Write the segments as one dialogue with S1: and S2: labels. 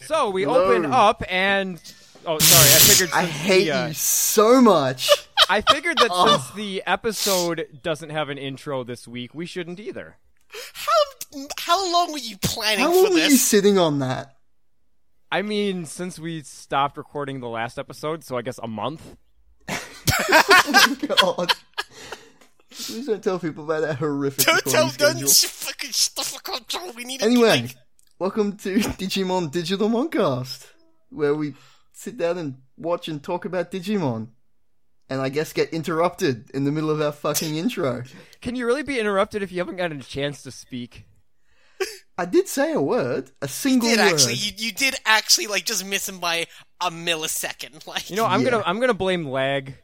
S1: So we
S2: Hello.
S1: open up and oh, sorry, I figured.
S2: I
S1: since
S2: hate
S1: the, uh,
S2: you Oh. so much.
S1: I figured that since the episode doesn't have an intro this week, we shouldn't either.
S3: How how long were you planning
S2: How
S3: for
S2: long were you
S3: this?
S2: sitting on that?
S1: I mean, since we stopped recording the last episode, so I guess a month.
S2: Oh God. Please don't tell people about that horrific
S3: Don't
S2: recording
S3: tell, don't
S2: schedule.
S3: s- fucking stuff a control. We need. a-
S2: Anyway,
S3: like,
S2: welcome to Digimon Digital Moncast, where we sit down and watch and talk about Digimon. And I guess get interrupted in the middle of our fucking intro.
S1: Can you really be interrupted if you haven't gotten a chance to speak?
S2: I did say a word, a single
S3: did
S2: word.
S3: actually you, you did actually like just miss him by a millisecond? Like
S1: You know, I'm
S2: Yeah.
S1: gonna I'm gonna blame lag.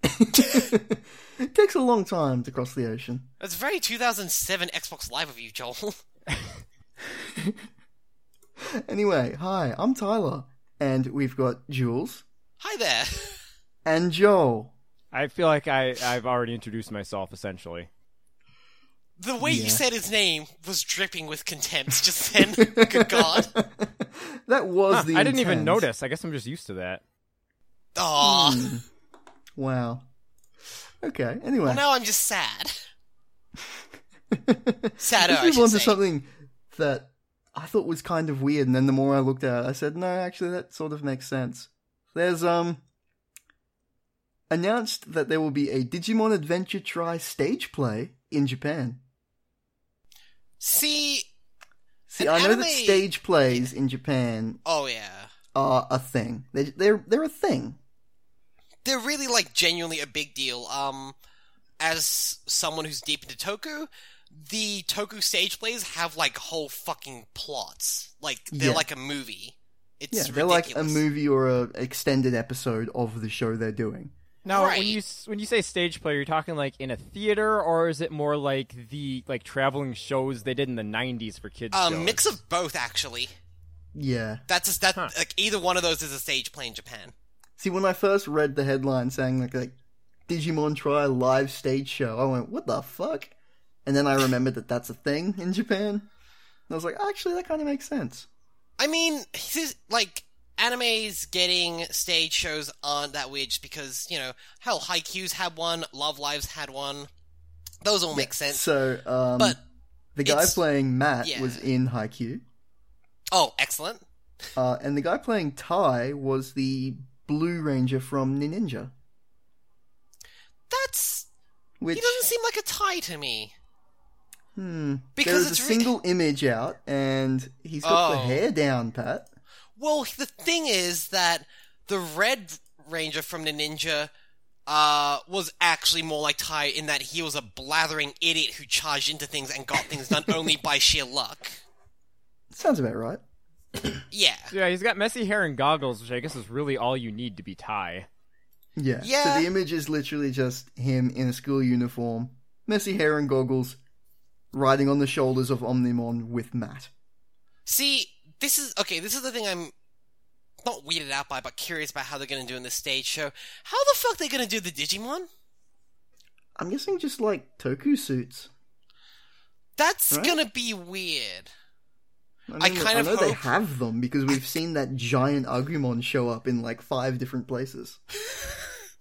S2: it takes a long time to cross the ocean.
S3: that's very 2007 Xbox Live of you, Joel.
S2: Anyway, hi, I'm Tyler, and we've got Jules
S3: Hi there.
S2: and Joel.
S1: I feel like I I've already introduced myself essentially.
S3: The way you
S2: Yeah.
S3: said his name was dripping with contempt just then. Good God.
S2: That was
S1: Huh,
S2: the.
S1: I didn't even
S2: intent.
S1: notice. I guess I'm just used to that.
S3: Aw.
S2: Hmm. Wow. Okay. Anyway,
S3: Well, now I'm just sad. Sadder,
S2: let's move
S3: I
S2: on
S3: should
S2: to
S3: say.
S2: something that I thought was kind of weird, and then the more I looked at it, I said, no, actually, that sort of makes sense. There's um announced that there will be a Digimon Adventure Try stage play in Japan.
S3: See,
S2: See,
S3: An
S2: I know that
S3: anime-
S2: stage plays in Japan
S3: oh yeah,
S2: are a thing. They they're they're a thing.
S3: they're really like genuinely a big deal. Um, as someone who's deep into Toku, the Toku stage plays have like whole fucking plots. Like they're
S2: Yeah.
S3: like a movie. It's
S2: yeah, they're like a
S3: ridiculous.
S2: movie or a extended episode of the show they're doing.
S1: Now,
S3: Right.
S1: when you s- when you say stage play, you're talking like in a theater, or is it more like the like traveling shows they did in the '90s for kids?
S3: A
S1: shows?
S3: Um, mix of both, actually.
S2: Yeah.
S3: That's just, that
S1: Huh.
S3: like either one of those is a stage play in Japan.
S2: See, when I first read the headline saying like, like Digimon Try live stage show, I went, "What the fuck?" And then I remembered that that's a thing in Japan. And I was like, actually, that kind of makes sense.
S3: I mean, this is- like animes getting stage shows aren't that weird just because you know, hell, Haikyuu's had one, Love Lives had one. Those all make sense.
S2: So, um,
S3: But
S2: the guy
S3: it's-
S2: playing Matt
S3: yeah.
S2: was in Haikyuu,
S3: oh, excellent.
S2: uh, and the guy playing Tai was the Blue Ranger from Ninja,
S3: That's
S2: which
S3: he doesn't seem like a tie to me.
S2: hmm,
S3: Because
S2: there is a
S3: it's re-
S2: single image out, and he's got the
S3: Oh.
S2: hair down, Pat.
S3: Well, the thing is that the Red Ranger from the Ninja uh, was actually more like Tai in that he was a blathering idiot who charged into things and got things done only by sheer luck.
S2: Sounds about right.
S3: Yeah.
S1: Yeah, he's got messy hair and goggles, which I guess is really all you need to be Ty.
S2: Yeah.
S3: Yeah.
S2: So the image is literally just him in a school uniform, messy hair and goggles, riding on the shoulders of Omnimon with Matt.
S3: See, this is okay. This is the thing I'm not weirded out by, but curious about how they're going to do in this stage show. How the fuck they going to do the Digimon?
S2: I'm guessing just like Toku suits.
S3: That's
S2: Right.
S3: going to be weird.
S2: I, mean,
S3: I kind
S2: I
S3: of
S2: know they
S3: hope-
S2: have them because we've seen that giant Agumon show up in like five different places.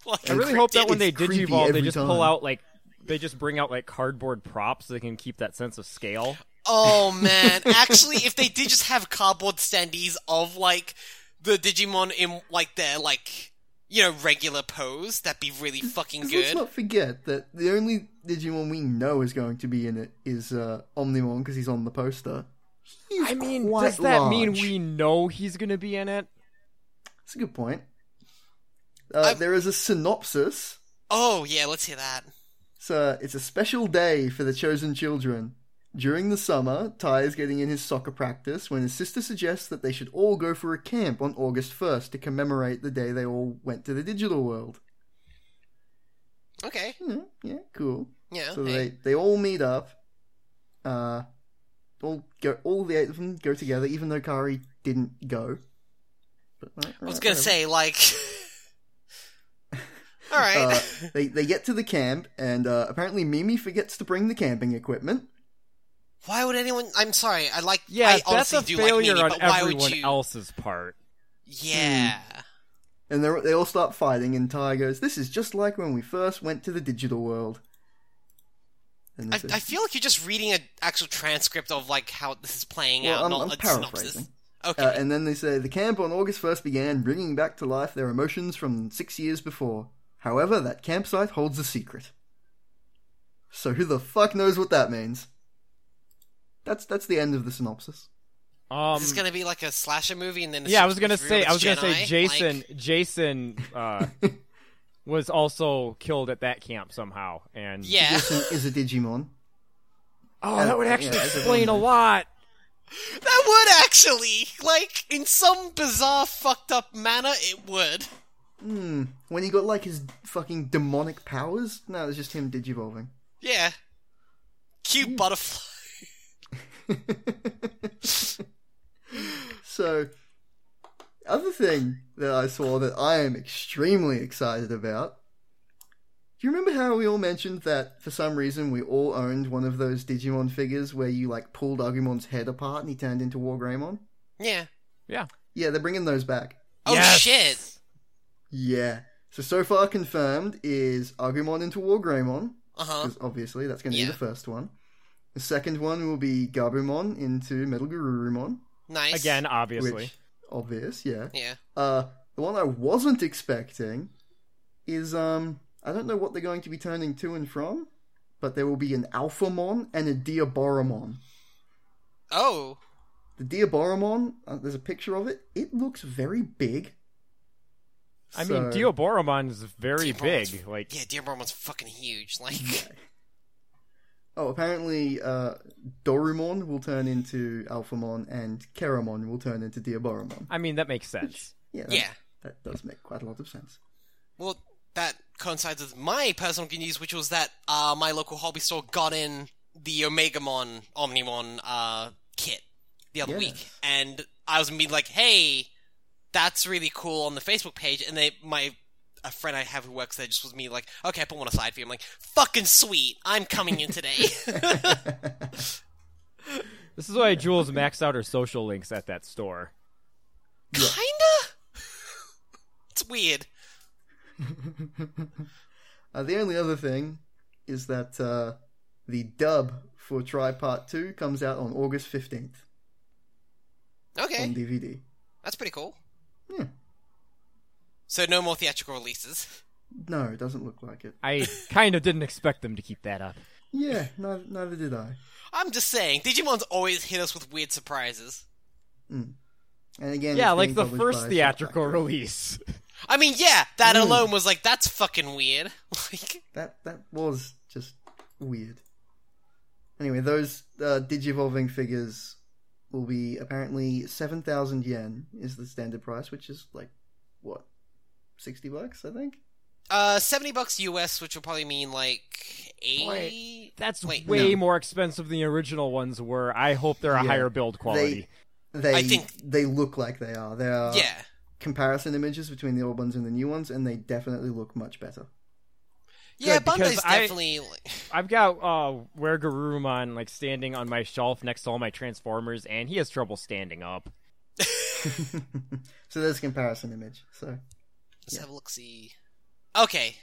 S3: Like,
S1: I really hope that when they
S2: It's creepy
S1: digivolve, they
S2: every
S1: just
S2: time.
S1: pull out like they just bring out like cardboard props so they can keep that sense of scale.
S3: Oh man! Actually, if they did just have cardboard standees of like the Digimon in like their like you know regular pose, that'd be really fucking
S2: 'Cause let's
S3: good.
S2: not forget that the only Digimon we know is going to be in it is uh, Omnimon because he's on the poster. He's
S1: I mean,
S2: quite
S1: does that mean
S2: large.
S1: we know he's gonna be in it?
S2: That's a good point. Uh,
S3: I've-
S2: there is a synopsis
S3: Oh yeah, let's hear that.
S2: So it's a special day for the chosen children. During the summer, Ty is getting in his soccer practice when his sister suggests that they should all go for a camp on August 1st to commemorate the day they all went to the digital world.
S3: Okay.
S2: Yeah, yeah cool.
S3: Yeah.
S2: So
S3: hey.
S2: they, they all meet up. Uh, all go all the eight of them go together, even though Kari didn't go. But, uh,
S3: I was
S2: uh,
S3: gonna
S2: whatever.
S3: say like. All right.
S2: Uh, they they get to the camp, and uh, apparently Mimi forgets to bring the camping equipment.
S3: why would anyone? I'm sorry. I like.
S1: Yeah,
S3: I
S1: that's
S3: honestly
S1: a
S3: do
S1: failure
S3: like Mimi,
S1: on
S3: but why
S1: everyone
S3: would you?
S1: else's part.
S3: Yeah.
S2: Hmm. And they they all start fighting, and Ty goes, "This is just like when we first went to the digital world." And
S3: I,
S2: this is-
S3: I feel like you're just reading an actual transcript of like how this is playing
S2: Well,
S3: out,
S2: I'm-
S3: not
S2: I'm
S3: a synopsis.
S2: paraphrasing.
S3: Okay.
S2: Uh, and then they say the camp on August 1st began bringing back to life their emotions from six years before. However, that campsite holds a secret. So who the fuck knows what that means? That's that's the end of the synopsis.
S1: Um,
S3: this is gonna be like a slasher movie, and then it's
S1: yeah, I was
S3: just
S1: gonna
S3: revealed
S1: say,
S3: it's
S1: I was gonna say,
S3: Jedi,
S1: Jason,
S3: like-
S1: Jason uh, was also killed at that camp somehow, and
S3: yeah,
S2: Jason is a Digimon.
S1: oh, that would
S2: Yeah,
S1: actually
S2: that's a
S1: explain a
S2: wonder.
S1: lot.
S3: that would actually, like, in some bizarre, fucked up manner, it would.
S2: Hmm. When he got like his fucking demonic powers, no, it was just him digivolving.
S3: Yeah, cute
S1: Mm.
S3: butterfly.
S2: So, other thing that I saw that I am extremely excited about. Do you remember how we all mentioned that for some reason we all owned one of those Digimon figures where you like pulled Agumon's head apart and he turned into Wargreymon?
S3: Yeah.
S2: Yeah, they're bringing those back.
S3: Oh
S1: Yes.
S3: shit.
S2: Yeah. So so far confirmed is Agumon into Wargreymon.
S3: Uh huh.
S2: 'cause obviously that's going to
S3: Yeah.
S2: be the first one. The second one will be Gabumon into Metal Gururumon,
S3: Nice.
S1: Again, obviously,
S2: which obvious, yeah.
S3: Yeah.
S2: Uh, the one I wasn't expecting is um, I don't know what they're going to be turning to and from, but there will be an Alphamon and a Diaboromon.
S3: Oh.
S2: The Diaboromon, uh, there's a picture of it. It looks very big.
S1: I mean,
S2: So-
S1: Dioboromon is very
S3: Diaboromon's-
S1: big. Like,
S3: Yeah, Diaboromon's fucking huge. Like.
S2: Oh, apparently, uh, Dorumon will turn into Alphamon and Keramon will turn into Diaboromon.
S1: I mean, that makes sense.
S2: Yeah, that,
S3: Yeah.
S2: that does make quite a lot of sense.
S3: Well, that coincides with my personal good news, which was that uh, my local hobby store got in the Omegamon Omnimon uh, kit the other
S2: Yes.
S3: week, and I was being like, "Hey, that's really cool" on the Facebook page, and they my a friend I have who works there just was me like, "Okay, I put one aside for you." I'm like, "Fucking sweet, I'm coming in today."
S1: This is why Jules maxed out her social links at that store.
S3: Kinda. it's weird.
S2: Uh, the only other thing is that uh, the dub for Try Part 2 comes out on August 15th on
S3: Okay,
S2: DVD.
S3: that's pretty cool.
S2: Yeah.
S3: So no more theatrical releases.
S2: No, it doesn't look like it.
S1: I kind of didn't expect them to keep that up.
S2: Yeah, neither, neither did I.
S3: I'm just saying, Digimon's always hit us with weird surprises.
S2: And again,
S1: Yeah,
S2: it's
S1: like
S2: being
S1: the
S2: published
S1: first
S2: by
S1: theatrical
S2: Shock Factory.
S1: release.
S3: I mean, yeah, that
S1: Hmm.
S3: alone was like, that's fucking weird. like,
S2: That that was just weird. Anyway, those uh, digivolving figures will be apparently seven thousand yen is the standard price, which is like what sixty bucks, I think.
S3: uh, 70 bucks US, which will probably mean like 80.
S1: That's
S3: Wait,
S1: way
S2: no.
S1: more expensive than the original ones were. I hope they're a
S2: Yeah.
S1: higher build quality.
S2: They
S3: I think-
S2: they look like they are. They
S1: Uh,
S2: are
S3: yeah.
S2: comparison images between the old ones and the new ones, and they definitely look much better.
S3: Yeah,
S1: good, because
S3: Bandai's
S1: I-
S3: definitely. Like,
S1: I've got uh Where Garurumon like standing on my shelf next to all my Transformers and he has trouble standing up.
S2: so there's a comparison image. So
S3: let's
S2: Yeah.
S3: have a look see. Okay.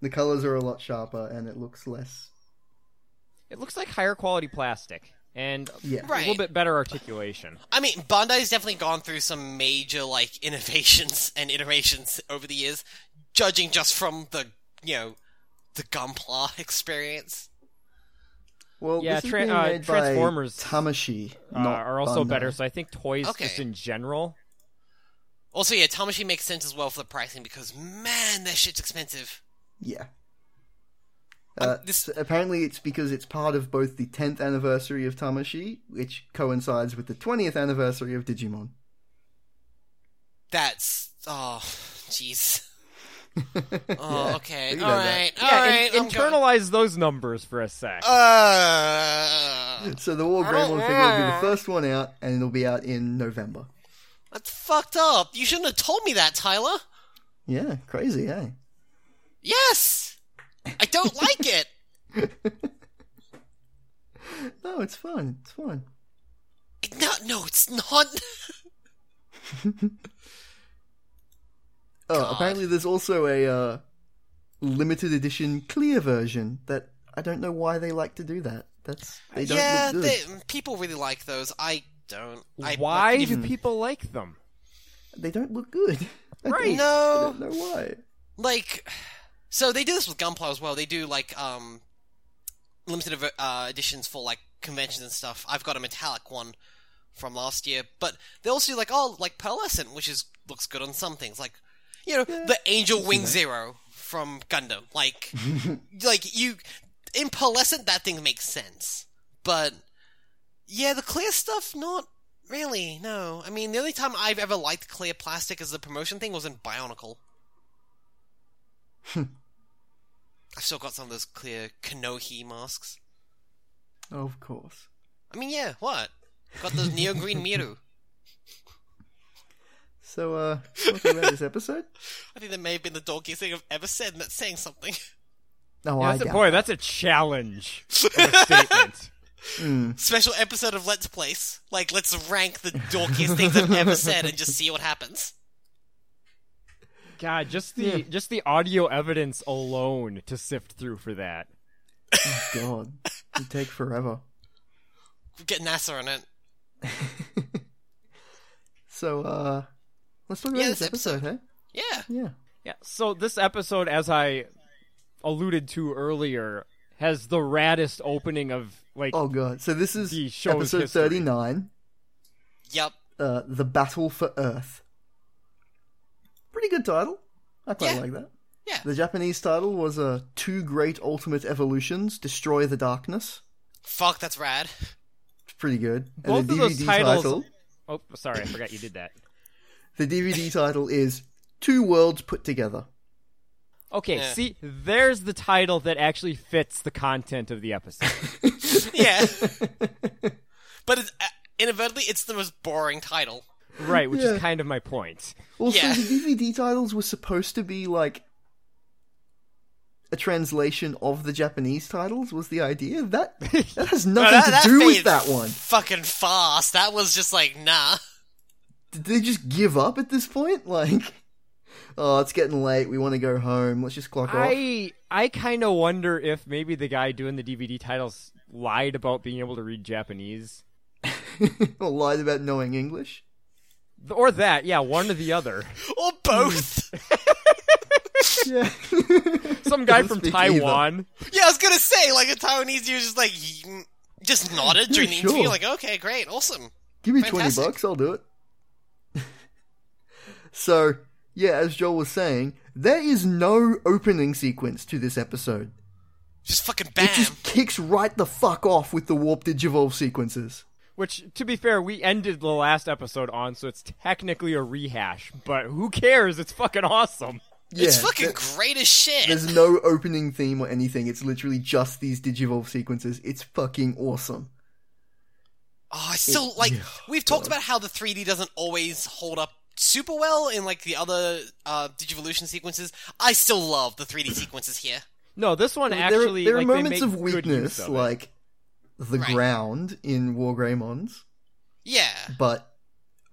S2: the colors are a lot sharper, and it looks less.
S1: It looks like higher quality plastic and a
S2: Yeah,
S1: little
S3: Right.
S1: bit better articulation.
S3: I mean, Bandai's definitely gone through some major, like, innovations and iterations over the years, judging just from the, you know, the Gunpla experience.
S2: Well,
S1: Yeah,
S2: this is
S1: tra-
S2: being
S1: uh,
S2: made
S1: Transformers,
S2: by Tamashi,
S1: Uh,
S2: not
S1: are also
S2: Bandai.
S1: better, so I think toys
S3: Okay.
S1: just in general
S3: Also, yeah, Tamashi makes sense as well for the pricing because man, that shit's expensive.
S2: Yeah.
S3: Um,
S2: Uh,
S3: this-
S2: s- apparently, it's because it's part of both the 10th anniversary of Tamashi, which coincides with the 20th anniversary of Digimon.
S3: That's oh, jeez. Oh, okay.
S2: we know
S3: All right.
S2: that.
S3: All
S1: yeah,
S3: right. Oh,
S1: in-
S3: I'm going-
S1: internalize those numbers for a sec.
S3: Uh,
S2: So the War
S3: I don't
S2: Greymon figure will be the
S3: know.
S2: first one out, and it'll be out in November.
S3: that's fucked up. You shouldn't have told me that, Tyler.
S2: Yeah, crazy, eh?
S3: Yes, I don't like it.
S2: No, it's fun. It's fun.
S3: No, no, it's not.
S2: Oh,
S3: God.
S2: apparently there's also a uh, limited edition clear version that I don't know why they like to do that. That's they don't
S3: yeah,
S2: look good.
S3: they, people really like those. I don't. I
S1: Why
S3: I
S1: do people like them?
S2: They don't look good. I
S1: Right.
S2: don't- I
S3: No,
S2: don't know why.
S3: like, so they do this with Gunpla as well. They do like um limited ev- uh, editions for like conventions and stuff. I've got a metallic one from last year, but they also do like oh like pearlescent, which is looks good on some things. Like you know the Angel Wing Zero from Gundam. Like like you in pearlescent that thing makes sense, but yeah, the clear stuff not. Really? No. I mean, the only time I've ever liked clear plastic as a promotion thing was in Bionicle. I've still got some of those clear Kanohi masks.
S2: Of course.
S3: I mean, yeah, what? Got those neo green Miru.
S2: So, uh, talking about this episode?
S3: I think that may have been the dorkiest thing I've ever said, and that's saying something.
S1: Yeah,
S2: No, Oh, I
S1: that's a,
S2: doubt.
S1: boy, that's a challenge of a statement.
S3: Special episode of Let's Place. Like, let's rank the dorkiest things I've ever said and just see what happens.
S1: God, just the just the audio evidence alone to sift through for that.
S2: God, it'd take forever.
S3: Get NASA on it.
S2: So, uh, let's talk about
S3: Yeah,
S2: this
S3: this
S2: episode, hey?
S3: Yeah.
S2: Yeah.
S1: Yeah. So this episode, as I alluded to earlier, has the raddest opening of like
S2: Oh, God. So this is
S1: The show's
S2: episode
S1: history.
S2: 39,
S3: Yep.
S2: uh, The Battle for Earth. Pretty good title. I quite
S3: Yeah.
S2: like that.
S3: Yeah.
S2: The Japanese title was uh, Two Great Ultimate Evolutions Destroy the Darkness.
S3: Fuck, that's rad.
S2: It's pretty good.
S1: Both
S2: and the
S1: of
S2: DVD
S1: those titles-
S2: title,
S1: Oh, sorry, I forgot you did that.
S2: the DVD title is Two Worlds Put Together.
S1: Okay,
S3: Yeah.
S1: see, there's the title that actually fits the content of the episode.
S3: Yeah. but it's, uh, inadvertently, it's the most boring title.
S1: right, which
S2: Yeah.
S1: is kind of my point.
S2: Also,
S3: Yeah.
S2: the DVD titles were supposed to be like a translation of the Japanese titles. Was the idea that that has nothing
S3: Well,
S2: to do with
S3: faded
S2: that one?
S3: Fucking fast. That was just like, nah.
S2: Did they just give up at this point? Like, oh, it's getting late. We want to go home. Let's just clock off.
S1: I I kind of wonder if maybe the guy doing the DVD titles lied about being able to read Japanese,
S2: or lied about knowing English.
S1: Th- or that. Yeah, one or the other.
S3: Or both.
S2: Yeah.
S1: Some guy
S2: Don't
S1: from
S2: speak either.
S1: Taiwan.
S3: Yeah, I was gonna say, like, a Taiwanese dude just like y- just nodded during the
S2: Yeah,
S3: interview,
S2: sure.
S3: like, okay, great, awesome.
S2: Give me
S3: Fantastic.
S2: twenty bucks, I'll do it. so, yeah, as Joel was saying, there is no opening sequence to this episode.
S3: Just fucking bam.
S2: It just kicks right the fuck off with the warp digivolve sequences.
S1: Which, to be fair, we ended the last episode on, so it's technically a rehash. But who cares? It's fucking awesome.
S2: Yeah,
S3: it's fucking
S2: th-
S3: great as shit.
S2: There's no opening theme or anything. It's literally just these digivolve sequences. It's fucking awesome.
S3: Oh, I still like we've talked about how the 3D doesn't always hold up super well in like the other uh Digivolution sequences. I still love the 3D sequences here.
S1: No, this one
S2: there are,
S1: actually.
S2: there are
S1: like, they
S2: moments
S1: make
S2: of
S1: good
S2: weakness,
S1: use of it.
S2: like the
S3: Right.
S2: ground in War Greymons,
S3: Yeah,
S2: but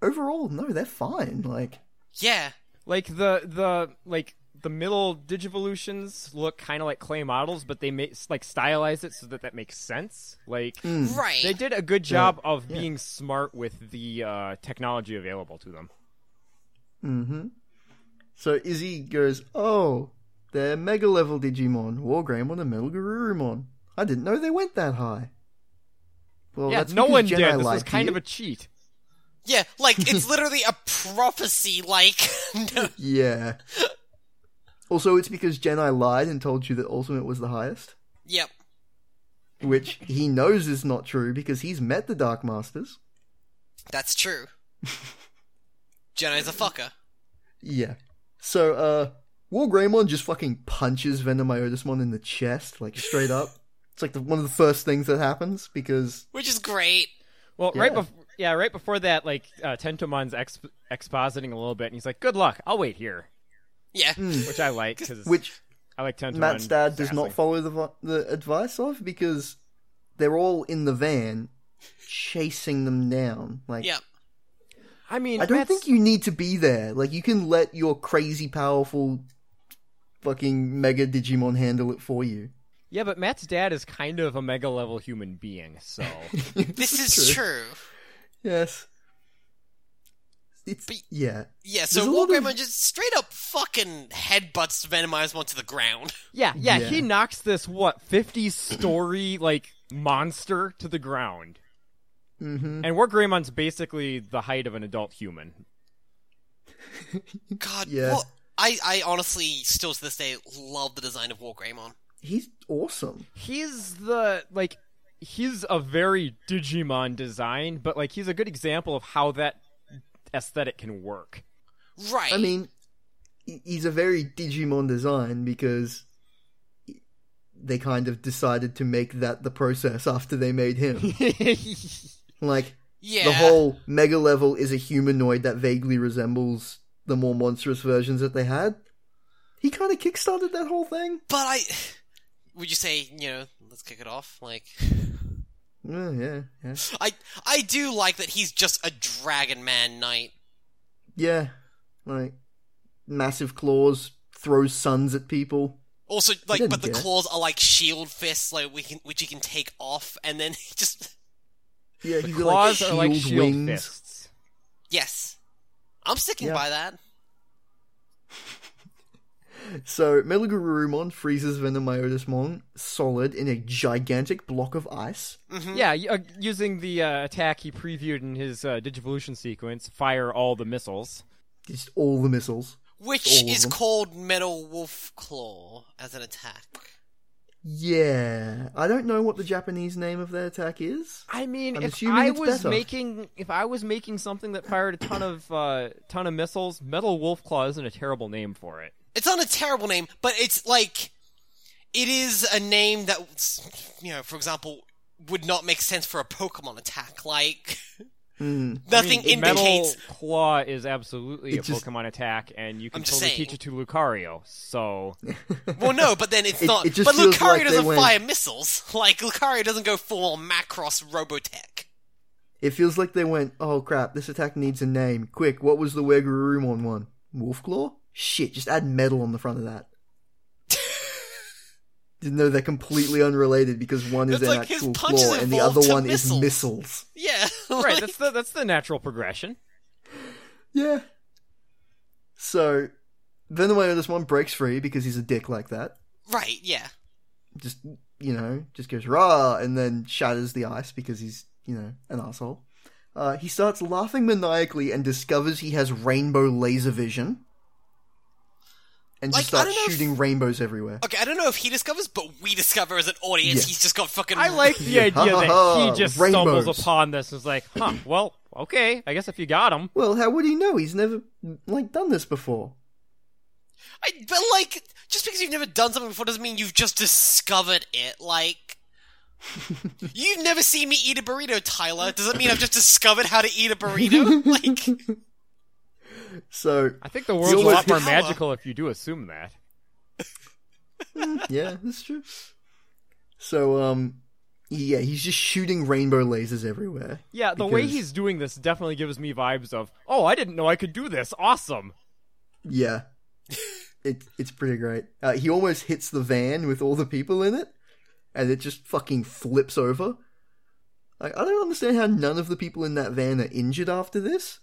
S2: overall, no, they're fine. Like,
S3: yeah,
S1: like the the like the middle digivolutions look kind of like clay models, but they make like stylize it so that that makes sense. Like
S2: Hmm.
S3: right.
S1: they did a good job of
S2: Mm. yeah.
S1: being smart with the uh, technology available to them.
S2: Mm-hmm. So Izzy goes, Oh, they're mega level Digimon, Wargreymon and Metal Garurumon. I didn't know they went that high. Well,
S1: yeah,
S2: that's
S1: no
S2: because
S1: one
S2: Jedi
S1: did. This
S2: lied
S1: was
S2: to
S1: kind
S2: you.
S1: of a cheat.
S3: Yeah, like it's literally a prophecy. Like, no,
S2: Yeah. Also, it's because Jedi lied and told you that Ultimate was the highest,
S3: yep,
S2: which he knows is not true because he's met the Dark Masters.
S3: that's true. Jedi's a fucker.
S2: Yeah. So, uh, War Greymon just fucking punches Venomiotismon in the chest, like straight up. It's like the, one of the first things that happens because
S3: which is great.
S1: Well, right
S2: Yeah.
S1: before yeah, right before that, like uh, Tentomon's exp- expositing a little bit, and he's like, "Good luck. I'll wait here,"
S3: Yeah,
S1: which I like because
S2: which
S1: I like Tentomon.
S2: Matt's dad does
S1: sassily.
S2: not follow the vi- the advice of because they're all in the van chasing them down. Like
S3: yeah.
S1: I mean,
S2: I don't
S1: Matt's-
S2: think you need to be there. Like you can let your crazy powerful fucking mega Digimon handle it for you.
S1: Yeah, but Matt's dad is kind of a mega level human being, so
S3: This is true.
S2: Yes. It's
S3: But-
S2: yeah.
S3: Yeah,
S2: There's
S3: so
S2: a
S3: War
S2: lot of-
S3: Greymon just straight up fucking headbutts Venomized to the ground.
S1: yeah, yeah,
S2: Yeah.
S1: he knocks this what fifty story like monster to the ground,
S2: hmm
S1: and War Greymon's basically the height of an adult human.
S3: God,
S2: Yeah.
S3: what? I, I honestly still to this day love the design of War Greymon.
S2: He's awesome.
S1: He's the like he's a very Digimon design, but like he's a good example of how that aesthetic can work.
S3: Right.
S2: I mean, he- he's a very Digimon design because they kind of decided to make that the process after they made him. like
S3: yeah.
S2: the whole mega level is a humanoid that vaguely resembles the more monstrous versions that they had. He kind of kickstarted that whole thing.
S3: But I. Would you say, you know, let's kick it off? Like,
S2: Yeah, yeah, yeah.
S3: I I do like that he's just a Dragon Man Knight.
S2: Yeah, like massive claws, throws suns at people.
S3: Also, like,
S2: didn't
S3: but the
S2: get it.
S3: claws are like shield fists, like we can, which he can take off, and then he just
S2: Yeah,
S1: The
S2: he's got,
S1: claws are like shield
S2: wings.
S1: fists.
S3: yes, I'm sticking
S2: Yeah.
S3: by that.
S2: So Meligururumon freezes Venomiotismon solid in a gigantic block of ice.
S3: Mm-hmm.
S1: Yeah, y- uh, using the uh, attack he previewed in his uh, Digivolution sequence, fire all the missiles.
S2: Just all the missiles.
S3: Which
S2: All of
S3: is
S2: them.
S3: called Metal Wolf Claw as an attack.
S2: Yeah, I don't know what the Japanese name of their attack is.
S1: I mean,
S2: I'm
S1: if
S2: assuming
S1: I
S2: it's
S1: was
S2: better.
S1: making if I was making something that fired a ton of uh, ton of missiles, Metal Wolf Claw isn't a terrible name for it.
S3: It's not a terrible name, but it's like it is a name that you know, for example, would not make sense for a Pokemon attack. Like
S2: Hmm.
S3: nothing
S1: Metal
S3: indicates
S1: Claw is absolutely
S2: It
S1: a
S2: just-
S1: Pokemon attack, and you can
S3: I'm just
S1: totally
S3: saying.
S1: teach it to Lucario. So
S3: Well, no, but then it's
S2: It-
S3: not.
S2: it just
S3: but
S2: feels
S3: Lucario
S2: like they
S3: doesn't
S2: went-
S3: fire missiles. Like Lucario doesn't go full Macross Robotech.
S2: It feels like they went, oh crap, this attack needs a name. Quick, what was the Wegururumon one? Wolfclaw? Shit, just add metal on the front of that. no, they're completely unrelated because one is
S3: That's
S2: an
S3: like his
S2: actual
S3: punches
S2: claw and the
S3: evolved
S2: other
S3: to
S2: one
S3: missiles.
S2: is missiles.
S3: Yeah,
S1: right,
S3: like-
S1: that's the that's the natural progression.
S2: Yeah. So, Venomiotis one breaks free because he's a dick like that.
S3: right. Yeah,
S2: Just, you know, just goes rah and then shatters the ice because he's, you know, an asshole. Uh, he starts laughing maniacally and discovers he has rainbow laser vision. And just
S3: Like, I
S2: starts
S3: don't know if-
S2: shooting rainbows everywhere.
S3: Okay, I don't know if he discovers, but we discover as an audience
S2: Yeah.
S3: he's just got fucking.
S1: I like the
S2: Yeah.
S1: idea that he just stumbles
S2: Rainbows.
S1: upon this and is like, "Huh, well, okay, I guess if you got him."
S2: Well, how would he know? He's never, like, done this before.
S3: I, but like, just because you've never done something before doesn't mean you've just discovered it. Like, you've never seen me eat a burrito, Tyler. Doesn't mean I've just discovered how to eat a burrito. Like,
S2: So,
S1: I think the world's a
S2: always
S1: lot more
S3: power.
S1: magical if you do assume that.
S2: yeah, that's true. So, um, yeah, he's just shooting rainbow lasers everywhere.
S1: Yeah, the way
S2: Because-
S1: he's doing this definitely gives me vibes of, "Oh, I didn't know I could do this. Awesome."
S2: Yeah, it, it's pretty great. Uh, he almost hits the van with all the people in it, and it just fucking flips over. Like, I don't understand how none of the people in that van are injured after this.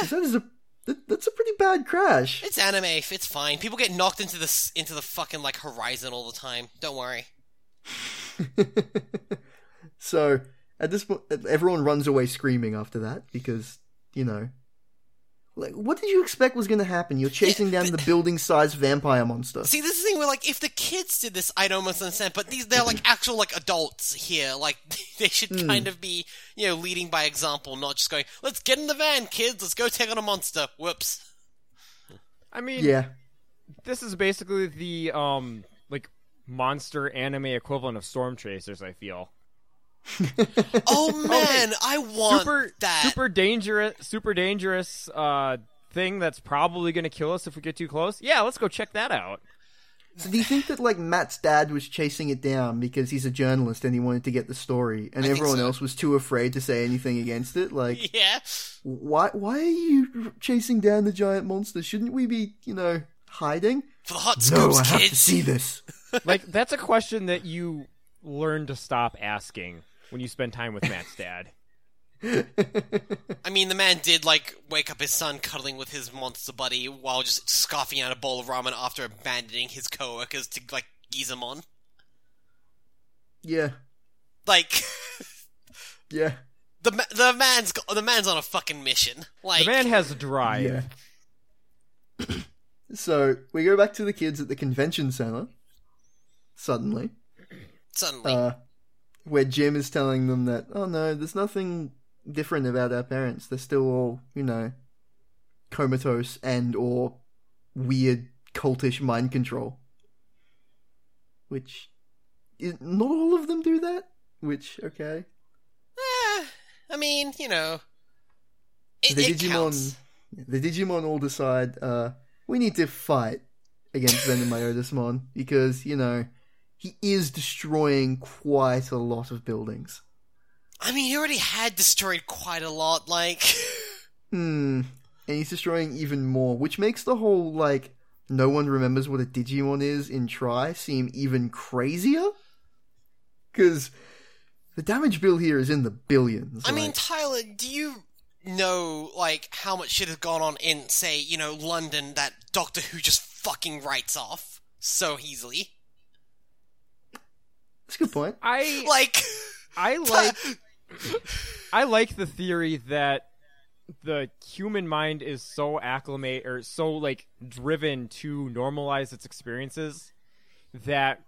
S2: 'Cause That is a that, that's a pretty bad crash.
S3: it's anime. It's fine. People get knocked into the s- into the fucking like horizon all the time. Don't worry.
S2: so At this point, everyone runs away screaming after that because you know, like, what did you expect was going to happen? You're chasing down the building-sized vampire monster.
S3: See, this is the thing where, like, if the kids did this, I'd almost understand, but these, they're, like, actual, like, adults here. Like, they should kind of be, you know, leading by example, not just going, let's get in the van, kids, let's go take on a monster. Whoops.
S1: I mean,
S2: Yeah,
S1: this is basically the um like monster anime equivalent of Storm Chasers. I feel
S3: Oh, man, I want
S1: super
S3: that.
S1: super dangerous, super dangerous uh thing that's probably going to kill us if we get too close. Yeah, let's go check that out.
S2: So do you think that like Matt's dad was chasing it down because he's a journalist and he wanted to get the story, and
S3: think
S2: everyone
S3: so.
S2: else was too afraid to say anything against it? Like,
S3: Yeah.
S2: why why are you chasing down the giant monster? Shouldn't we be, you know, hiding?
S3: For the hot
S2: No,
S3: scoops,
S2: I have to
S3: kids.
S2: see this.
S1: Like that's a question that you learn to stop asking when you spend time with Matt's dad.
S3: I mean, the man did, like, wake up his son cuddling with his monster buddy while just scoffing at a bowl of ramen after abandoning his coworkers to, like, Gizamon.
S2: Yeah,
S3: Like,
S2: yeah.
S3: the ma- the man's go- the man's on a fucking mission. Like,
S1: The man has a drive.
S2: Yeah. so we go back to the kids at the convention center. Suddenly,
S3: suddenly,
S2: uh, where Jim is telling them that, oh no, there's nothing different about our parents. They're still all, you know, comatose and or weird cultish mind control. Which, is, not all of them do that. Which, okay,
S3: Eh, I mean, you know, it,
S2: the
S3: it
S2: Digimon,
S3: counts.
S2: the Digimon all decide uh, we need to fight against Venom Iodismon because you know he is destroying quite a lot of buildings.
S3: I mean, he already had destroyed quite a lot. Like,
S2: Hmm, and he's destroying even more, which makes the whole like no one remembers what a Digimon is in Try seem even crazier because. The damage bill here is in the billions.
S3: I mean,
S2: like-
S3: Tyler, do you know like how much shit has gone on in, say, you know, London that Doctor Who just fucking writes off so easily?
S2: that's a good point.
S1: I
S3: Like,
S1: I like I like the theory that the human mind is so acclimate or so like driven to normalize its experiences that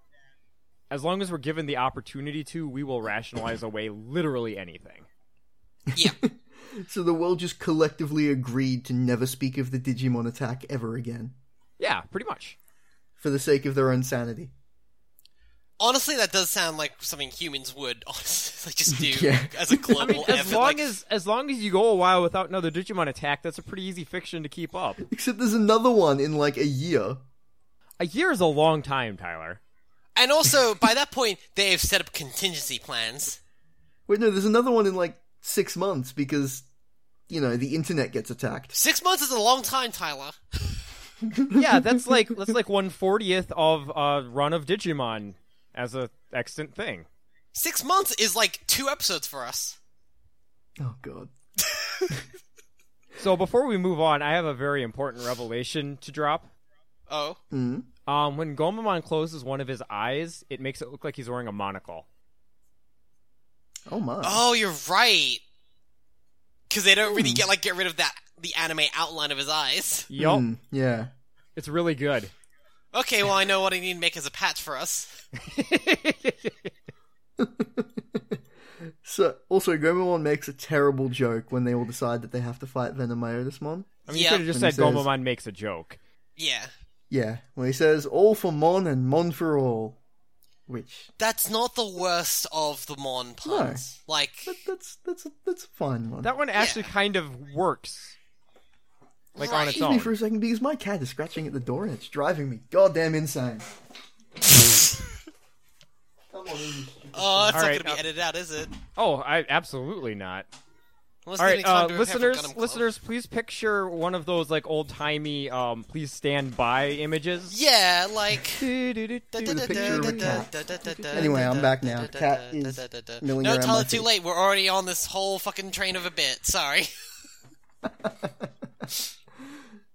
S1: as long as we're given the opportunity to, we will rationalize away literally anything.
S3: yeah,
S2: So the world just collectively agreed to never speak of the Digimon attack ever again.
S1: Yeah, pretty much.
S2: for the sake of their own sanity.
S3: honestly, that does sound like something humans would honestly like just do
S2: Yeah.
S3: as a global
S1: I mean, as
S3: effort.
S1: long
S3: like,
S1: as as long as you go a while without another Digimon attack, that's a pretty easy fiction to keep up.
S2: Except there's another one in like a year.
S1: A year is a long time, Tyler.
S3: and also by that point, they have set up contingency plans.
S2: Wait, no, there's another one in like six months because, you know, the internet gets attacked.
S3: Six months is a long time, Tyler.
S1: yeah, that's like that's like one fortieth of a run of Digimon as a extant thing.
S3: Six months is like two episodes for us.
S2: Oh god.
S1: So before we move on, I have a very important revelation to drop.
S3: Oh.
S2: Mm.
S1: Um, when Gomamon closes one of his eyes, it makes it look like he's wearing a monocle.
S2: Oh my.
S3: Oh, you're right. Because they don't really get like get rid of that the anime outline of his eyes.
S1: Yup,
S2: Mm, yeah.
S1: it's really good.
S3: Okay, well I know what I need to make as a patch for us.
S2: So also Gomamon makes a terrible joke when they all decide that they have to fight Venomiotismon.
S1: I mean, you
S3: Yep.
S1: could have just
S2: When
S1: said
S2: he says-
S1: Gomamon makes a joke.
S3: Yeah,
S2: Yeah. When he says all for Mon and Mon for all. Which
S3: that's not the worst of the Mon puns. Like,
S2: that, that's that's a that's a fine one.
S1: That one actually kind of works, like on
S3: Right.
S1: its
S2: Excuse me
S1: own.
S2: for a second because my cat is scratching at the door and it's driving me goddamn insane. Come on, in.
S3: oh, it's not
S1: Alright,
S3: gonna be
S1: uh,
S3: edited out, is it?
S1: oh, I absolutely not.
S3: Unless
S1: All
S3: they
S1: right,
S3: make time
S1: uh,
S3: to repair for Gundam
S1: listeners,
S3: Club.
S1: listeners, please picture one of those like old timey, um, please stand by images.
S3: Yeah, like.
S2: a picture of a
S1: cat.
S2: Anyway, I'm back now. Cat is milling
S3: No,
S2: around
S3: tell
S2: my
S3: it too
S2: feet.
S3: late. We're already on this whole fucking train of a bit. Sorry.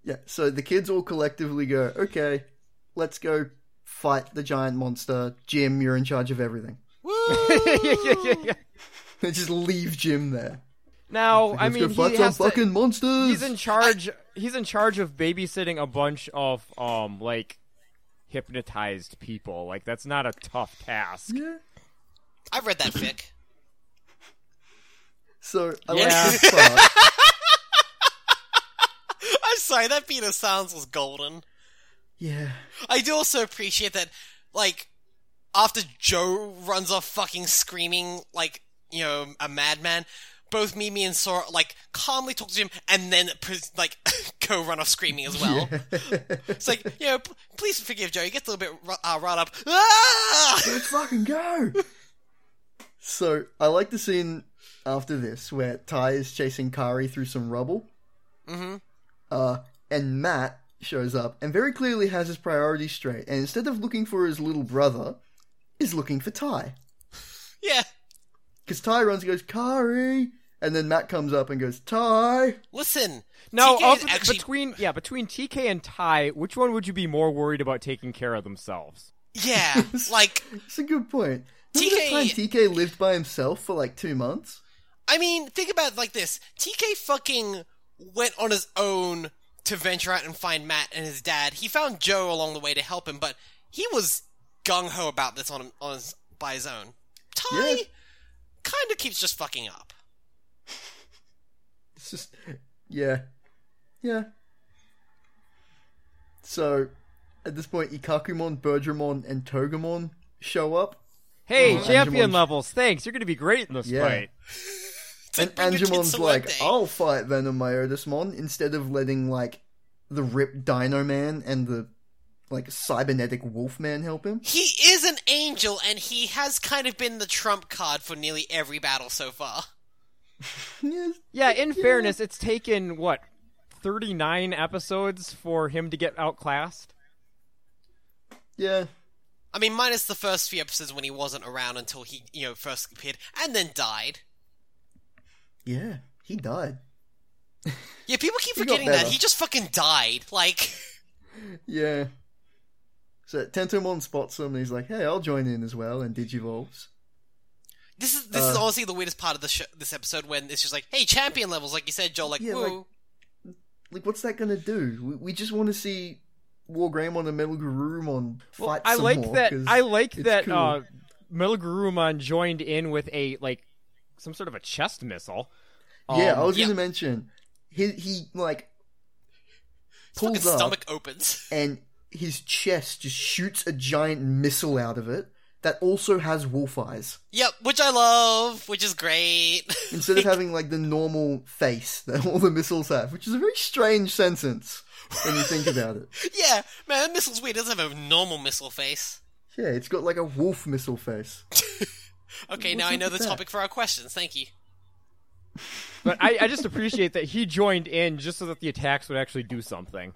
S2: Yeah, so the kids all collectively go, okay, let's go fight the giant monster. Jim, you're in charge of everything.
S3: Woo!
S2: They just leave Jim there.
S1: Now, I
S2: Let's go
S1: mean,
S2: fight
S1: he
S2: some
S1: has to,
S2: fucking monsters.
S1: he's in charge. He's in charge of babysitting a bunch of um like hypnotized people. Like that's not a tough task.
S2: Yeah.
S3: I've read that fic.
S2: So I
S1: Yeah.
S2: like this part.
S3: I'm sorry, that beat of sounds was golden.
S2: yeah.
S3: I do also appreciate that, like, after Joe runs off fucking screaming like, you know, a madman, both Mimi and Sora, like, calmly talk to him and then, pres- like, go run off screaming as well. It's like, you know, p- please forgive Joe, he gets a little bit ru- uh, riled up. Ah!
S2: Let's fucking go. so I like the scene after this where Ty is chasing Kari through some rubble.
S3: Mm-hmm.
S2: Uh, and Matt shows up and very clearly has his priorities straight. And instead of looking for his little brother, is looking for Ty.
S3: Yeah.
S2: Because Ty runs and goes, Kari! And then Matt comes up and goes, Ty!
S3: Listen,
S1: Now,
S3: TK
S1: of
S3: is
S1: the-
S3: actually
S1: between yeah, between TK and Ty, which one would you be more worried about taking care of themselves?
S3: yeah, like
S2: It's a good point. Remember that
S3: TK
S2: time TK lived by himself for like two months?
S3: I mean, think about it like this: TK fucking went on his own to venture out and find Matt and his dad. He found Joe along the way to help him, but he was gung ho about this on on his, by his own. Ty
S2: Yeah.
S3: kind of keeps just fucking up.
S2: It's just, yeah. Yeah. So, at this point, Ikakumon, Bergramon, and Togemon show up.
S1: Hey,
S2: Oh,
S1: champion
S2: Anjumon's-
S1: levels, thanks. You're going to be great in this
S2: Yeah.
S1: fight.
S3: It's
S2: And
S3: bring your kids
S2: Anjumon's
S3: to work
S2: like,
S3: day.
S2: I'll fight Venom Myotismon instead of letting, like, the Rip Dino Man and the, like, cybernetic Wolfman help him.
S3: He is an angel, and he has kind of been the trump card for nearly every battle so far.
S2: Yeah,
S1: Yeah, in fairness, it's taken what 39 episodes for him to get outclassed.
S2: yeah.
S3: I mean, minus the first few episodes when he wasn't around until he, you know, first appeared and then died.
S2: Yeah, he died.
S3: Yeah, people keep
S2: He got
S3: forgetting that.
S2: better.
S3: He just fucking died. Like,
S2: Yeah. So Tentomon spots him and he's like, hey, I'll join in as well, and Digivolves.
S3: this is this is
S2: Uh,
S3: honestly the weirdest part of the sh- this episode when it's just like, hey, champion levels, like you said, Joel, like,
S2: Yeah, like-
S3: woo.
S2: Like, what's that gonna do? We, we just want to see Wargreymon and Metal Garurumon fight
S1: Well, I
S2: some
S1: like
S2: more,
S1: that.
S2: 'cause-
S1: I like
S2: it's
S1: that.
S2: cool.
S1: Uh, Metal Garurumon joined in with a like some sort of a chest missile.
S2: yeah,
S1: Um,
S2: I was
S3: yeah.
S2: gonna mention he he like
S3: His fucking
S2: pulls up
S3: stomach opens.
S2: and his chest just shoots a giant missile out of it that also has wolf eyes
S3: yep, which I love, which is great.
S2: instead of having like the normal face that all the missiles have, which is a very strange sentence when you think about it.
S3: yeah, man, that missile's weird. It doesn't have a normal missile face.
S2: Yeah, it's got like a wolf missile face.
S3: Okay,
S2: What's
S3: now I
S2: up
S3: know
S2: with
S3: the
S2: that?
S3: topic for our questions. Thank you.
S1: But I, I just appreciate that he joined in just so that the attacks would actually do something.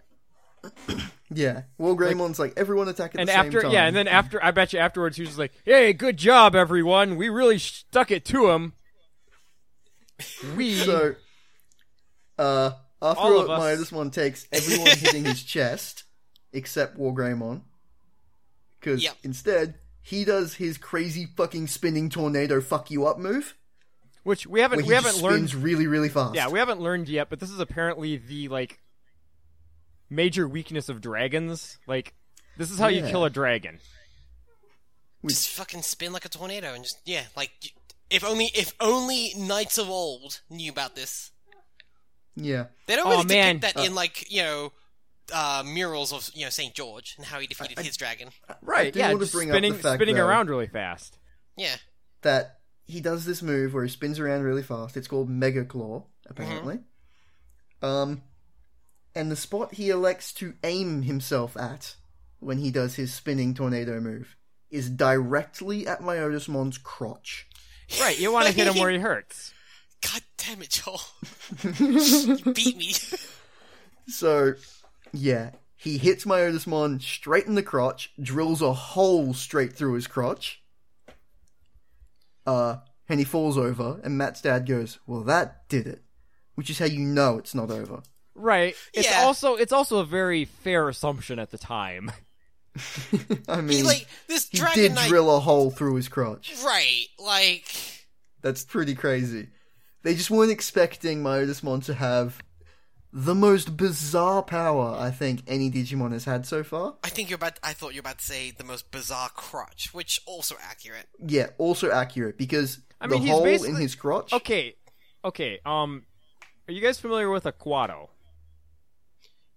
S2: Yeah, well, Greymon's like, everyone attack at
S1: and
S2: the
S1: after
S2: same time.
S1: yeah, and then after I bet you afterwards he was like, "Hey, good job, everyone. We really stuck it to him. We
S2: so uh, after
S1: All of
S2: all, my
S1: us.
S2: this one takes everyone hitting his chest except Wargreymon, because
S3: Yep.
S2: instead he does his crazy fucking spinning tornado fuck you up move.
S1: which we haven't
S2: Where
S1: we
S2: he
S1: haven't
S2: just
S1: learned
S2: spins really really fast.
S1: yeah we haven't learned yet, but this is apparently the like major weakness of dragons. Like this is how you
S2: Yeah.
S1: kill a dragon.
S3: Just fucking spin like a tornado and just yeah, like y- if only if only knights of old knew about this.
S2: yeah.
S3: They don't
S1: Aw,
S3: really
S1: man.
S3: depict that in like you know uh, murals of you know Saint George and how he defeated his dragon.
S2: Right. I do
S1: yeah,
S2: want to
S1: just
S2: bring
S1: spinning
S2: up the fact
S1: spinning
S2: though,
S1: around really fast.
S3: Yeah,
S2: that he does this move where he spins around really fast. It's called Mega Claw, apparently. Um, and the spot he elects to aim himself at when he does his spinning tornado move is directly at Myotismon's crotch.
S1: Right, you want to hit him where he hurts.
S3: God damn it, Joel! you beat me.
S2: So, yeah, he hits Myotismon straight in the crotch, drills a hole straight through his crotch. Uh, and he falls over, and Matt's dad goes, "Well, that did it," which is how you know it's not over.
S1: Right. It's
S3: Yeah.
S1: also it's also a very fair assumption at the time.
S2: I mean,
S3: He, like this
S2: He
S3: dragon
S2: did
S3: knight,
S2: drill a hole through his crotch.
S3: right? Like
S2: That's pretty crazy. They just weren't expecting Myotismon to have the most bizarre power I think any Digimon has had so far.
S3: I think you're about. I thought you were about to say the most bizarre crotch, which also accurate.
S2: Yeah, also accurate because
S1: I mean,
S2: the
S1: he's
S2: hole in
S1: basically-
S2: his crotch.
S1: Okay, okay. Um, are you guys familiar with a Quado?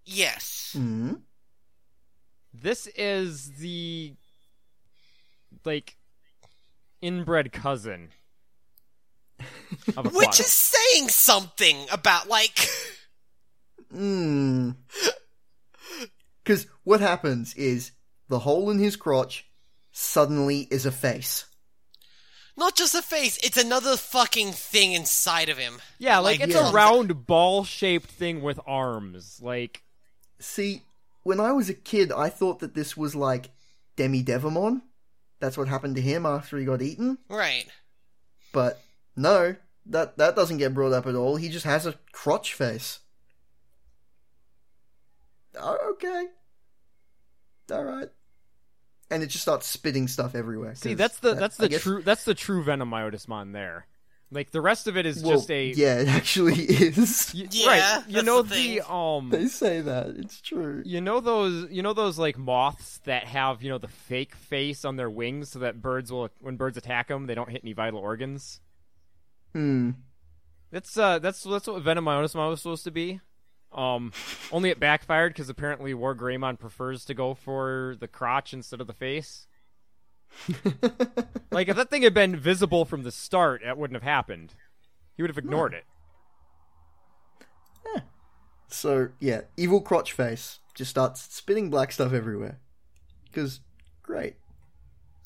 S3: Yes.
S2: hmm
S1: This is the like inbred cousin of
S2: Mm-hmm.
S1: a
S3: Which
S1: Quado.
S3: is saying something about like
S2: Mm. Because what happens is the hole in his crotch suddenly is a face.
S3: not just a face, it's another fucking thing inside of him.
S1: yeah, like,
S3: like,
S1: it's
S2: yeah.
S1: a round ball-shaped thing with arms. Like
S2: See, when I was a kid, I thought that this was like Demi Devamon. That's what happened to him after he got eaten.
S3: Right.
S2: But no, that that doesn't get brought up at all. He just has a crotch face. Oh, okay. All right. And it just starts spitting stuff everywhere.
S1: See,
S2: 'cause
S1: that's the
S2: that-
S1: that's
S2: I
S1: the
S2: guess-
S1: true that's the true Venom Myotismon there. Like the rest of it is
S2: Well,
S1: just a
S2: yeah. It actually is.
S1: y-
S3: Yeah,
S1: right. You
S3: that's
S1: know
S3: the thing.
S1: the, um
S2: They say that it's true.
S1: you know those you know those like moths that have you know the fake face on their wings so that birds will when birds attack them they don't hit any vital organs.
S2: Hmm.
S1: That's uh that's that's what Venom Myotismon was supposed to be. Um, only it backfired because apparently War Greymon prefers to go for the crotch instead of the face. Like if that thing had been visible from the start, that wouldn't have happened. He would have ignored it.
S2: So yeah, evil crotch face just starts spitting black stuff everywhere. Because great,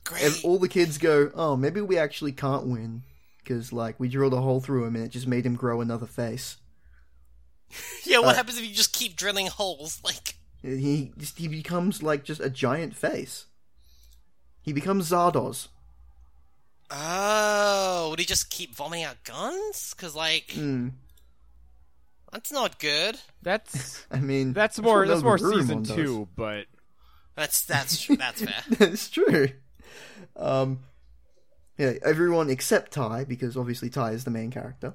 S3: Great.
S2: and all the kids go, "Oh, maybe we actually can't win." Because like we drilled a hole through him and it just made him grow another face.
S3: yeah, what
S2: uh,
S3: happens if you just keep drilling holes? Like
S2: He just he becomes like just a giant face. He becomes Zardoz.
S3: Oh, would he just keep vomiting out guns? Cause like
S2: Hmm.
S3: that's not good.
S1: That's
S2: I mean,
S1: that's more
S2: what
S1: that's more
S2: Melvin
S1: season
S2: Rurimon does.
S1: two, but
S3: That's that's that's fair.
S2: That's true. Um, yeah, everyone except Ty, because obviously Ty is the main character.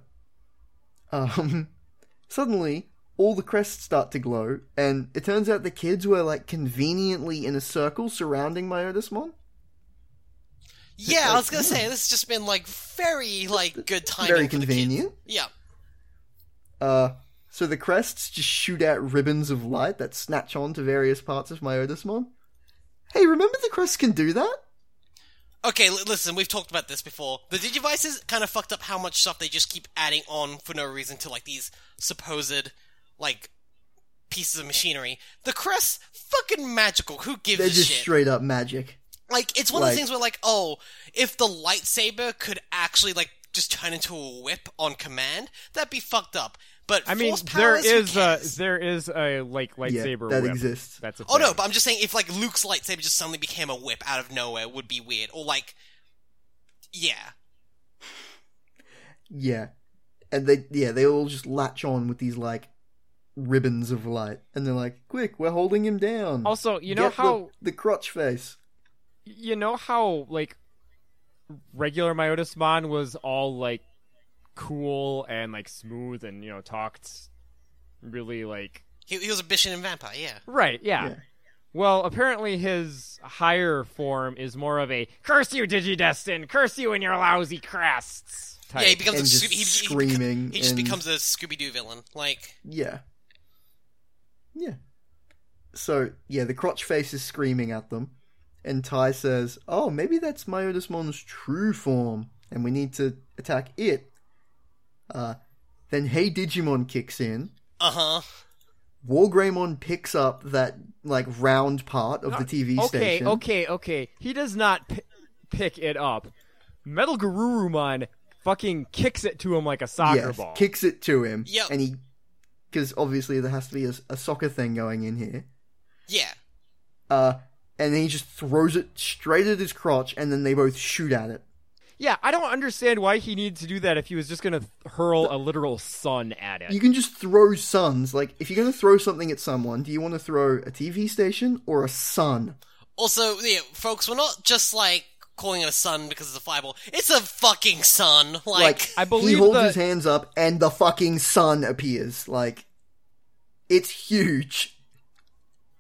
S2: Um, suddenly, all the crests start to glow, and it turns out the kids were like conveniently in a circle surrounding Myotismon.
S3: Yeah, I was gonna say this has just been like very like good timing.
S2: Very
S3: for the kids.
S2: convenient.
S3: Yeah.
S2: Uh, so the crests just shoot out ribbons of light that snatch on to various parts of Myotismon. Hey, remember the crests can do that?
S3: Okay, l- listen, we've talked about this before. The Digivices kind of fucked up how much stuff they just keep adding on for no reason to like these supposed like pieces of machinery. The crests fucking magical. Who gives
S2: They're
S3: a
S2: just
S3: shit?
S2: straight up magic.
S3: Like it's one of
S2: Like-
S3: those things where like, oh, if the lightsaber could actually like just turn into a whip on command, that'd be fucked up. But
S1: I mean
S3: force
S1: there
S3: powers, who
S1: is a
S3: cares?
S1: there is a like lightsaber
S2: that
S1: whip.
S2: exists.
S1: That's a
S3: Oh no,
S1: thing.
S3: but I'm just saying if like Luke's lightsaber just suddenly became a whip out of nowhere it would be weird. Or like Yeah.
S2: Yeah. And they yeah, they all just latch on with these like ribbons of light and they're like, "Quick, we're holding him down."
S1: also you know
S2: Get the-
S1: how
S2: the, crotch face.
S1: you know how like regular Myotismon was all like cool and like smooth and you know talked really like
S3: He, he was a bishop and vampire, yeah.
S1: right yeah.
S2: Yeah.
S1: Well, apparently his higher form is more of a curse you, Digidestin, curse you and your lousy crests. Type.
S3: Yeah, he becomes
S2: And
S3: a
S2: just
S3: Scooby, he, he, beco-
S2: screaming
S3: He just
S2: and-
S3: becomes a Scooby Doo villain. Like
S2: Yeah. Yeah. So, yeah, the crotch face is screaming at them and Ty says, "Oh, maybe that's Myotismon's true form and we need to attack it." Uh then Hey Digimon kicks in.
S3: uh huh.
S2: Wargreymon picks up that like round part of the TV
S1: okay,
S2: station.
S1: Okay, okay, He does not p- pick it up. Metal Garurumon fucking kicks it to him like a soccer
S2: yes,
S1: ball.
S2: kicks it to him.
S3: Yep.
S2: And he, because obviously there has to be a, a soccer thing going in here.
S3: Yeah.
S2: Uh, and then he just throws it straight at his crotch, and then they both shoot at it.
S1: yeah, I don't understand why he needed to do that if he was just gonna hurl a literal sun at it.
S2: You can just throw suns. Like, if you're going to throw something at someone, do you want to throw a TV station or a sun?
S3: Also, yeah, folks, we're not just like calling it a sun because it's a fireball. It's a fucking sun. Like,
S2: Like,
S1: I believe
S2: he holds
S1: the-
S2: his hands up and the fucking sun appears. Like, it's huge.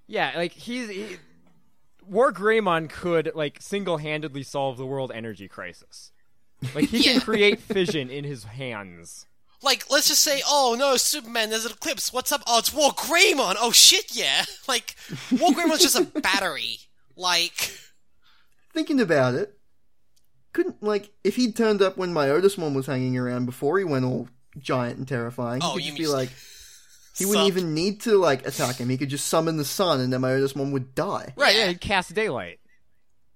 S1: Yeah, like he's he, War Greymon could like single-handedly solve the world energy crisis. Like he
S3: Yeah.
S1: can create fission in his hands.
S3: like let's just say, oh no, Superman, there's an eclipse. What's up? Oh, it's War Greymon. Oh shit, yeah. Like War Greymon's just a battery. Like
S2: Thinking about it, couldn't like if he'd turned up when my Otis one was hanging around before he went all giant and terrifying. he
S3: Oh,
S2: could
S3: you
S2: just
S3: mean-
S2: be like, he wouldn't
S3: sup?
S2: even need to like attack him. He could just summon the sun, and then my Otis one would die.
S1: Right, yeah,
S3: Yeah.
S1: he'd cast daylight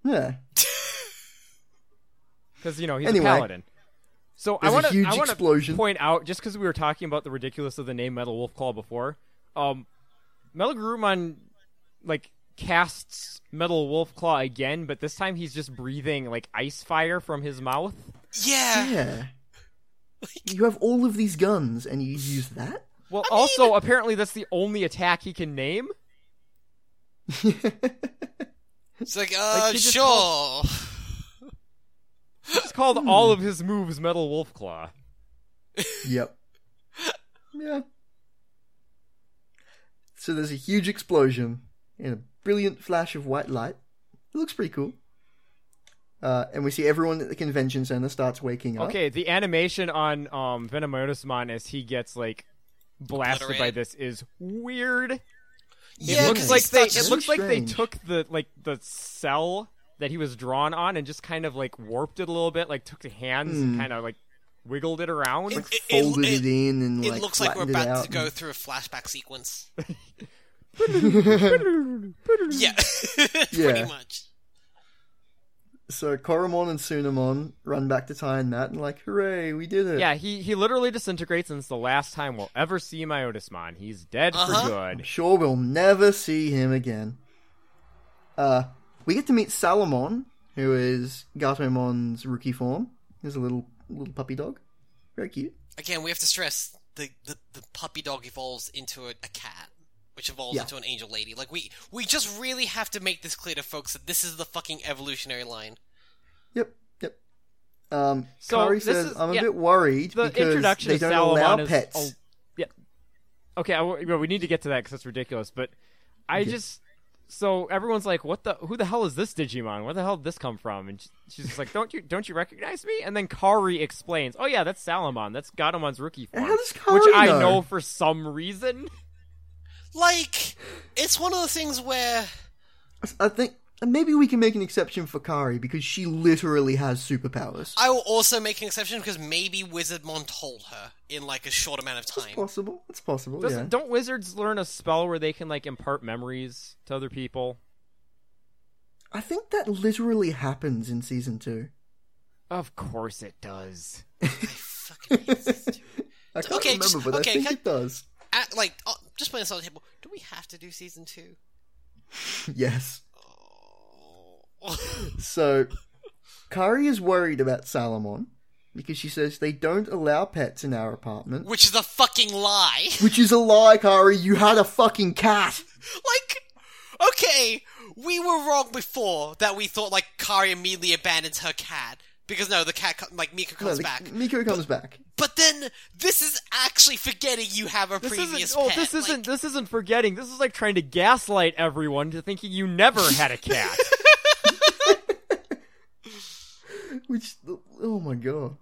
S2: Yeah,
S1: because you know he's
S2: Anyway.
S1: a paladin. So
S2: There's
S1: I
S2: a
S1: want
S2: huge
S1: to I want to
S2: explosion.
S1: point out just because we were talking about the ridiculous of the name Metal Wolf Claw before, um, Metal Grumon like casts Metal Wolf Claw again, but this time he's just breathing like ice fire from his mouth.
S3: yeah.
S2: yeah. you have all of these guns, and you use that.
S1: Well, also apparently that's the only attack he can name.
S3: It's like uh
S1: he just
S3: sure.
S1: It's called
S2: Hmm.
S1: all of his moves Metal Wolf Claw.
S2: Yep. yeah. So there's a huge explosion and a brilliant flash of white light. It looks pretty cool. Uh, and we see everyone at the convention center starts waking up.
S1: Okay, the animation on um Venomotusmon as he gets like blasted by
S3: Obliterated.
S1: this is weird. it
S3: yeah, 'cause
S1: looks
S3: he
S1: like they
S3: starts-
S1: it looks like they
S2: Strange.
S1: took the like the cell that he was drawn on and just kind of like warped it a little bit, like took the hands and kind of like wiggled it around.
S3: It- it-
S2: Folded it,
S3: it-
S2: in and
S3: It
S2: like
S3: looks like we're
S2: flattened it
S3: about
S2: out
S3: to go
S2: and-
S3: through a flashback sequence. yeah.
S2: Yeah.
S3: Pretty much.
S2: So Koromon and Sunamon run back to Ty and Matt and like, hooray, we did it.
S1: yeah, he he literally disintegrates and it's the last time we'll ever see Myotismon. He's dead
S3: Uh-huh.
S1: for
S2: I'm
S1: good.
S2: sure we'll never see him again. Uh, we get to meet Salomon, who is Gatomon's rookie form. He's a little little puppy dog, very cute.
S3: Again, we have to stress the, the, the puppy dog evolves into a, a cat, which evolves
S2: Yeah.
S3: into an angel lady. Like we we just really have to make this clear to folks that this is the fucking evolutionary line.
S2: Yep, yep. Um,
S1: So,
S2: Kari
S1: this
S2: says,
S1: is-
S2: "I'm a
S1: yeah,
S2: bit worried
S1: The
S2: because
S1: introduction
S2: they
S1: of
S2: don't
S1: Salamon
S2: allow
S1: is
S2: pets."
S1: oh, yeah. Okay, I w well, we need to get to that because that's ridiculous. But I
S2: Okay.
S1: just so everyone's like, "What the? Who the hell is this Digimon? Where the hell did this come from?" And sh- she's just like, "Don't you don't you recognize me?" And then Kari explains, "Oh yeah, that's Salamon. That's Gatomon's rookie
S2: And
S1: form,
S2: how does
S1: which
S2: Kari
S1: I
S2: know?
S1: know for some reason."
S3: Like it's one of the things where
S2: I think maybe we can make an exception for Kari because she literally has superpowers.
S3: I will also make an exception because maybe Wizardmon told her in like a short amount of
S2: It's
S3: time.
S2: possible. It's possible.
S1: Doesn't,
S2: Oh, yeah.
S1: Don't wizards learn a spell where they can like impart memories to other people?
S2: I think that literally happens in season two.
S1: Of course it does.
S3: Fucking hate this dude.
S2: I can't
S3: Okay,
S2: remember,
S3: just-
S2: but
S3: okay,
S2: I think
S3: can-
S2: it does.
S3: At, like oh, just playing this on the table. Do we have to do season two?
S2: Yes.
S3: Oh.
S2: So, Kari is worried about Salomon because she says they don't allow pets in our apartment.
S3: Which is a fucking lie.
S2: Which is a lie, Kari. You had a fucking cat.
S3: like, okay, we were wrong before that we thought like Kari immediately abandons her cat because no, the cat co- like Mika
S2: No,
S3: comes
S2: the-
S3: back.
S2: Miko comes back.
S3: But then this is actually forgetting you have a
S1: This
S3: previous
S1: isn't. Oh,
S3: pet.
S1: this isn't.
S3: Like,
S1: This isn't forgetting. This is like trying to gaslight everyone to thinking you never had a cat.
S2: Which, oh my god.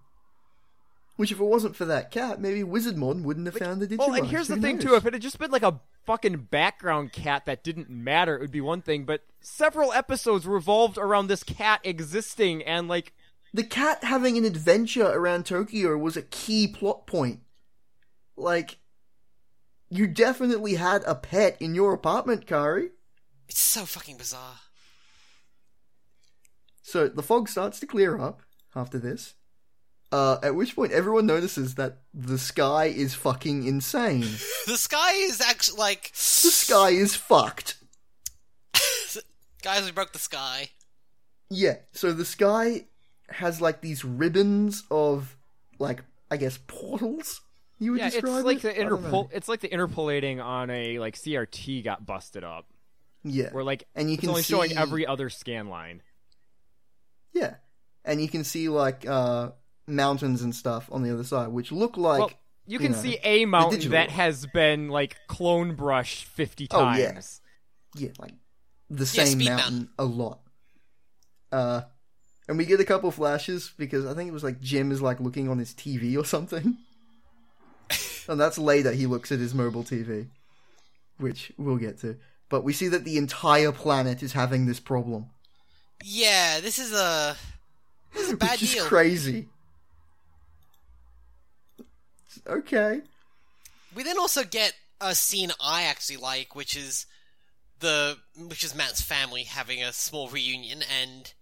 S2: Which, if it wasn't for that cat, maybe Wizardmon wouldn't have found the Digimon.
S1: well, and here's the thing too. If it had just been like a fucking background cat that didn't matter, it would be one thing. But several episodes revolved around this cat existing and like.
S2: the cat having an adventure around Tokyo was a key plot point. Like, you definitely had a pet in your apartment, Kari.
S3: it's so fucking bizarre.
S2: So the fog starts to clear up after this. Uh, at which point everyone notices that the sky is fucking insane.
S3: The sky is actually like,
S2: The sky is fucked.
S3: guys, we broke the sky.
S2: Yeah, so the sky has like these ribbons of like I guess portals. You would
S1: Yeah, it's
S2: describe
S1: like
S2: it?
S1: the
S2: I don't
S1: interpol.
S2: know.
S1: It's like the interpolating on a like CRT got busted up,
S2: Yeah,
S1: where like
S2: And you
S1: it's
S2: can
S1: only showing
S2: see-
S1: every other scan line.
S2: Yeah, and you can see like uh, mountains and stuff on the other side, which look like
S1: Well, you can
S2: know,
S1: see a mountain
S2: digital
S1: that
S2: world.
S1: has been like clone brushed fifty
S2: Oh, yeah.
S1: times.
S2: yeah, like the
S3: Yeah,
S2: same
S3: Speed
S2: mountain a lot. Uh, and we get a couple flashes because I think it was like Jim is like looking on his TV or something, and that's later he looks at his mobile TV, which we'll get to. But we see that the entire planet is having this problem,
S3: Yeah, this is a this is a bad
S2: which is
S3: deal.
S2: crazy. Okay.
S3: we then also get a scene I actually like, which is the which is Matt's family having a small reunion, and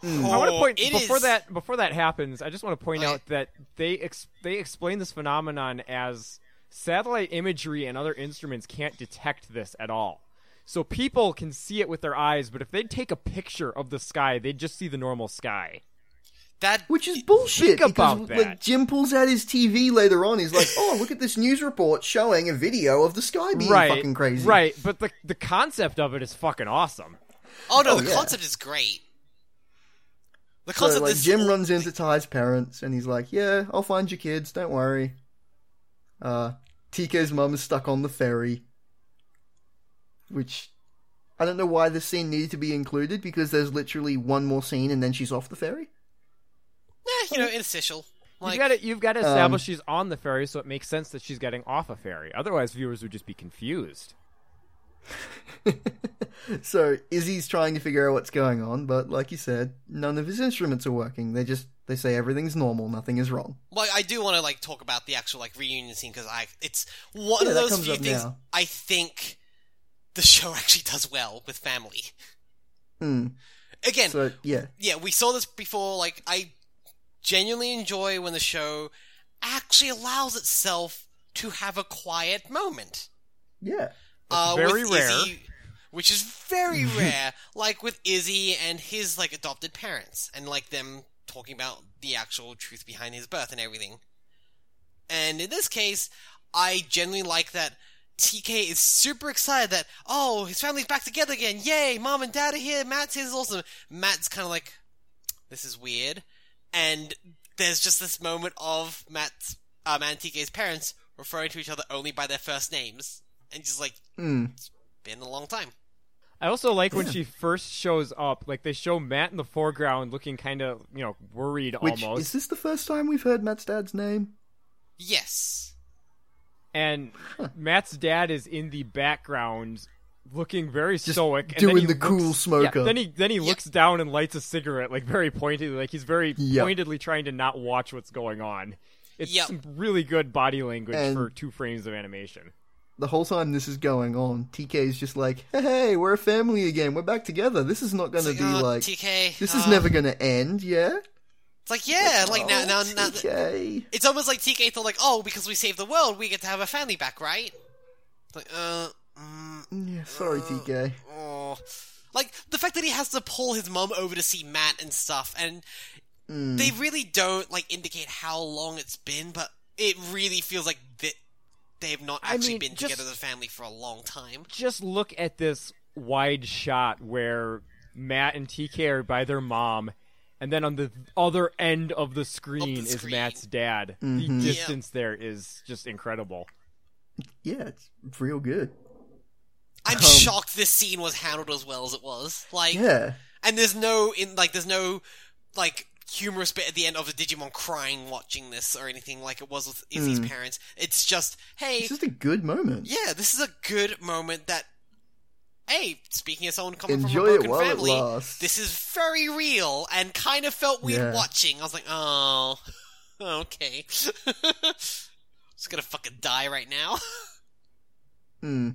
S2: Hmm.
S1: I want to
S3: Oh,
S1: point
S3: it
S1: before
S3: is-
S1: that before that happens. I just want to point
S3: Okay.
S1: out that they ex- they explain this phenomenon as satellite imagery and other instruments can't detect this at all. So people can see it with their eyes, but if they take a picture of the sky, they'd just see the normal sky.
S3: that
S2: Which is bullshit.
S1: Think about
S2: because, Like
S1: that.
S2: Jim pulls out his TV later on. He's like, "Oh, look at this news report showing a video of the sky being
S1: right,
S2: fucking crazy."
S1: right? But the the concept of it is fucking awesome.
S3: oh no,
S2: Oh,
S3: the
S2: yeah.
S3: concept is great. The
S2: So
S3: concept
S2: like
S3: is
S2: Jim runs into Ty's parents and he's like, "Yeah, I'll find your kids. Don't worry." Uh, Tiko's mum is stuck on the ferry, which I don't know why this scene needed to be included because there's literally one more scene and then she's off the ferry.
S3: eh, you know interstitial. Like
S1: you've got to you've got to
S2: um,
S1: establish she's on the ferry, so it makes sense that she's getting off a ferry. Otherwise, viewers would just be confused.
S2: so Izzy's trying to figure out what's going on, but like you said, none of his instruments are working. They just they say everything's normal, nothing is wrong.
S3: Well, I do want to like talk about the actual like reunion scene because I it's one
S2: Yeah,
S3: of
S2: that
S3: those
S2: comes
S3: few
S2: up
S3: things
S2: now.
S3: I think the show actually does well with family.
S2: Hmm.
S3: Again,
S2: So yeah,
S3: yeah, we saw this before. Like I genuinely enjoy when the show actually allows itself to have a quiet moment.
S2: yeah,
S3: Uh,
S1: very
S3: with
S1: rare.
S3: Izzy, which is very rare. Like with Izzy and his like adopted parents, and like them talking about the actual truth behind his birth and everything. And in this case, I generally like that TK is super excited that oh his family's back together again, yay! Mom and dad are here. Matt's here. This is awesome. Matt's kind of like this is weird, and there's just this moment of Matt's um, and TK's parents referring to each other only by their first names, and just like
S2: Hmm.
S3: been a long time.
S1: I also like when she first shows up. Like they show Matt in the foreground, looking kind of you know worried
S2: Which
S1: almost,
S2: is this the first time we've heard Matt's dad's name?
S3: Yes.
S1: and Matt's dad is in the background. Looking very stoic, and
S2: doing
S1: then he
S2: the
S1: looks-
S2: cool uh,
S1: yeah,
S2: smoker.
S1: then he then he looks down and lights a cigarette, like very pointedly, like he's very
S2: Yep.
S1: pointedly trying to not watch what's going on. It's
S3: Yep.
S1: some really good body language
S2: And-
S1: for two frames of animation.
S2: The whole time this is going on, TK is just like, "Hey, hey we're a family again. We're back together. This is not going to
S3: It's
S2: be
S3: like, "Oh,
S2: like
S3: TK.
S2: this is
S3: uh,"
S2: never going to end." Yeah,
S3: It's like yeah, like now,
S2: Oh,
S3: now, now.
S2: TK.
S3: It's almost like TK thought like, oh, because we saved the world, we get to have a family back, right? It's Like uh, mm,
S2: Yeah, sorry, TK.
S3: oh. like the fact that he has to pull his mum over to see Matt and stuff, and
S2: Mm.
S3: they really don't like indicate how long it's been, but it really feels like that they have not
S1: I
S3: actually
S1: mean,
S3: been
S1: just-
S3: together as a family for a long time.
S1: just look at this wide shot where Matt and TK are by their mom, and then on the other end of the screen is
S3: screen.
S1: Matt's dad.
S2: Mhm.
S1: The
S3: Yeah.
S1: distance there is just incredible.
S2: Yeah, it's real good.
S3: I'm
S2: Um,
S3: shocked this scene was handled as well as it was. Like,
S2: Yeah.
S3: And there's no in like there's no like humorous bit at the end of the Digimon crying watching this or anything like it was with Izzy's
S2: Hmm.
S3: parents. It's just hey,
S2: It's just a good moment.
S3: yeah, this is a good moment that. Hey, speaking as someone coming
S2: Enjoy
S3: from a
S2: it
S3: broken
S2: while
S3: family,
S2: it lasts.
S3: this is very real and kind of felt weird
S2: Yeah.
S3: watching. I was like, oh, okay, just gonna fucking die right now.
S2: Hmm.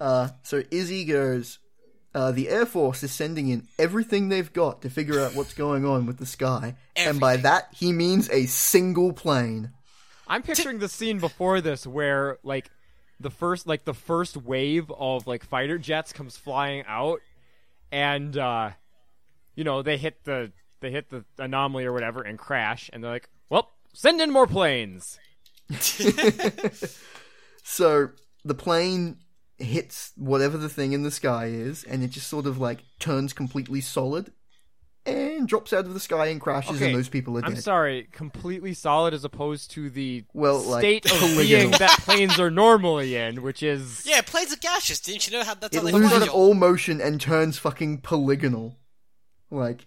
S2: Uh, so Izzy goes, uh, the Air Force is sending in everything they've got to figure out what's going on with the sky. And by
S3: Everything.
S2: that, he means a single plane.
S1: I'm picturing the scene before this where like the first like the first wave of like fighter jets comes flying out and uh you know they hit the they hit the anomaly or whatever and crash and they're like, "Well, send in more planes."
S2: So the plane hits whatever the thing in the sky is, and it just sort of like turns completely solid. and drops out of the sky and crashes,
S1: Okay,
S2: and those people are
S1: I'm
S2: dead.
S1: sorry, completely solid as opposed to the
S2: Well, like,
S1: state of
S2: polygonal.
S1: being that planes are normally in, which is
S3: Yeah, planes are gaseous. Didn't you know how that's
S2: It
S3: how they
S2: loses
S3: feel?
S2: all motion and turns fucking polygonal. Like,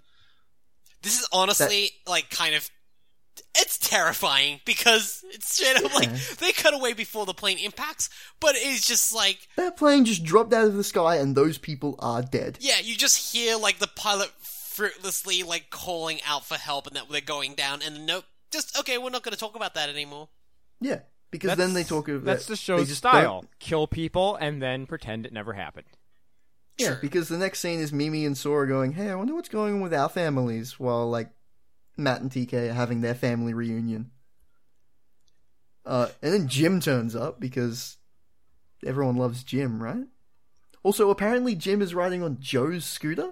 S3: This is honestly like kind of it's terrifying because it's straight up like they cut away before the plane impacts, but it's just like
S2: that plane just dropped out of the sky, and those people are dead.
S3: yeah, you just hear like the pilot fruitlessly like calling out for help and that they're going down and nope, just okay, we're not going to talk about that anymore.
S2: Yeah, because then they
S1: that's-
S2: talk about
S1: that's the
S2: they
S1: show's
S2: just
S1: style:
S2: don't-
S1: kill people and then pretend it never happened.
S2: Yeah,
S3: Sure.
S2: because the next scene is Mimi and Sora going, "Hey, I wonder what's going on with our families," while like Matt and TK are having their family reunion. Uh, and then Jim turns up because everyone loves Jim, right? Also, apparently Jim is riding on Joe's scooter.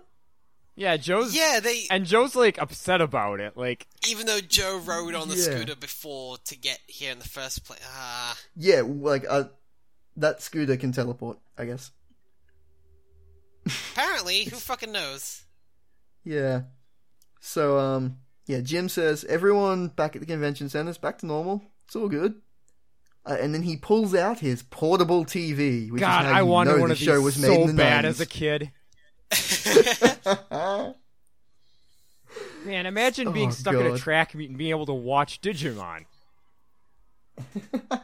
S1: Yeah, Joe's
S3: Yeah, they
S1: and Joe's like upset about it. Like,
S3: even though Joe rode on the
S2: Yeah.
S3: scooter before to get here in the first place. Ah,
S2: Yeah, like uh, that scooter can teleport, I guess.
S3: apparently, who fucking knows?
S2: Yeah. So, um, yeah, Jim says, everyone back at the convention center is back to normal. It's all good. Uh, and then he pulls out his portable TV, which
S1: God,
S2: is how
S1: I
S2: you
S1: wanted
S2: know
S1: one
S2: the
S1: of these
S2: show was made
S1: so
S2: in the
S1: bad
S2: 90s.
S1: as a kid. Man, imagine being
S2: Oh,
S1: stuck at a
S2: God.
S1: track meet and being able to watch Digimon.
S2: Yeah,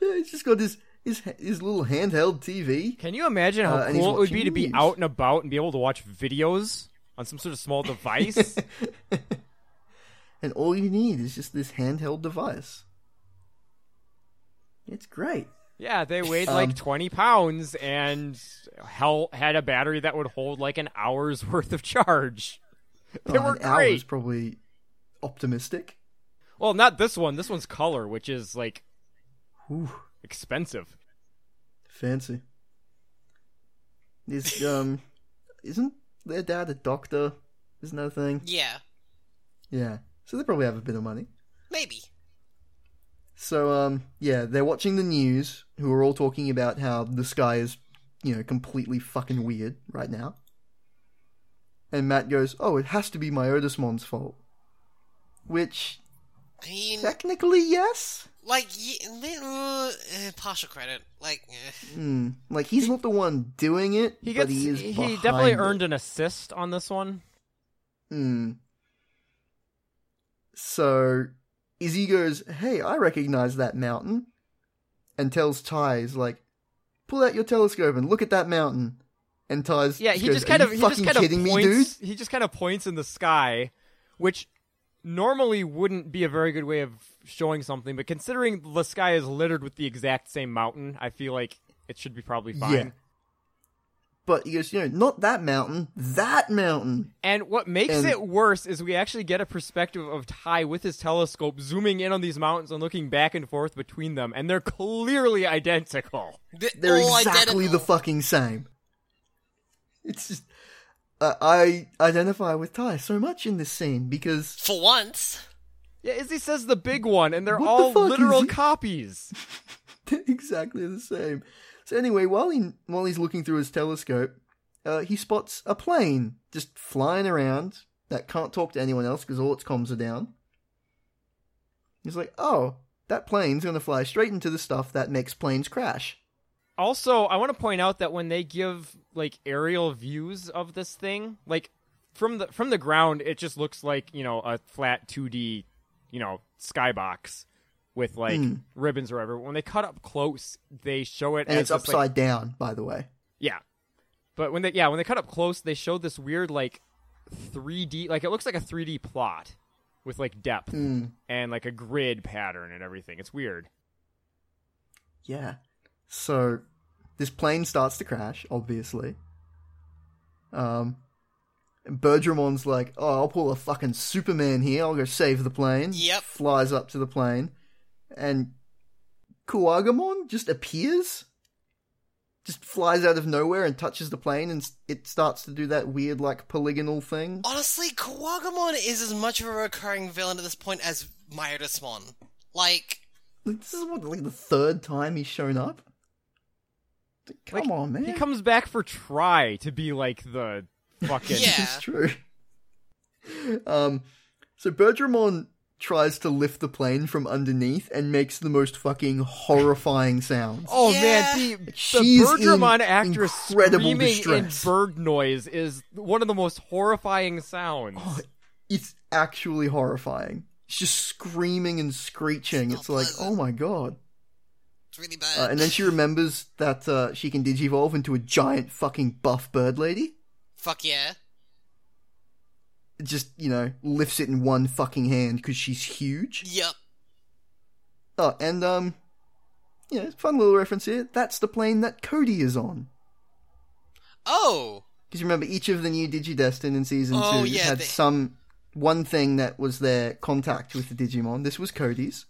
S2: He's just got his, his his little handheld TV.
S1: Can you imagine how
S2: Uh, and he's
S1: cool it would be
S2: watching
S1: to be
S2: movies.
S1: out and about and be able to watch videos on some sort of small device?
S2: and all you need is just this handheld device. It's great.
S1: yeah, they weighed
S2: Um,
S1: like 20 pounds and hell had a battery that would hold like an hour's worth of charge. They
S2: Oh,
S1: were
S2: an hour is
S1: great.
S2: probably optimistic.
S1: Well, not this one. This one's color, which is like
S2: Ooh.
S1: expensive.
S2: Fancy. Is um, isn't their dad a doctor? Isn't that a thing?
S3: yeah,
S2: Yeah. So they probably have a bit of money.
S3: maybe.
S2: So um, yeah, they're watching the news. Who are all talking about how the sky is, you know, completely fucking weird right now. And Matt goes, "Oh, it has to be my Otismon's fault." Which
S3: I mean,
S2: technically, yes.
S3: like, y- uh, eh, partial credit. Like, eh.
S2: Hmm. Like he's not the one doing it,
S1: He gets
S2: but he is.
S1: he
S2: behind
S1: definitely
S2: it.
S1: earned an assist on this one.
S2: Hmm. So Izzy goes, Hey, I recognize that mountain. And tells Ty, he's like, Pull out your telescope and look at that mountain. And Ty's
S1: Yeah, he
S2: goes,
S1: just
S2: "Are
S1: kind
S2: you
S1: of he just
S2: fucking
S1: kind of
S2: kidding
S1: points.
S2: me, dude.
S1: He just kind of points in the sky, which normally wouldn't be a very good way of showing something. But considering the sky is littered with the exact same mountain, I feel like it should be probably fine.
S2: Yeah. But he goes, you know, not that mountain, that mountain.
S1: And what makes
S2: And-
S1: it worse is we actually get a perspective of Ty with his telescope zooming in on these mountains and looking back and forth between them, and they're clearly identical.
S3: They're,
S2: They're
S1: Oh,
S3: all
S2: exactly
S3: identical.
S2: the fucking same. It's just I I identify with Ty so much in this scene because
S3: For once,
S1: Yeah, Izzy says the big one, and they're
S2: What the
S1: all
S2: fuck,
S1: literal
S2: Izzy?
S1: copies.
S2: They're exactly the same. So anyway, while he while he's looking through his telescope, uh, he spots a plane just flying around that can't talk to anyone else because all its comms are down. He's like, "Oh, that plane's gonna fly straight into the stuff that makes planes crash."
S1: Also, I want to point out that when they give like aerial views of this thing, like from the from the ground, it just looks like you know a flat 2D, you know, skybox with like
S2: Hmm.
S1: ribbons or whatever. When they cut up close, they show it
S2: And
S1: as
S2: it's
S1: just,
S2: upside
S1: like-
S2: down, by the way.
S1: yeah, but when they yeah when they cut up close, they show this weird like 3D like it looks like a 3D plot with like depth
S2: Hmm.
S1: and like a grid pattern and everything. It's weird.
S2: Yeah. So this plane starts to crash, obviously. Um Bergeron's like, oh, I'll pull a fucking Superman here. I'll go save the plane.
S3: Yep.
S2: Flies up to the plane, and Kuagamon just appears, just flies out of nowhere and touches the plane, and s- it starts to do that weird, like, polygonal thing.
S3: honestly, Kawagamon is as much of a recurring villain at this point as Myodasmon. Like,
S2: Like, this is what, like, the third time he's shown up. Come
S1: Like,
S2: on, man.
S1: He comes back for try to be like the Fucking
S3: Yeah.
S2: It's true. Um, so Bergramon tries to lift the plane from underneath and makes the most fucking horrifying sounds.
S1: Oh
S3: Yeah.
S1: man, the, the
S2: She's
S1: Bergramon
S2: in
S1: actress
S2: incredible
S1: screaming
S2: distress.
S1: in bird noise is one of the most horrifying sounds.
S2: Oh, It's actually horrifying. She's just screaming and screeching.
S3: It's
S2: It's
S3: not
S2: like,
S3: pleasant.
S2: oh my god.
S3: It's really bad.
S2: Uh, and then she remembers that uh, she can digivolve into a giant fucking buff bird lady.
S3: Fuck yeah.
S2: Just, you know, lifts it in one fucking hand because she's huge.
S3: Yep.
S2: Oh, and um, yeah, fun little reference here. That's the plane that Cody is on.
S3: Oh.
S2: Because remember, each of the new Digidestin in season two
S3: Oh, yeah,
S2: had
S3: they-
S2: some one thing that was their contact with the Digimon. This was Cody's.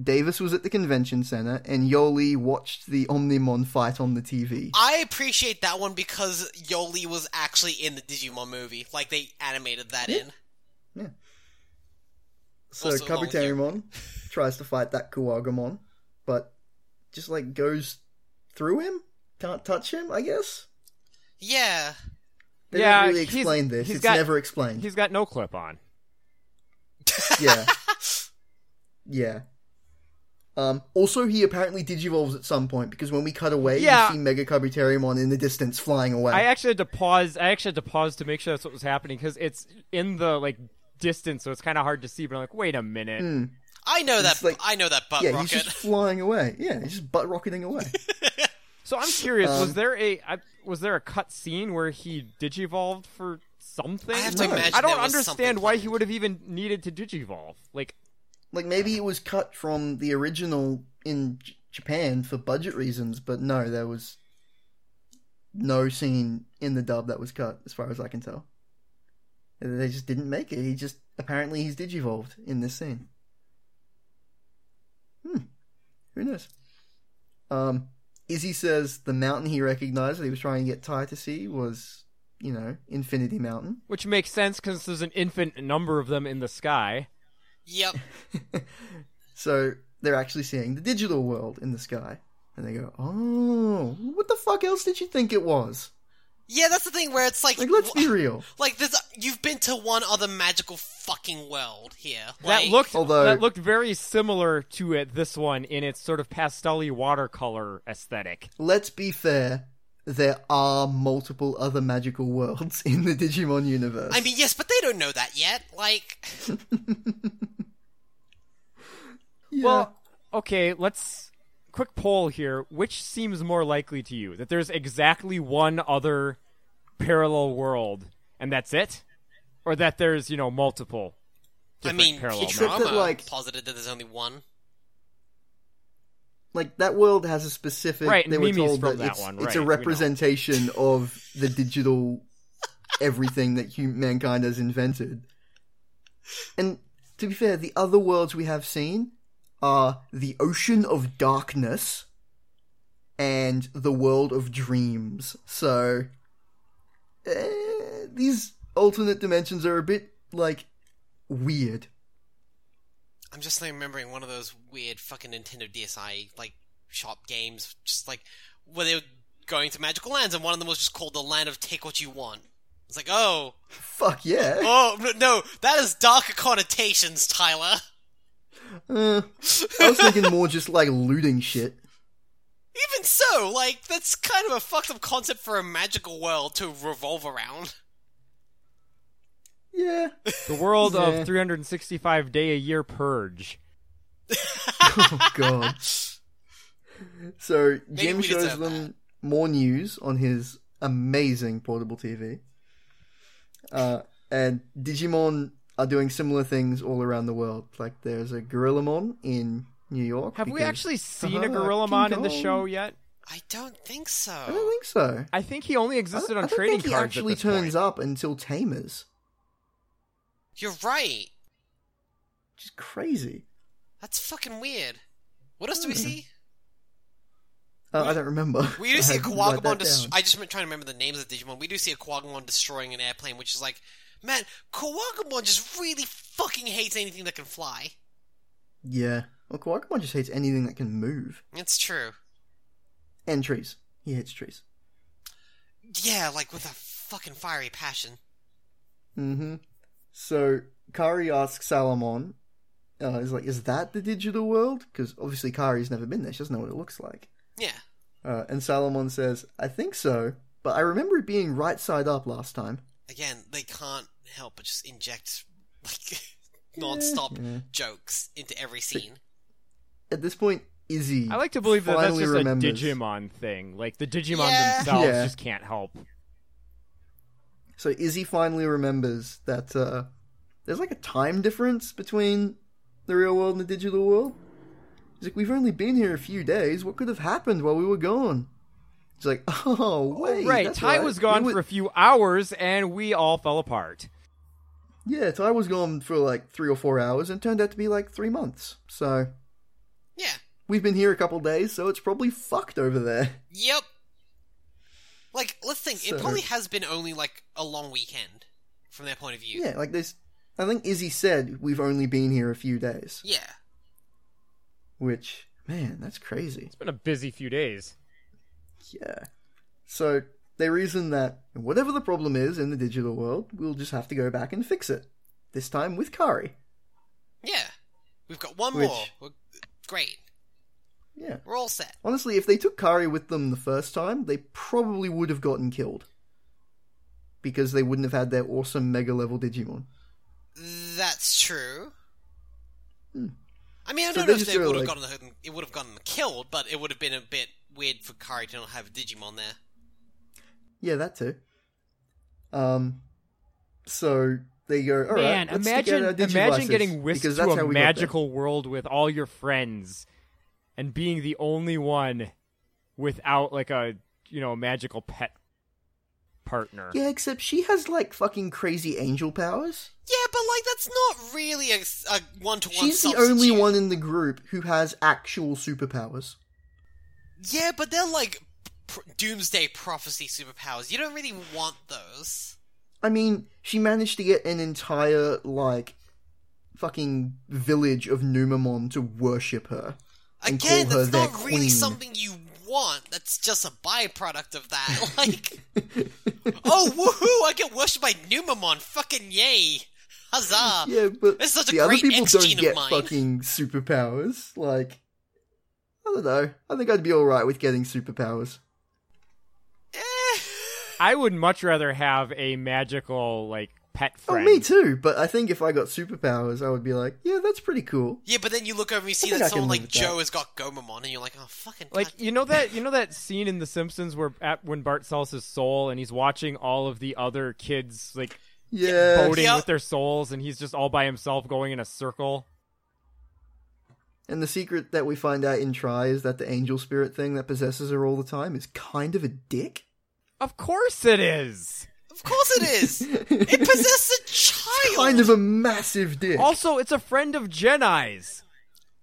S2: Davis was at the convention center, and Yoli watched the Omnimon fight on the TV.
S3: I appreciate that one because Yoli was actually in the Digimon movie. Like, they animated that in.
S2: So
S3: also along with your-
S2: Kabuterimon tries to fight that Kuwagamon, but just like goes through him, can't touch him. I guess
S3: Yeah.
S2: they
S1: Yeah,
S2: don't really
S1: he's-
S2: explain this.
S1: he's
S2: It's
S1: got-
S2: never explained.
S1: He's got no clip on.
S2: yeah. Yeah. Um, also, he apparently digivolves at some point because when we cut away,
S1: Yeah.
S2: you see Mega Kabuterimon in the distance flying away.
S1: I actually had to pause. I actually had to pause to make sure that's what was happening because it's in the like distance, so it's kind of hard to see. But I'm like, wait a minute.
S2: Hmm.
S3: I know that.
S2: It's like-
S3: I know that butt
S2: yeah,
S3: rocket.
S2: he's just flying away. Yeah, he's just butt rocketing away.
S1: So I'm curious.
S2: Um,
S1: was there a I, was there a cut scene where he digivolved for something?
S3: I have to
S2: No.
S3: imagine.
S1: I don't
S3: there was something
S1: understand why he
S3: planned.
S1: would have even needed to digivolve. Like,
S2: like maybe it was cut from the original in J- Japan for budget reasons, but no, there was no scene in the dub that was cut, as far as I can tell. They just didn't make it. He just apparently he's digivolved in this scene. Hmm. Who knows? Um, Izzy says the mountain he recognized that he was trying to get Ty to see was, you know, Infinity Mountain.
S1: which makes sense because there's an infinite number of them in the sky.
S3: Yep.
S2: So they're actually seeing the digital world in the sky. And they go, oh, what the fuck else did you think it was?
S3: Yeah, that's the thing where it's like,
S2: Like, let's be real.
S3: like there's you've been to one other magical fucking world here.
S1: That
S3: Like,
S1: looked
S2: Although-
S1: that looked very similar to it. This one in its sort of pastelly watercolor aesthetic.
S2: Let's be fair. There are multiple other magical worlds in the Digimon universe.
S3: I mean, yes, but they don't know that yet. Like,
S2: Yeah.
S1: Well, okay, let's quick poll here. Which seems more likely to you that there's exactly one other parallel world and that's it, or that there's you know multiple?
S3: I
S1: different
S3: mean,
S1: parallel
S2: Except
S1: worlds?
S2: that,
S3: Futurama
S2: like-
S3: posited that there's only one.
S2: like that world has a specific.
S1: Right,
S2: they
S1: Mimi's
S2: were told
S1: from that
S2: it's,
S1: one,
S2: it's
S1: right,
S2: a
S1: we know.
S2: representation of the digital everything that hum- mankind has invented. And to be fair, the other worlds we have seen are the ocean of darkness and the world of dreams. So eh, these alternate dimensions are a bit like weird.
S3: I'm just remembering one of those weird fucking Nintendo DSi like shop games, just like where they were going to magical lands, and one of them was just called the Land of Take What You Want. It's like, oh,
S2: Fuck yeah.
S3: oh no, no that has darker connotations, Tyler.
S1: Oh.
S2: Uh, I was thinking more just like looting shit.
S3: Even so, like that's kind of a fucked up concept for a magical world to revolve around.
S2: Yeah.
S1: the world
S2: Yeah.
S1: of 365 day a year purge.
S2: oh god. So
S3: Maybe
S2: Jim
S3: we
S2: shows
S3: deserve
S2: them more news on his amazing portable TV. Uh, and Digimon are doing similar things all around the world. Like there's a Gorillamon in New York.
S1: Have we
S2: because-
S1: actually seen a
S2: Fucking
S1: Gorillamon in the
S2: Kong.
S1: show yet?
S3: I don't think
S2: I don't
S3: so.
S2: think so.
S1: I think he only
S2: I
S1: existed
S2: don't, I
S1: on
S2: don't
S1: trading
S2: think he
S1: cards.
S2: actually
S1: at this
S2: turns
S1: point.
S2: up until Tamers,
S3: You're right.
S2: which is crazy.
S3: That's fucking weird. What else do we
S2: Hmm.
S3: see?
S2: Uh, I don't remember.
S3: We do see
S2: I
S3: a
S2: had to write
S3: Quagamon.
S2: that
S3: Des-
S2: down.
S3: I just been trying to remember the names of Digimon. We do see a Quagamon destroying an airplane, which is like, man, Quagamon just really fucking hates anything that can fly.
S2: Yeah. Well, Quagamon just hates anything that can move.
S3: It's true.
S2: And trees. He hates trees.
S3: Yeah, like with a fucking fiery passion.
S2: Mm-hmm. So Kari asks Salomon, uh, he's like, is that the digital world? Because obviously Kari's never been there. She doesn't know what it looks like.
S3: Yeah.
S2: Uh, and Salomon says, I think so, but I remember it being right side up last time.
S3: Again, they can't help but just inject like non-stop
S2: Yeah.
S3: jokes into every scene.
S2: At this point, Izzy.
S1: I like to believe that that's
S2: finally
S1: just
S2: remembers.
S1: a Digimon thing. Like the Digimon
S3: Yeah.
S1: themselves
S2: Yeah.
S1: just can't help.
S2: So Izzy finally remembers that uh, there's like a time difference between the real world and the digital world. He's like, we've only been here a few days. What could have happened while we were gone? He's like, oh wait,
S1: right,
S2: that's
S1: Ty was gone
S2: We
S1: for
S2: were-
S1: a few hours, and we all fell apart.
S2: yeah, Ty was gone for like three or four hours, and it turned out to be like three months. So
S3: Yeah.
S2: we've been here a couple days, so it's probably fucked over there.
S3: Yep. Like, let's think.
S2: So-
S3: It probably has been only like a long weekend from their point of view.
S2: Yeah, like this. I think Izzy said we've only been here a few days,
S3: Yeah.
S2: which man, that's crazy.
S1: It's been a busy few days.
S2: Yeah. So they reason that whatever the problem is in the digital world, we'll just have to go back and fix it. This time with Kari.
S3: Yeah. We've got one
S2: Which-
S3: more. We're... Great.
S2: Yeah.
S3: We're all set.
S2: Honestly, if they took Kari with them the first time, they probably would have gotten killed. Because they wouldn't have had their awesome mega level Digimon.
S3: That's true.
S2: Hmm.
S3: I mean, I
S2: So
S3: don't
S2: they
S3: know if
S2: just
S3: they
S2: go,
S3: would have
S2: like-
S3: gotten gotten it would have gotten them killed, but it would have been a bit weird for Kari to not have a Digimon there.
S2: Yeah, that too. Um, so they go. All right,
S1: Man,
S2: let's stick out
S1: imagine
S2: our Digivices,"
S1: imagine getting whisked
S2: because
S1: to
S2: that's how
S1: a
S2: we got there.
S1: magical world with all your friends, and being the only one without like a you know magical pet partner.
S2: Yeah, except she has like fucking crazy angel powers.
S3: Yeah, but like that's not really a, s- a one-to-one.
S2: She's the
S3: substitute.
S2: only one in the group who has actual superpowers.
S3: Yeah, but they're like pr- doomsday prophecy superpowers. You don't really want those.
S2: I mean, she managed to get an entire, like, fucking village of Numamon to worship her. And call
S3: Again,
S2: her
S3: that's
S2: their
S3: not really
S2: queen.
S3: something you want. That's just a byproduct of that. Like, oh woohoo! I get worshipped by Numamon. Fucking yay! Huzzah!
S2: yeah, but
S3: That's such a
S2: the other
S3: great
S2: people
S3: X
S2: don't
S3: gene of
S2: get
S3: mine.
S2: fucking superpowers. Like, I don't know. I think I'd be alright with getting superpowers.
S3: Eh.
S1: I would much rather have a magical like pet friend.
S2: Oh, me too, but I think if I got superpowers, I would be like, yeah, that's pretty cool.
S3: Yeah, but then you look over and you see
S2: think
S3: that
S2: I can
S3: someone
S2: live
S3: like
S2: with that.
S3: Joe has got Gomamon, and you're like, oh fucking.
S1: Like
S3: God.
S1: you know that you know that scene in The Simpsons where at, when Bart sells his soul and he's watching all of the other kids like
S2: Uh, Yeah.
S1: boating
S3: Yep.
S1: with their souls and he's just all by himself going in a circle.
S2: And the secret that we find out in Try is that the angel spirit thing that possesses her all the time is kind of a dick.
S1: Of course it is.
S3: Of course it is. it possesses a child.
S2: kind of a massive dick.
S1: Also, it's a friend of Jedi's.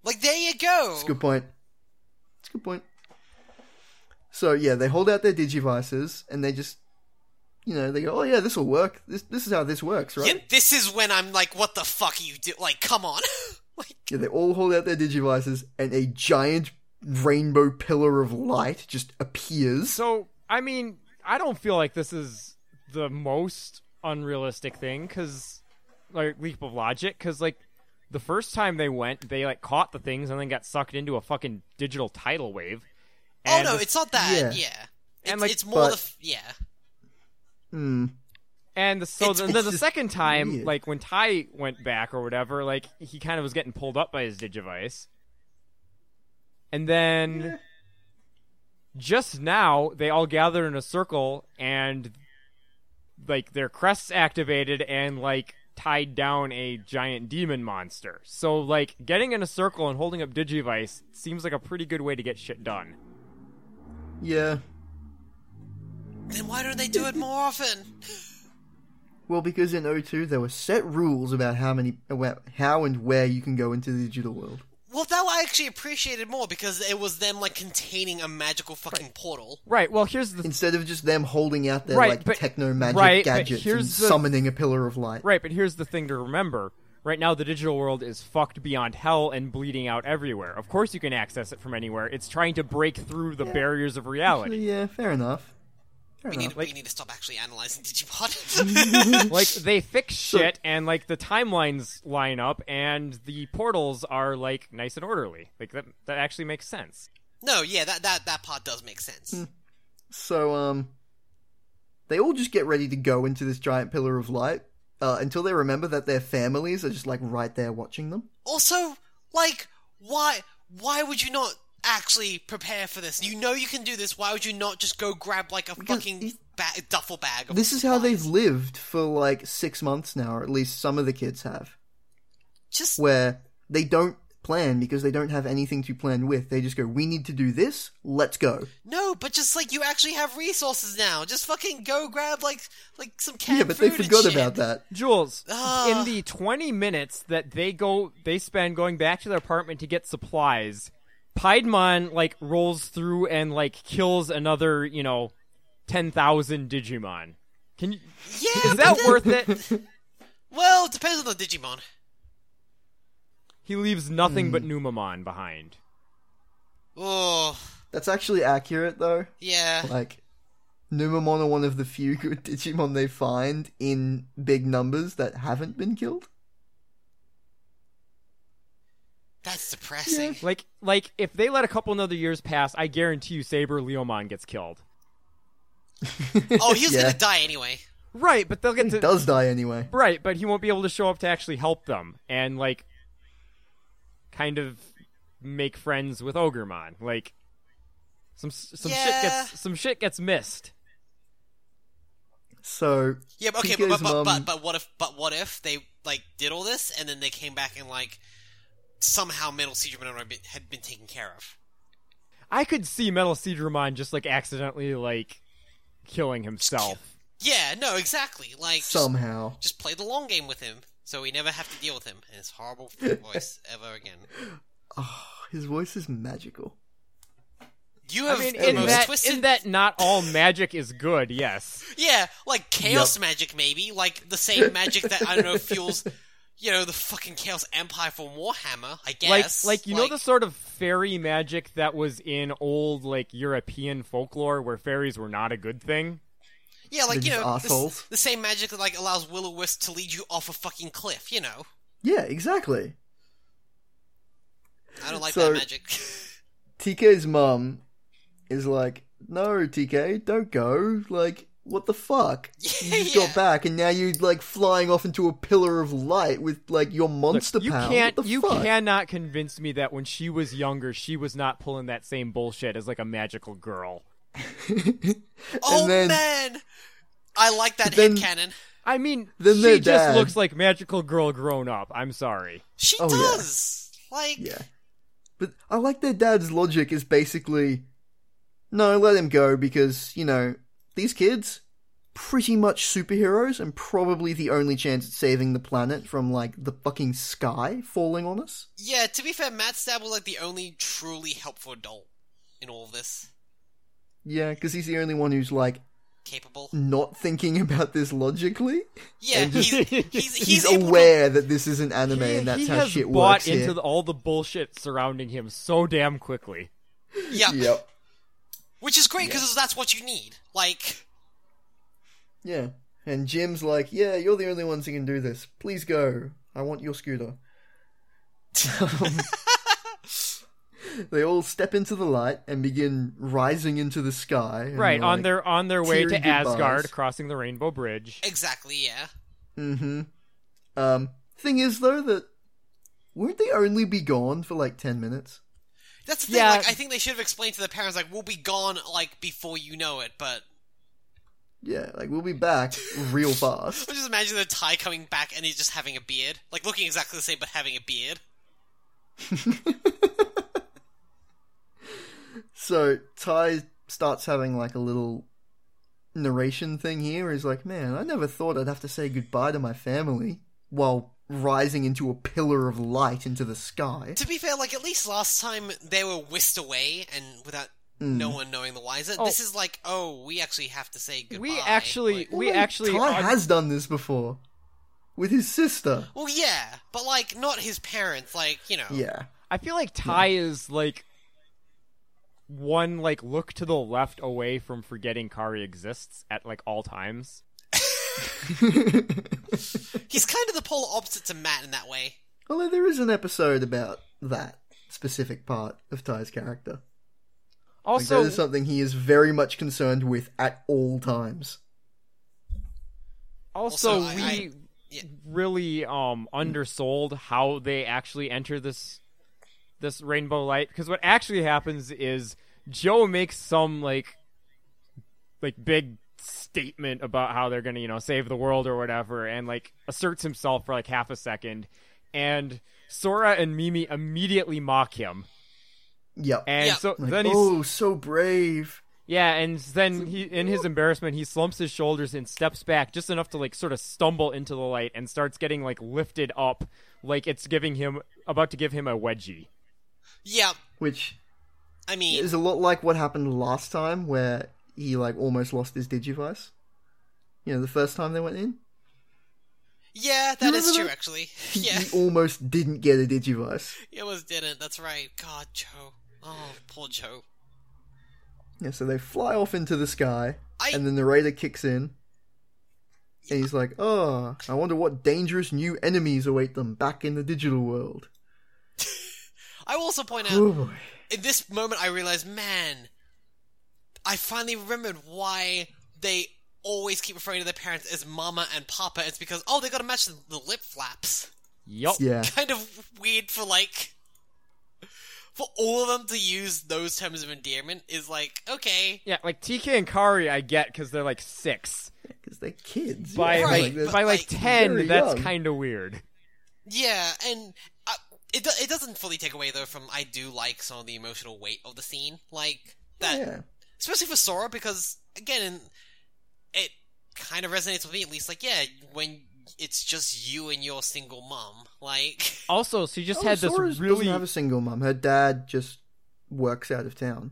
S3: Like there you go.
S2: That's a good point. That's a good point. So yeah, they hold out their digivices and they just, you know, they go, oh yeah, this will work. This this is how this works, right?
S3: Yep, this is when I'm like, what the fuck are you do? Like, come on. Oh, like,
S2: Yeah, they all hold out their digivices and a giant rainbow pillar of light just appears.
S1: So, I mean, I don't feel like this is the most unrealistic thing because, like, leap of logic. Because, like, the first time they went, they like caught the things and then got sucked into a fucking digital tidal wave.
S3: oh
S1: And
S3: no,
S1: the-
S3: it's not that. Yeah,
S2: Yeah.
S1: And,
S3: It's,
S1: like,
S3: it's more
S2: but-
S3: the f- yeah.
S2: Hmm.
S1: And the, so
S3: It's-
S1: then the,
S2: it's
S1: the
S2: just
S1: second time,
S2: weird.
S1: like when Ty went back or whatever, like he kind of was getting pulled up by his digivice. And then
S2: Yeah.
S1: just now they all gather in a circle and like their crests activated and like tied down a giant demon monster. So like getting in a circle and holding up digivice seems like a pretty good way to get shit done.
S2: Yeah.
S3: Then why don't they do it more often?
S2: Well, because in O2 there were set rules about how many, about how and where you can go into the digital world.
S3: Well, that I actually appreciated more because it was them like containing a magical fucking portal.
S1: Right. Well, here's the
S2: Instead of just them holding out their
S1: Right,
S2: like
S1: but-
S2: techno magic
S1: right, but
S2: gadgets and
S1: here's the-
S2: summoning a pillar of light.
S1: Right, but here's the thing to remember. Right now, the digital world is fucked beyond hell and bleeding out everywhere. Of course, you can access it from anywhere. It's trying to break through the barriers of
S2: So,
S1: reality.
S2: yeah, fair enough. Fair
S3: We need,
S2: enough.
S1: Like-
S3: we need to stop actually analyzing Digimon.
S1: like they fix shit and like the timelines line up and the portals are like nice and orderly like that that actually makes sense
S3: no, yeah, that, that, that part does make sense.
S2: Hmm. So um, they all just get ready to go into this giant pillar of light uh, until they remember that their families are just like right there watching them.
S3: Also, like, why why would you not actually prepare for this? You know you can do this. Why would you not just go grab like a fucking
S2: it's-
S3: ba- duffel bag? Of
S2: This is how
S3: supplies?
S2: they've lived for like six months now, or at least some of the kids have,
S3: just
S2: where they don't plan because they don't have anything to plan with. They just go, "We need to do this. Let's go."
S3: no, but just like you actually have resources now. Just fucking go grab like like some canned
S2: yeah, but they
S3: food and
S2: forgot
S3: shit.
S2: about that.
S1: jules
S3: Ah.
S1: in the 20 minutes that they go they spend going back to their apartment to get supplies piedmon like rolls through and like kills another you know 10000 digimon can you
S3: Yeah,
S1: is that
S3: but then-
S1: worth it
S3: Well, it depends on the Digimon.
S1: he leaves nothing but numamon behind
S3: Oh,
S2: That's actually accurate though.
S3: yeah.
S2: Like, Numamon are one of the few good Digimon they find in big numbers that haven't been killed.
S3: That's depressing.
S1: like like if they let a couple another years pass i guarantee you saber leomon gets killed
S3: Oh, he was
S2: Yeah.
S3: gonna die anyway.
S1: Right, but they'll get to
S2: Does die anyway.
S1: right, but he won't be able to show up to actually help them and like kind of make friends with Ogremon. Like some s- some shit
S3: Yeah.
S1: gets some shit gets missed.
S2: So
S3: Yeah, but okay, but
S2: Pika's
S3: but, but,
S2: mum-
S3: but but what if but what if they like did all this and then they came back and like somehow Metal Siege Monroe had been- had been taken care of?
S1: I could see Metal Seedramon just like accidentally like killing himself.
S3: Yeah, no, exactly. Like just-
S2: somehow.
S3: just, play the long game with him, so we never have to deal with him and his horrible voice ever again.
S2: His voice is magical.
S3: You
S1: I
S3: have
S1: mean,
S3: the
S1: in
S3: most
S1: that,
S3: twisted.
S1: in that not all magic is good, yes.
S3: Yeah, like chaos magic, maybe like the same magic that I don't know fuels, you know, the fucking chaos empire from Warhammer. I guess.
S1: Like, like you know the sort of fairy magic that was in old like European folklore where fairies were not a good thing.
S3: yeah, like you
S2: They're
S3: know,
S2: just
S3: the s-
S2: assholes.
S3: the same magic that like allows will o wisp to lead you off a fucking cliff. You know,
S2: Yeah, exactly.
S3: I don't like
S2: So-
S3: that magic.
S2: TK's mum is like, "No, TK, don't go. Like, what the fuck? You just
S3: Yeah.
S2: got back, and now you're like flying off into a pillar of light with like your monster
S1: you
S2: power.
S1: can't
S2: What the
S1: you
S2: fuck?
S1: cannot convince me that when she was younger she was not pulling that same bullshit as like a magical girl
S3: oh
S2: and then
S3: man, I like that
S2: then-
S3: head cannon.
S1: i mean
S2: Then
S1: she
S2: their
S1: just
S2: dad-
S1: looks like magical girl grown up i'm sorry
S3: She
S2: Oh, yeah.
S3: does. Like,
S2: yeah, but I like their dad's logic is basically, no, let him go because you know these kids." Pretty much superheroes, and probably the only chance at saving the planet from like the fucking sky falling on us.
S3: yeah. To be fair, Matt Stab was like the only truly helpful adult in all of this.
S2: Yeah, because he's the only one who's like
S3: Capable.
S2: not thinking about this logically.
S3: Yeah, he's he's, he's,
S2: He's,
S3: able to-
S2: aware that this is an anime
S1: he,
S2: and that's
S1: he
S2: how
S1: has
S2: shit
S1: bought
S2: works.
S1: into
S2: here.
S1: the- all the bullshit surrounding him so damn quickly
S3: Yeah,
S2: Yep.
S3: Which is great because that's what you need. Like,
S2: Yeah. And Jim's like, yeah, you're the only ones who can do this. Please go. I want your scooter. Um, they all step into the light and begin rising into the sky. and
S1: right
S2: they're
S1: on
S2: like,
S1: their on their way to
S2: teary goodbyes.
S1: asgard crossing the rainbow bridge
S3: exactly, yeah.
S2: Mm-hmm. Um, thing is, though, that won't they only be gone for like ten minutes?
S3: That's the thing,
S1: Yeah.
S3: like, I think they should have explained to the parents, like, we'll be gone, like, before you know it, but
S2: Yeah, like we'll be back real fast.
S3: I just imagine the Ty coming back and he's just having a beard. Like, looking exactly the same, but having a beard.
S2: So Ty starts having like a little narration thing here. He's like, "Man, I never thought I'd have to say goodbye to my family while rising into a pillar of light into the sky."
S3: To be fair, like, at least last time they were whisked away and without
S2: Hmm.
S3: no one knowing the wiser.
S1: Oh.
S3: This is like, oh, we actually have to say goodbye.
S1: we actually
S3: Like-
S1: we
S2: Although
S1: actually
S2: Ty
S1: on-
S2: has done this before with his sister.
S3: well, yeah, but, like, not his parents, like, you know.
S2: Yeah,
S1: I feel like Ty is like one like look to the left away from forgetting Kari exists at like all times.
S3: He's kind of the polar opposite to Matt in that way.
S2: Although there is an episode about that specific part of Ty's character. Like,
S1: Also,
S2: that is something he is very much concerned with at all times.
S1: also,
S3: Also, I-
S1: we
S3: I- yeah.
S1: really um undersold how they actually enter this this rainbow light because what actually happens is Joe makes some like like big statement about how they're gonna you know save the world or whatever and like asserts himself for like half a second and Sora and Mimi immediately mock him
S2: Yep.
S1: and
S3: Yeah.
S1: so
S2: Like,
S1: then he's
S2: oh, so brave.
S1: yeah, and then he, in his embarrassment, he slumps his shoulders and steps back just enough to like sort of stumble into the light and starts getting like lifted up, like it's giving him about to give him a wedgie.
S3: Yeah,
S2: Which
S3: I mean,
S2: is a lot like what happened last time where he like almost lost his digivice. You know, the first time they went in.
S3: yeah, that
S2: remember
S3: is true,
S2: that?
S3: actually.
S2: He,
S3: Yeah,
S2: he almost didn't get a digivice.
S3: he almost didn't. That's right. God, Joe. Oh, poor Joe.
S2: Yeah, so they fly off into the sky,
S3: I-
S2: and the narrator kicks in, and he's like, "Oh, I wonder what dangerous new enemies await them back in the digital world."
S3: I will also point out
S2: Oh boy,
S3: in this moment I realized, man, I finally remembered why they always keep referring to their parents as mama and papa. It's because oh, they got to match the, the lip flaps.
S1: Yup.
S2: yeah,
S3: Kind of weird for like for all of them to use those terms of endearment is like okay.
S1: Yeah, like TK and Kari, I get because they're like six.
S2: because they're kids.
S1: By
S2: yeah,
S3: Right,
S1: like
S2: they're-
S1: by like
S3: like,
S1: ten,
S2: very
S1: that's
S2: young.
S1: kind of weird.
S3: Yeah, and uh, it do- it doesn't fully take away though from I do like some of the emotional weight of the scene, like that,
S2: yeah, Oh,
S3: especially for Sora, because again, in, it kind of resonates with me at least. Like, yeah, when it's just you and your single mom, like,
S1: Also, she just
S2: Oh,
S1: had this
S2: Sora's
S1: really
S2: doesn't have a single mom. Her dad just works out of town.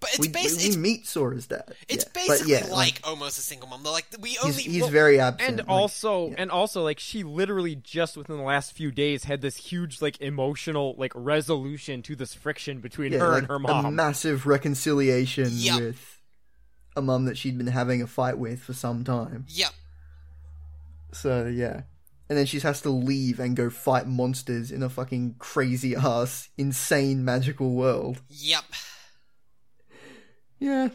S3: but it's
S2: we,
S3: basi-
S2: we
S3: it's,
S2: meet Sora's dad.
S3: it's
S2: yeah. But
S3: basically
S2: yeah,
S3: like, almost a single mom. They're like we
S2: he's,
S3: only
S2: he's
S3: well,
S2: very absent.
S1: and
S2: like-
S1: also
S2: yeah.
S1: and also like she literally just within the last few days had this huge like emotional like resolution to this friction between
S2: yeah,
S1: her
S2: like
S1: and her
S2: a
S1: mom.
S2: massive reconciliation
S3: Yep.
S2: with a mum that she'd been having a fight with for some time.
S3: yep.
S2: So yeah. And then she has to leave and go fight monsters in a fucking crazy ass, insane magical world.
S3: Yep.
S2: Yeah.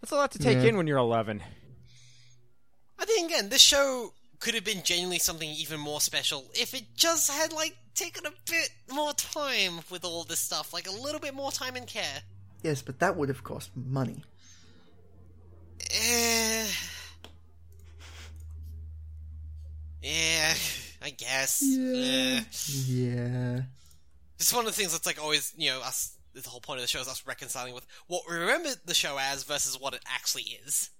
S1: That's a lot to take
S2: Yeah.
S1: in when you're 11.
S3: I think again, this show could have been genuinely something even more special if it just had like taken a bit more time with all this stuff, like a little bit more time and care.
S2: Yes, but that would have cost money.
S3: Eh. Yeah, Eh, I guess. Eh.
S2: Yeah.
S3: It's one of the things that's like always, you know, us. The whole point of the show is us reconciling with what we remember the show as versus what it actually is.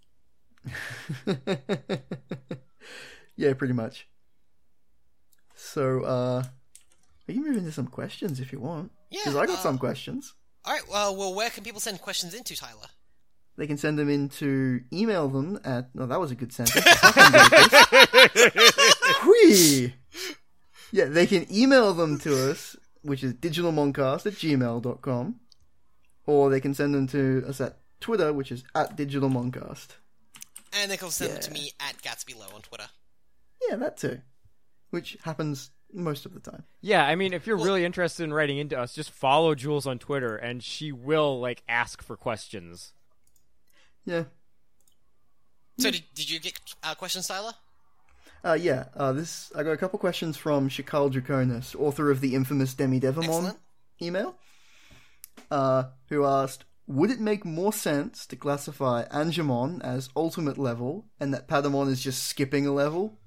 S2: yeah, pretty much. So, uh we can move into some questions if you want. Because
S3: Yeah,
S2: I got
S3: uh,
S2: some questions.
S3: All right. Well, well, where can people send questions into Tyler?
S2: They can send them in to email them at. No, that was a good sentence. Whee! Yeah, they can email them to us, which is digitalmoncast at gmail.com, or they can send them to us at Twitter, which is at digitalmoncast.
S3: And they can send them to
S2: Yeah.
S3: me at Gatsby Low on Twitter.
S2: Yeah, that too. Which happens most of the time.
S1: Yeah, I mean, if you're
S3: Well-
S1: really interested in writing into us, just follow Jules on Twitter, and she will like ask for questions.
S2: Yeah. Hmm.
S3: So did, did you get uh, questions, Tyler?
S2: Uh, yeah, uh, this I got a couple questions from Shikal Draconis, author of the infamous Demi Devamon
S3: Excellent.
S2: email, uh, who asked, "Would it make more sense to classify Angemon as ultimate level, and that Patamon is just skipping a level?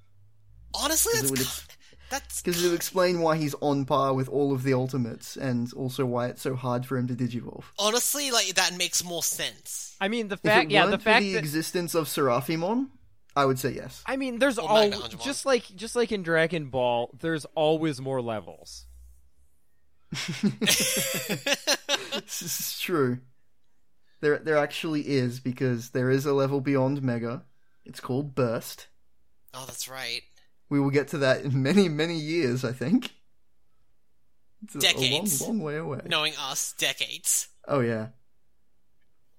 S3: Honestly, that's
S2: it would
S3: ki-
S2: ex-
S3: that's
S2: Because it would explain why he's on par with all of the ultimates, and also why it's so hard for him to digivolve."
S3: honestly like that makes more sense.
S1: I mean, the
S2: If
S1: fact,
S2: it
S1: yeah,
S2: weren't
S1: the
S2: for
S1: fact
S2: the
S1: that
S2: existence of Seraphimon, I would say yes.
S1: I mean, there's
S3: Well,
S1: all
S3: Magna Angemon.
S1: just like just like in Dragon Ball, there's always more levels.
S3: Oh,
S2: This is true. There, there actually is because there is a level beyond Mega. It's called Burst.
S3: Oh, that's right.
S2: We will get to that in many, many years, I think. It's a-
S3: Decades.
S2: A long, long way away.
S3: knowing us decades.
S2: Oh yeah.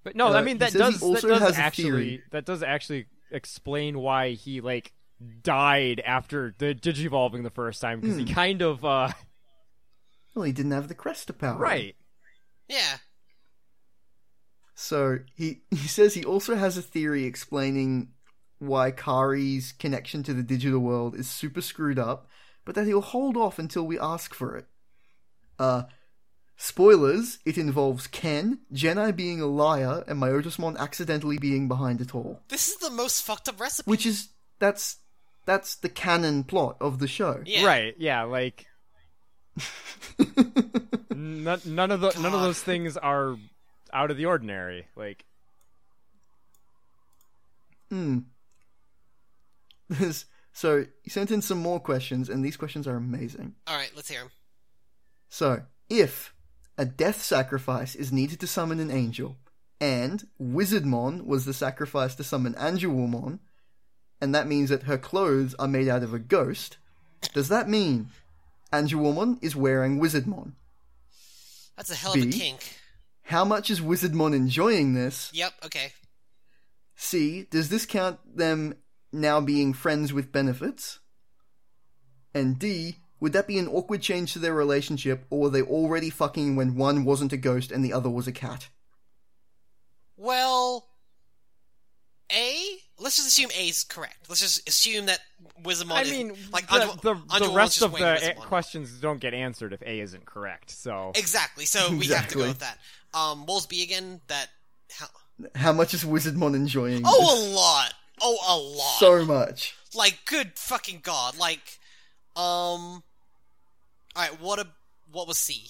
S1: But no,
S2: Uh,
S1: I mean
S2: he
S1: that
S2: says he
S1: does that
S2: also
S1: does
S2: has a
S1: actually
S2: theory.
S1: that does actually explain why he like died after the digivolving the first time because
S2: Hmm.
S1: he kind of uh
S2: Well, he didn't have the crest to power.
S1: right
S3: Yeah.
S2: So he he says he also has a theory explaining why Kari's connection to the digital world is super screwed up, but that he'll hold off until we ask for it. Uh spoilers, it involves Ken, Jedi being a liar, and Myotismon accidentally being behind it all.
S3: This is the most fucked up recipe.
S2: Which is that's that's the canon plot of the show.
S3: yeah.
S1: right yeah like none, none of the none of
S3: God.
S1: those things are out of the ordinary like
S2: Hmm. so he sent in some more questions, and these questions are amazing.
S3: All right, let's hear him.
S2: So, if a death sacrifice is needed to summon an angel, and Wizardmon was the sacrifice to summon Angelmon, and that means that her clothes are made out of a ghost, does that mean Angelmon is wearing Wizardmon?
S3: That's a hell of a
S2: B?
S3: kink.
S2: How much is Wizardmon enjoying this?
S3: Yep. Okay.
S2: C. Does this count them now being friends with benefits? And D. Would that be an awkward change to their relationship, or were they already fucking when one wasn't a ghost and the other was a cat?
S3: Well, A. Let's just assume A is correct. Let's just assume that Wizamon.
S1: I
S3: is,
S1: mean
S3: like
S1: the,
S3: Anju-
S1: the,
S3: Anjumon's
S1: the rest
S3: just
S1: of
S3: waiting for
S1: the
S3: Wizamon.
S1: questions don't get answered if A isn't correct so
S3: Exactly. So we have to go
S2: Exactly.
S3: with that. Um, what was B again? That. How,
S2: How much is Wizardmon
S1: Mm.
S2: enjoying?
S3: oh, a lot. Oh, a lot.
S2: this? so much.
S3: like good fucking god like um all right what a what was c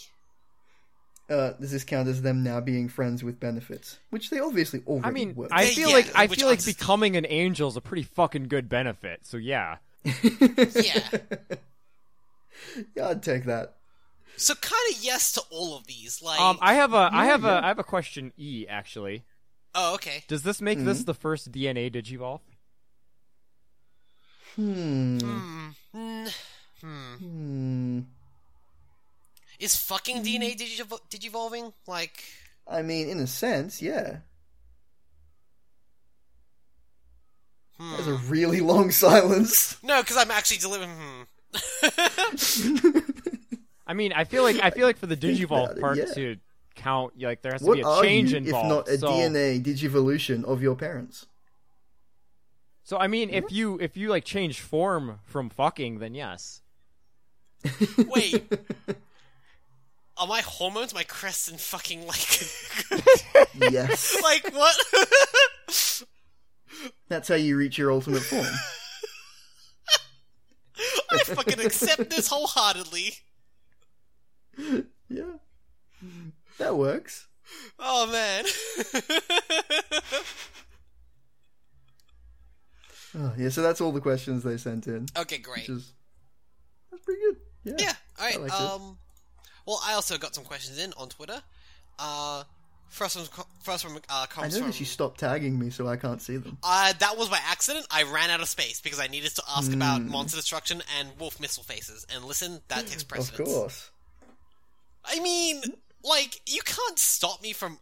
S2: Uh, does this count as them now being friends with benefits, which they obviously already
S1: I mean
S2: were?
S1: I
S3: Yeah,
S1: feel
S3: yeah,
S1: like I
S3: which
S1: feel like
S3: I'm-
S1: becoming an angel is a pretty fucking good benefit so yeah
S3: yeah
S2: yeah, I'd take that.
S3: so kind of yes to all of these like
S1: um I have a I have
S2: yeah.
S1: a I have a question E actually
S3: oh okay
S1: Does this make
S2: Mm-hmm.
S1: this the first DNA digivolve?
S2: Hmm.
S3: hmm. Hmm. Hmm.
S2: Hmm.
S3: is fucking dna digivo- digivolving like
S2: I mean, in a sense, yeah.
S3: hmm.
S2: There's a really long silence.
S3: no because i'm actually delivering hmm
S1: I mean, I feel like I feel like for the digivolve
S2: about it,
S1: part
S2: yeah.
S1: to count, yeah, like there has to
S2: what
S1: be a
S2: are
S1: change
S2: you,
S1: involved.
S2: if
S1: so,
S2: not a DNA digivolution of your parents?
S1: so I mean, if you if you like change form from fucking, then yes.
S3: wait are my hormones my crest and fucking like
S2: yes,
S3: like what
S2: that's how you reach your ultimate form.
S3: i fucking accept this wholeheartedly
S2: Yeah, that works.
S3: oh man
S2: Oh, yeah, so that's all the questions they sent in,
S3: okay great
S2: which is that's pretty good. Yeah,
S3: Yeah. All right.
S2: I like this.
S3: um. Well, I also got some questions in on Twitter. Uh, first one, first one uh,
S2: I
S3: comes from.
S2: noticed you stopped tagging me, so I can't see them.
S3: Uh, that was by accident. I ran out of space because I needed to ask about monster destruction and wolf missile faces. And listen, that takes
S2: Hmm. Of
S3: precedence.
S2: course.
S3: I mean, like you can't stop me from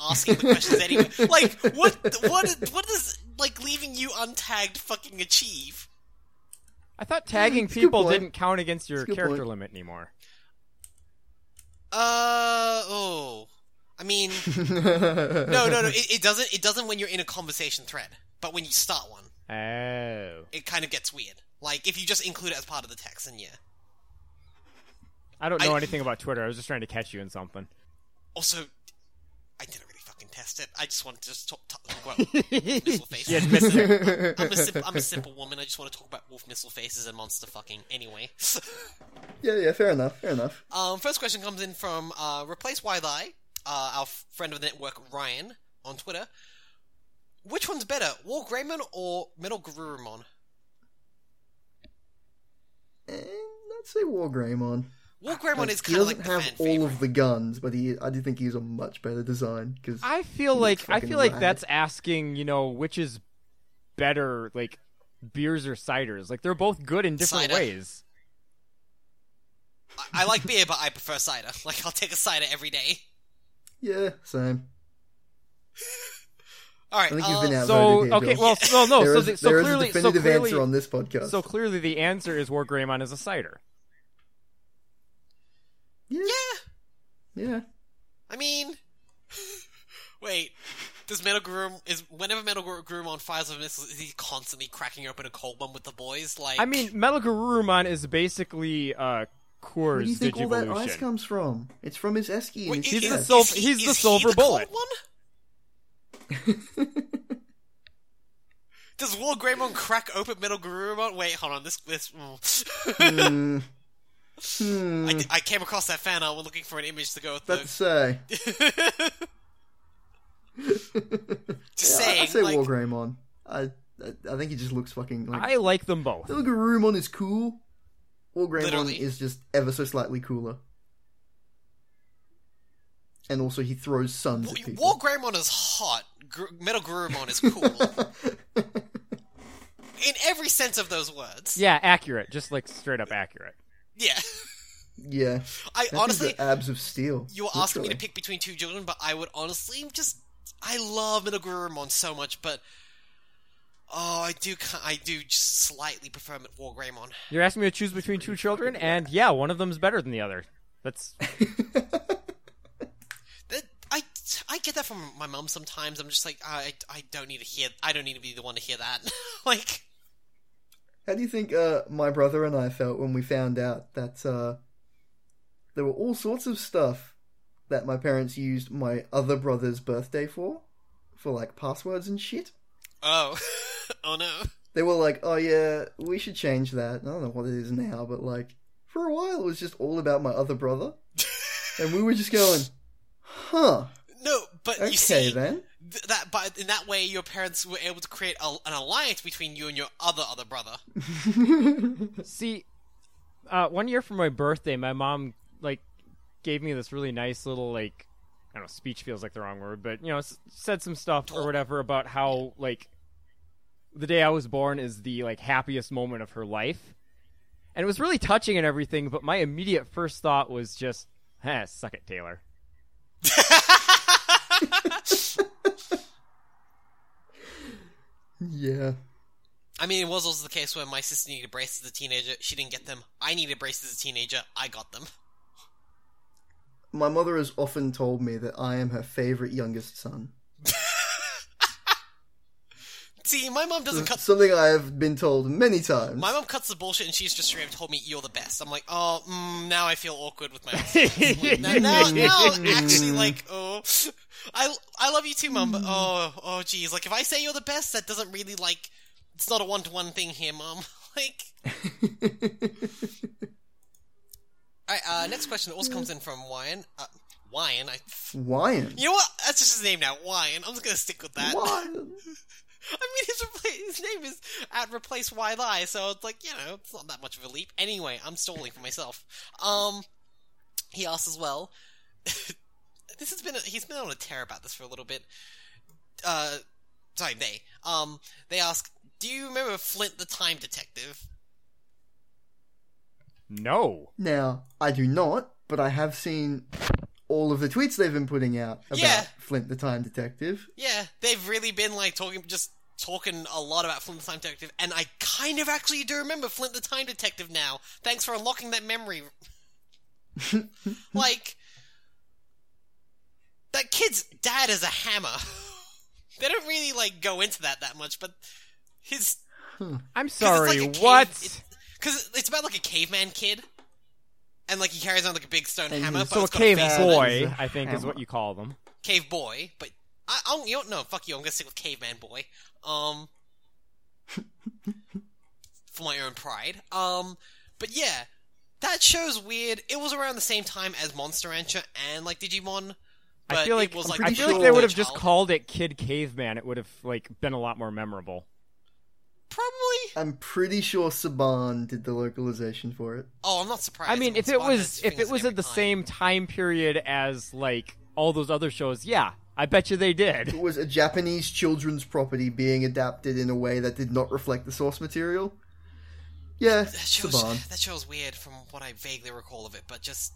S3: asking the questions anyway. Like what? What? What does like leaving you untagged fucking achieve?
S1: I thought tagging
S2: good
S1: people
S2: point.
S1: didn't count against your
S2: It's a good
S1: character
S2: point.
S1: limit anymore.
S3: Uh oh. I mean.
S2: no,
S3: no, no, no. It, it doesn't. It doesn't when you're in a conversation thread, but when you start one,
S1: Oh,
S3: it kind of gets weird. Like if you just include it as part of the text, and yeah.
S1: I don't know
S3: I-
S1: anything about Twitter. I was just trying to catch you in something.
S3: Also, I didn't really fucking test it. I just wanted to just talk, talk, talk about missile faces.
S1: Yeah, miss it.
S3: I'm, a sim- I'm a simple woman. I just want to talk about wolf missile faces and monster fucking. Anyway,
S2: Yeah, yeah, fair enough, fair enough.
S3: um, first question comes in from uh, replace why thy uh, our f- friend of the network Ryan on Twitter. Which one's better, War Greymon or Metal Garurumon?
S2: And let's say War Greymon.
S3: War Greymon
S2: Like,
S3: is
S2: he
S3: kind
S2: doesn't
S3: of like the
S2: Ah, have
S3: fan
S2: all
S3: favorite.
S2: of the guns, but he I do think he's a much better design because
S1: I feel
S2: He's
S1: like I
S2: fucking
S1: feel like
S2: rad.
S1: that's asking, you know, which is better, like beers or ciders. Like they're both good in different
S3: Cider.
S1: ways.
S3: I, I like beer, but I prefer cider. Like, I'll take a cider every day.
S2: Yeah, same.
S3: All right.
S2: I think
S3: uh,
S2: you've been
S1: so
S2: outvoted here,
S1: okay,
S2: Joel.
S1: well, no, no.
S2: There
S1: Oh, so,
S2: is-
S1: the, so
S2: there is
S1: clearly,
S2: a
S1: so
S2: definitive
S1: clearly,
S2: answer on this podcast.
S1: so clearly, the answer is Wargreymon is a cider.
S2: yeah,
S3: yeah.
S2: yeah.
S3: I mean, wait. Does Metal Groom is whenever Metal Groom on fires of missiles is he constantly cracking open a cold one with the boys? Like,
S1: I mean, Metagarurumon is basically uh, Coors
S2: Where do you think all that ice
S1: Digivolution.
S2: comes from? It's from his esky. and
S3: wait,
S2: his
S1: he's
S3: is-
S1: the
S2: chest.
S1: sil-
S3: is he-
S1: he's the
S3: is
S1: silver
S3: he the cold
S1: bullet.
S3: one? Does War Greymon crack open Metal Garurumon? Wait, hold on. This this. mm.
S2: Hmm. Hmm.
S1: Mm.
S3: I, I came across that fan art. We're looking for an image to go with
S2: Let's
S3: the.
S2: say.
S3: Just
S2: Yeah, I-
S3: saying,
S2: I say
S3: like,
S2: War Greymon. I, I I think he just looks fucking like.
S1: I like them both.
S2: Little Garurumon is cool. Or Greymon
S3: Literally.
S2: is just ever so slightly cooler. And also, he throws suns at
S3: War
S2: people.
S3: Greymon is hot. Gr- Metal Garurumon is cool. In every sense of those words.
S1: Yeah, accurate. Just like straight up accurate.
S3: Yeah.
S2: yeah,
S3: I
S2: That dude's
S3: honestly,
S2: got abs of steel.
S3: you were asking me to
S2: literally.
S3: pick between two children, but I would honestly just. I love Metal Garurumon so much, but. Oh, I do. ki- I do just slightly prefer War Greymon.
S1: You're asking me to choose between two children, and yeah, one of them's better than the other. That's
S3: That I I get that from my mum sometimes. I'm just like I I don't need to hear. I don't need to be the one to hear that. like
S2: How do you think uh, my brother and I felt when we found out that uh, there were all sorts of stuff that my parents used my other brother's birthday for, for like passwords and shit?
S3: oh oh no.
S2: they were like, "Oh yeah, we should change that." I don't know what it is now, but like for a while, it was just all about my other brother, and we were just going, "Huh,
S3: No, but
S2: okay
S3: you see
S2: then."
S3: th- that, but in that way, your parents were able to create a, an alliance between you and your other other brother.
S1: See, uh, one year for my birthday, my mom like gave me this really nice little like I don't know, speech feels like the wrong word, but you know, s- said some stuff or whatever about how like the day I was born is the like happiest moment of her life, and it was really touching and everything. But my immediate first thought was just, "Heh, suck it, Taylor."
S2: yeah,
S3: I mean, it was also the case where my sister needed braces as a teenager. She didn't get them. I needed braces as a teenager. I got them.
S2: my mother has often told me that I am her favorite youngest son.
S3: See, my mom doesn't cut.
S2: Something I have been told many times.
S3: My mom cuts the bullshit, and she's just straight up told me you're the best. I'm like, oh, mm, now I feel awkward with my. now, now, now, actually, like, oh, I, I love you too, mom. But oh, oh, geez, like if I say you're the best, that doesn't really like, it's not a one to one thing here, mom. Like, all right, uh, next question also comes in from Wyan. Uh, Wyan, I.
S2: Wyan.
S3: You know what? That's just his name now, Wyan. I'm just gonna stick with that.
S2: Wyan.
S3: I mean, his, repla- his name is at replace why lie, so it's like you know, it's not that much of a leap. Anyway, I'm stalling for myself. Um, he asks as well. this has been a, he's been on a tear about this for a little bit. Uh, sorry, they um they ask, do you remember Flint the Time Detective?
S1: No,
S2: Now I do not, but I have seen all of the tweets they've been putting out about
S3: Yeah.
S2: Flint the Time Detective.
S3: Yeah, they've really been like talking just talking a lot about Flint the Time Detective, and I kind of actually do remember Flint the Time Detective now. Thanks for unlocking that memory. like that kid's dad is a hammer. they don't really like go into that that much, but his
S1: I'm
S3: 'cause
S1: sorry.
S3: it's like a cave-
S1: what?
S3: Because it's about like a caveman kid, and like he carries on like a big stone
S2: And
S3: hammer.
S2: he's-
S3: But
S1: so a
S3: it's got a
S1: cave
S3: face on it.
S1: boy,
S2: It's a
S1: I think, is
S2: hammer.
S1: what you call them.
S3: cave boy, but I, I don't, you don't know. Fuck you. I'm gonna stick with caveman boy. Um, for my own pride. Um, but yeah, that show's weird. It was around the same time as Monster Rancher and like Digimon. But
S1: I feel like
S3: it was
S1: I'm
S3: like
S1: pretty
S2: I
S1: sure
S2: feel like
S1: they
S2: they
S1: would
S2: would've
S1: have just called it Kid Caveman. It would have like been a lot more memorable.
S3: probably.
S2: I'm pretty sure Saban did the localization for it.
S3: Oh, I'm not surprised.
S1: I mean, if
S3: Monster
S1: it
S3: Rancher
S1: was
S3: has
S1: if
S3: fingers
S1: it
S3: in
S1: was
S3: every
S1: at the
S3: pie.
S1: same time period as like all those other shows, yeah, I bet you they did.
S2: It was a Japanese children's property being adapted in a way that did not reflect the source material. Yeah,
S3: That
S2: it's a
S3: show's,
S2: Bond.
S3: that show's weird from what I vaguely recall of it, but just.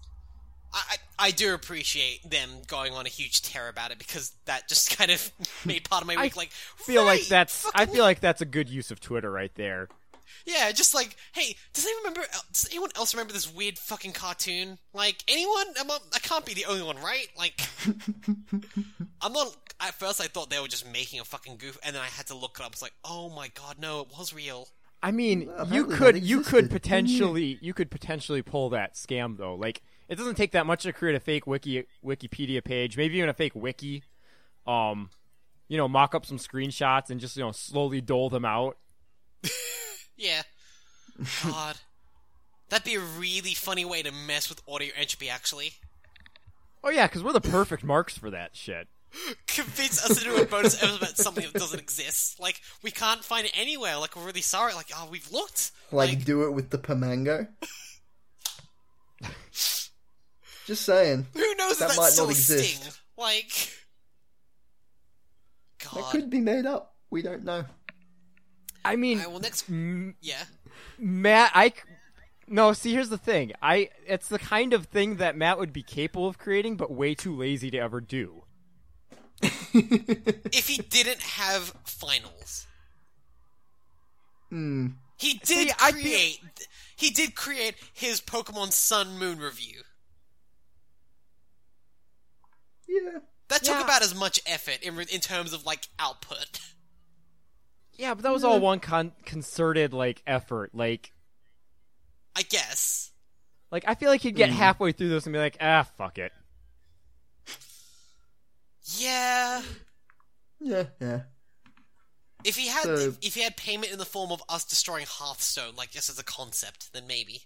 S3: I, I I do appreciate them going on a huge tear about it because that just kind of made part of my
S1: I
S3: week. like,
S1: feel like
S3: right,
S1: that's I
S3: fucking
S1: feel like that's a good use of Twitter right there.
S3: Yeah, just like, hey, does anyone remember? Does anyone else remember this weird fucking cartoon? Like, anyone? I'm not, I can't be the only one, right? Like, I'm not. At first, I thought they were just making a fucking goof, and then I had to look it up. It's like, oh my god, no, it was real.
S1: I mean, you
S2: apparently that
S1: could you
S2: existed, Mm-hmm.
S1: could
S2: didn't it?
S1: potentially you could potentially pull that scam though. Like it doesn't take that much to create a fake wiki Wikipedia page, maybe even a fake wiki. Um, you know, mock up some screenshots and just you know slowly dole them out.
S3: Yeah. God, that'd be a really funny way to mess with audio entropy. Actually,
S1: Oh yeah, because we're the perfect marks for that shit.
S3: convince us to do a bonus episode about something that doesn't exist. Like, we can't find it anywhere. Like, we're really sorry. Like, oh, we've looked.
S2: Like, do it with the pomango. Just saying.
S3: Who knows
S2: That
S3: if
S2: might
S3: that's still
S2: not
S3: a
S2: exist.
S3: sting? Like,
S2: That
S3: God.
S2: could be made up. We don't know.
S1: I mean,
S3: Alright, well, next.
S1: m-
S3: Yeah.
S1: Matt, I c- no. See, here's the thing. I it's the kind of thing that Matt would be capable of creating, but way too lazy to ever do.
S3: If he didn't have finals,
S2: Hmm.
S3: he did
S1: See, I feel-
S3: create. He did create his Pokemon Sun Moon review.
S2: Yeah.
S3: That took
S1: Yeah.
S3: about as much effort in re- in terms of like output.
S1: Yeah, but that was all one con- concerted like effort. Like,
S3: I guess.
S1: like I feel like he'd get halfway through this and be like, ah, fuck it.
S3: Yeah.
S2: Yeah. Yeah.
S3: If he had
S2: So-
S3: if he had payment in the form of us destroying Hearthstone, like just as a concept, then maybe,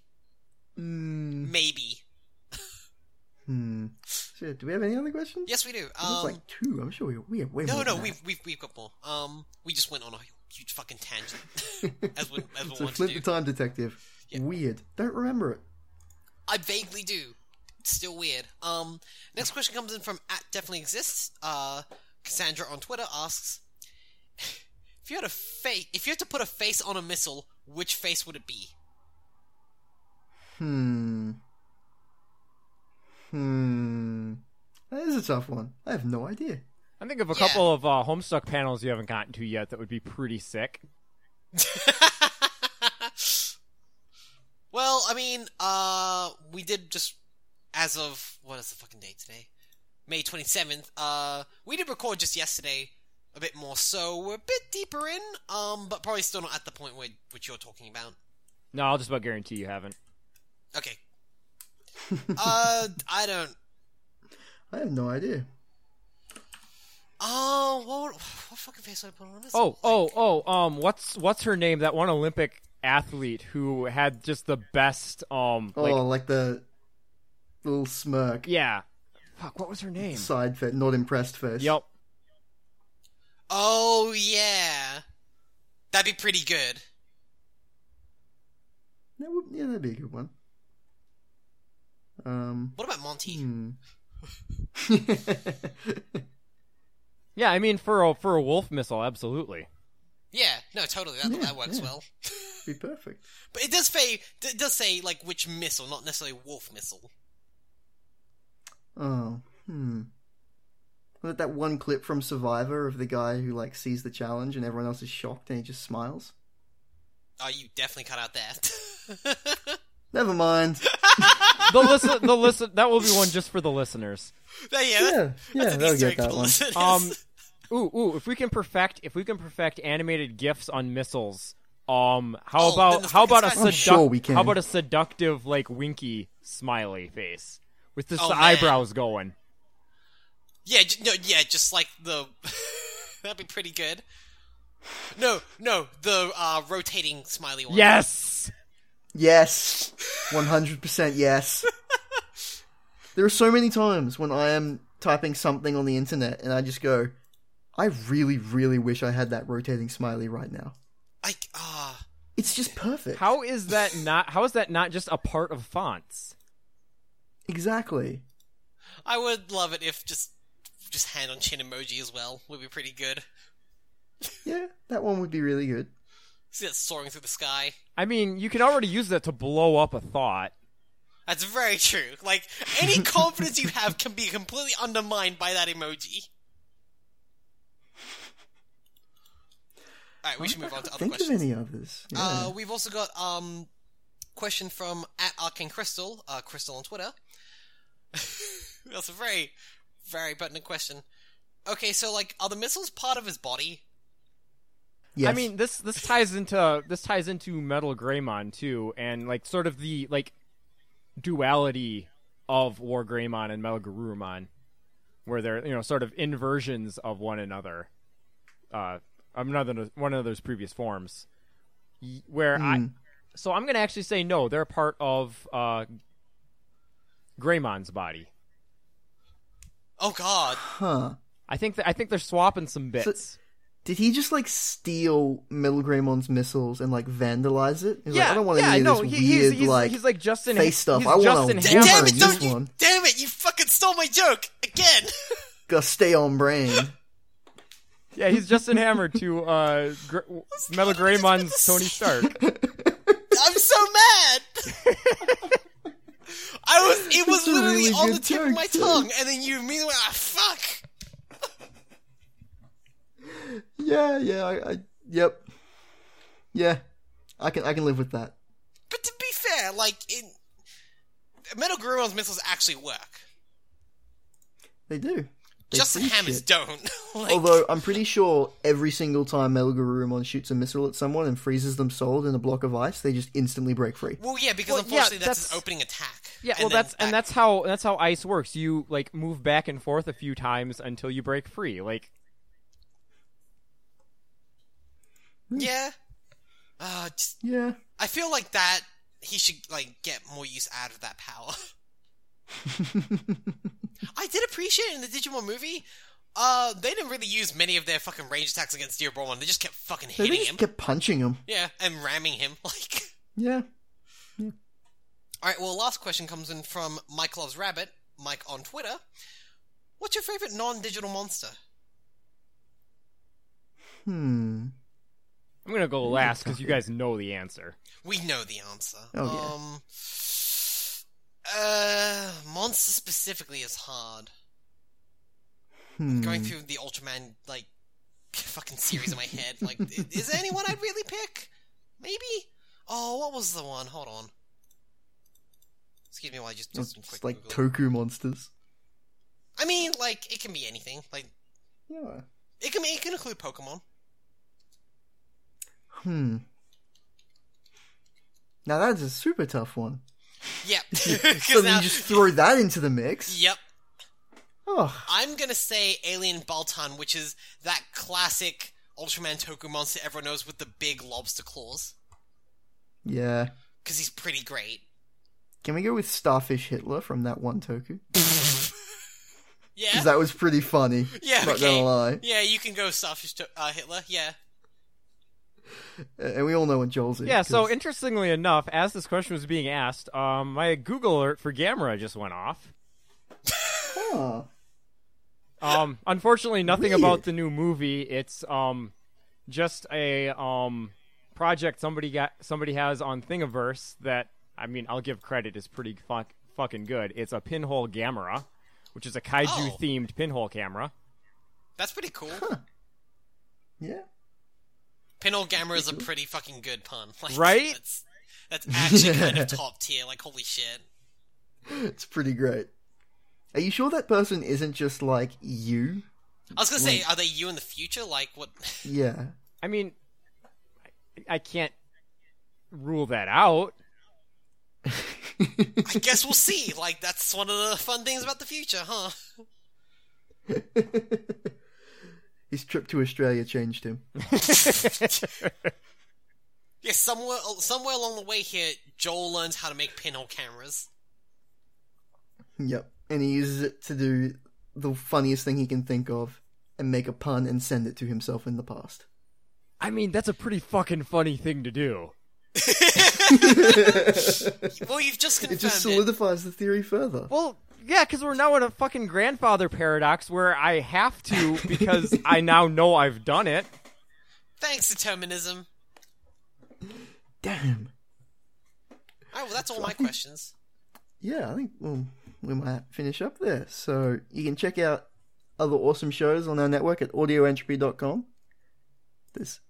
S2: Hmm.
S3: maybe.
S2: Hmm. Shit, do we have any other questions?
S3: Yes, we do.
S2: It was
S3: Um,
S2: like two. I'm sure we, we have way
S3: No,
S2: more.
S3: no,
S2: than
S3: we've,
S2: that.
S3: we've we've got more. Um, we just went on a huge fucking tangent, as we as we
S2: So
S3: want to
S2: flip
S3: do.
S2: the time detective.
S3: Yeah.
S2: Weird. Don't remember it.
S3: I vaguely do. It's still weird. Um, next question comes in from at definitely exists. Uh, Cassandra on Twitter asks, if you had a face, if you had to put a face on a missile, which face would it be?
S2: Hmm. Hmm. That is a tough one. I have no idea.
S1: I think of a
S3: Yeah.
S1: couple of uh, Homestuck panels you haven't gotten to yet that would be pretty sick.
S3: well, I mean, uh, we did just as of what is the fucking date today? May twenty seventh. Uh, we did record just yesterday a bit more, so we're a bit deeper in. Um, but probably still not at the point where which you're talking about.
S1: No, I'll just about guarantee you haven't.
S3: Okay. uh, I don't.
S2: I have no idea.
S3: Oh, what, what fucking face would I put on this?
S1: Oh, oh, oh. Um, what's what's her name? That one Olympic athlete who had just the best. Um,
S2: Oh,
S1: like,
S2: like, the little smirk,
S1: yeah. Fuck, what was her name?
S2: side face, not impressed face.
S1: Yep.
S3: Oh yeah, that'd be pretty good.
S2: That would, yeah, that'd be a good one. Um.
S3: What about Monty?
S2: Hmm.
S1: Yeah, I mean for a for a wolf missile, absolutely.
S3: Yeah, no, totally. That,
S2: Yeah,
S3: that works
S2: yeah.
S3: well.
S2: be perfect.
S3: But it does say it does say like which missile, not necessarily wolf missile.
S2: Oh, hmm. Was it that one clip from Survivor of the guy who like sees the challenge and everyone else is shocked and he just smiles?
S3: Oh, you definitely cut out that.
S2: Never mind.
S1: The listen, the listen. That will be one just for the listeners.
S3: yeah,
S2: yeah, yeah,
S3: an
S2: they'll
S3: Easter
S2: get
S3: egg for
S2: that
S3: the
S2: one.
S3: listeners.
S1: Um, ooh, ooh. If we can perfect, if we can perfect animated gifs on missiles, um, how
S3: Oh, then
S1: about
S3: the
S1: how about a
S3: fucking
S1: seduct-
S2: Skynet. I'm sure we can.
S1: how about a seductive like winky smiley face with just
S3: Oh,
S1: the
S3: man.
S1: eyebrows going?
S3: yeah, j- no, yeah, just like the that'd be pretty good. No, no, the uh, rotating smiley one.
S1: Yes.
S2: Yes, one hundred percent. Yes. There are so many times when I am typing something on the internet and I just go, I really, really wish I had that rotating smiley right now.
S3: I ah,
S2: It's just perfect.
S1: How is that not? How is that not just a part of fonts?
S2: exactly?
S3: I would love it if just just hand on chin emoji as well would be pretty good.
S2: Yeah, that one would be really good.
S3: See that soaring through the sky?
S1: I mean, you can already use that to blow up a thought.
S3: That's very true. Like, any confidence you have can be completely undermined by that emoji. Alright, we should move on to other
S2: Think
S3: questions.
S2: of any others. Yeah.
S3: Uh, we've also got um question from at Arcane Crystal, uh, Crystal on Twitter. That's a very, very pertinent question. Okay, so like, are the missiles part of his body?
S2: yes.
S1: I mean, this this ties into this ties into Metal Greymon too, and like sort of the like duality of War Greymon and Metal Garurumon, where they're you know sort of inversions of one another, uh, of another one another's previous forms. Y- Where
S2: Hmm.
S1: I, so I'm gonna actually say no, they're part of uh, Greymon's body.
S3: Oh God,
S2: huh?
S1: I think that I think they're swapping some bits.
S2: Did he just like steal Metal Greymon's missiles and like vandalize it? He's like, I don't want
S1: yeah,
S2: any
S1: no,
S2: of this
S1: he-
S2: weird
S1: he's, he's,
S2: like
S1: he's like Justin
S2: face stuff.
S1: He's
S2: I wanna-
S1: Justin
S2: Damn
S1: Hammer.
S3: damn it!
S2: use
S3: Don't you?
S2: one.
S3: Damn it! You fucking stole my joke again.
S2: gotta stay on brand.
S1: Yeah, he's Justin Hammer to uh, Gr- Metal Greymon's Tony Stark.
S3: I'm so mad. I was. It was
S2: That's a
S3: literally
S2: really
S3: on the
S2: good
S3: tip of
S2: joke,
S3: my
S2: too.
S3: tongue, and then you immediately went, "Ah, fuck."
S2: yeah, yeah, I, I, yep, yeah. I can I can live with that.
S3: But to be fair, like in Metal Gurumon's missiles actually work.
S2: They do. They
S3: Justin
S2: see
S3: Hammers
S2: shit.
S3: don't. like,
S2: Although I'm pretty sure every single time Melgarurumon shoots a missile at someone and freezes them solid in a block of ice, they just instantly break free.
S3: well, yeah, because
S1: Well, yeah,
S3: unfortunately that's, his
S1: that's-
S3: opening attack.
S1: Yeah,
S3: And
S1: well,
S3: then
S1: that's and
S3: that-
S1: that's how that's how ice works. You like move back and forth a few times until you break free. Like,
S3: yeah. Uh, just,
S2: Yeah.
S3: I feel like that he should like get more use out of that power. I did appreciate in the Digimon movie. Uh, they didn't really use many of their fucking range attacks against Dearborn. They just kept fucking
S2: They
S3: hitting
S2: just
S3: him.
S2: kept punching him.
S3: Yeah, and ramming him. Like,
S2: Yeah.
S3: all right. Well, last question comes in from Mike Loves Rabbit, Mike on Twitter. What's your favorite non-digital monster?
S2: Hmm.
S1: I'm gonna go last because you guys know the answer.
S3: We know the answer.
S2: Oh, yeah.
S3: Um, uh, monster specifically is hard.
S2: Hmm.
S3: Going through the Ultraman like fucking series in my head, like, i- is there anyone I'd really pick? Maybe. Oh, what was the one? Hold on. Excuse me while I just do
S2: It's
S3: some quick.
S2: just like
S3: Google.
S2: Toku monsters.
S3: I mean, like it can be anything. Like
S2: Yeah.
S3: it can it can include Pokemon.
S2: Hmm. Now that's a super tough one.
S3: Yep.
S2: So
S3: Because
S2: then
S3: now,
S2: you just throw that into the mix.
S3: yep.
S2: Oh,
S3: I'm gonna say Alien Baltan, which is that classic Ultraman Toku monster everyone knows with the big lobster claws,
S2: yeah.
S3: because he's pretty great.
S2: Can we go with Starfish Hitler from that one Toku?
S3: Yeah,
S2: Because that was pretty funny.
S3: yeah,
S2: Not
S3: okay.
S2: gonna lie.
S3: Yeah, you can go Starfish to- uh, Hitler. Yeah,
S2: And we all know what Joel's is.
S1: Yeah. So
S2: 'cause-
S1: interestingly enough, as this question was being asked, um, my Google alert for Gamera just went off.
S2: Huh.
S1: Um, unfortunately, nothing
S2: Weird.
S1: about the new movie. It's um, just a um project somebody got somebody has on Thingiverse that I mean I'll give credit is pretty fuck, fucking good. It's a pinhole Gamera, which is a
S3: Oh.
S1: kaiju themed pinhole camera.
S3: that's pretty cool.
S2: Yeah.
S3: Pinhole Gamma is a pretty fucking good pun, Like,
S1: Right?
S3: That's, that's actually kind of top tier. Like, holy shit.
S2: It's pretty great. Are you sure that person isn't just like you?
S3: I was gonna say, are they you in the future? Like, what?
S2: Yeah.
S1: I mean, I, I can't rule that out.
S3: I guess we'll see. Like, that's one of the fun things about the future, huh?
S2: His trip to Australia changed him.
S3: Yeah, somewhere somewhere along the way here, Joel learns how to make pinhole cameras.
S2: Yep. And he uses it to do the funniest thing he can think of and make a pun and send it to himself in the past.
S1: I mean, that's a pretty fucking funny thing to do.
S3: Well, you've just
S2: It
S3: confirmed
S2: just
S3: it.
S2: solidifies the theory further.
S1: Well, yeah, because we're now in a fucking grandfather paradox where I have to because I now know I've done it.
S3: Thanks, determinism.
S2: Damn.
S3: All right, Oh, well, that's all my questions.
S2: yeah, I think well, we might finish up there. So you can check out other awesome shows on our network at audioentropy.com. There's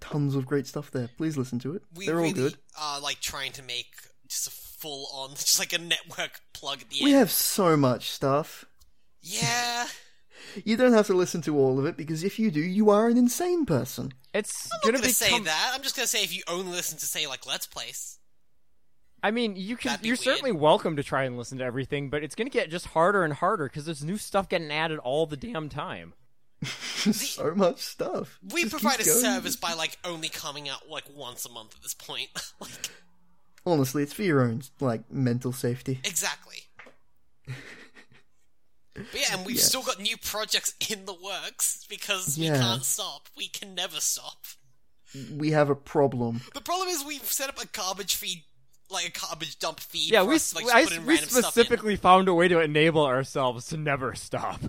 S2: tons of great stuff there. Please listen to it.
S3: We
S2: They're
S3: really
S2: all good.
S3: are like trying to make just a full on, just like a network plug at the
S2: We
S3: end.
S2: have so much stuff.
S3: Yeah,
S2: You don't have to listen to all of it because if you do, you are an insane person.
S1: It's
S3: I'm
S1: gonna
S3: not gonna say
S1: become.
S3: that. I'm just gonna say if you only listen to say like Let's Plays.
S1: I mean, you can.
S3: That'd be
S1: You're
S3: weird.
S1: certainly welcome to try and listen to everything, but it's gonna get just harder and harder because there's new stuff getting added all the damn time.
S2: so much stuff.
S3: We
S2: Just keep
S3: provide a
S2: going.
S3: service by like only coming out like once a month at this point. like
S2: Honestly, it's for your own like mental safety.
S3: exactly. But yeah, and we've
S2: Yes.
S3: still got new projects in the works because we
S2: Yeah.
S3: can't stop. We can never stop.
S2: We have a problem.
S3: The problem is we've set up a garbage feed, like a garbage dump feed.
S1: Yeah,
S3: for
S1: we
S3: us to, like,
S1: I-
S3: put in
S1: we
S3: random Stuff in.
S1: specifically found a way to enable ourselves to never stop.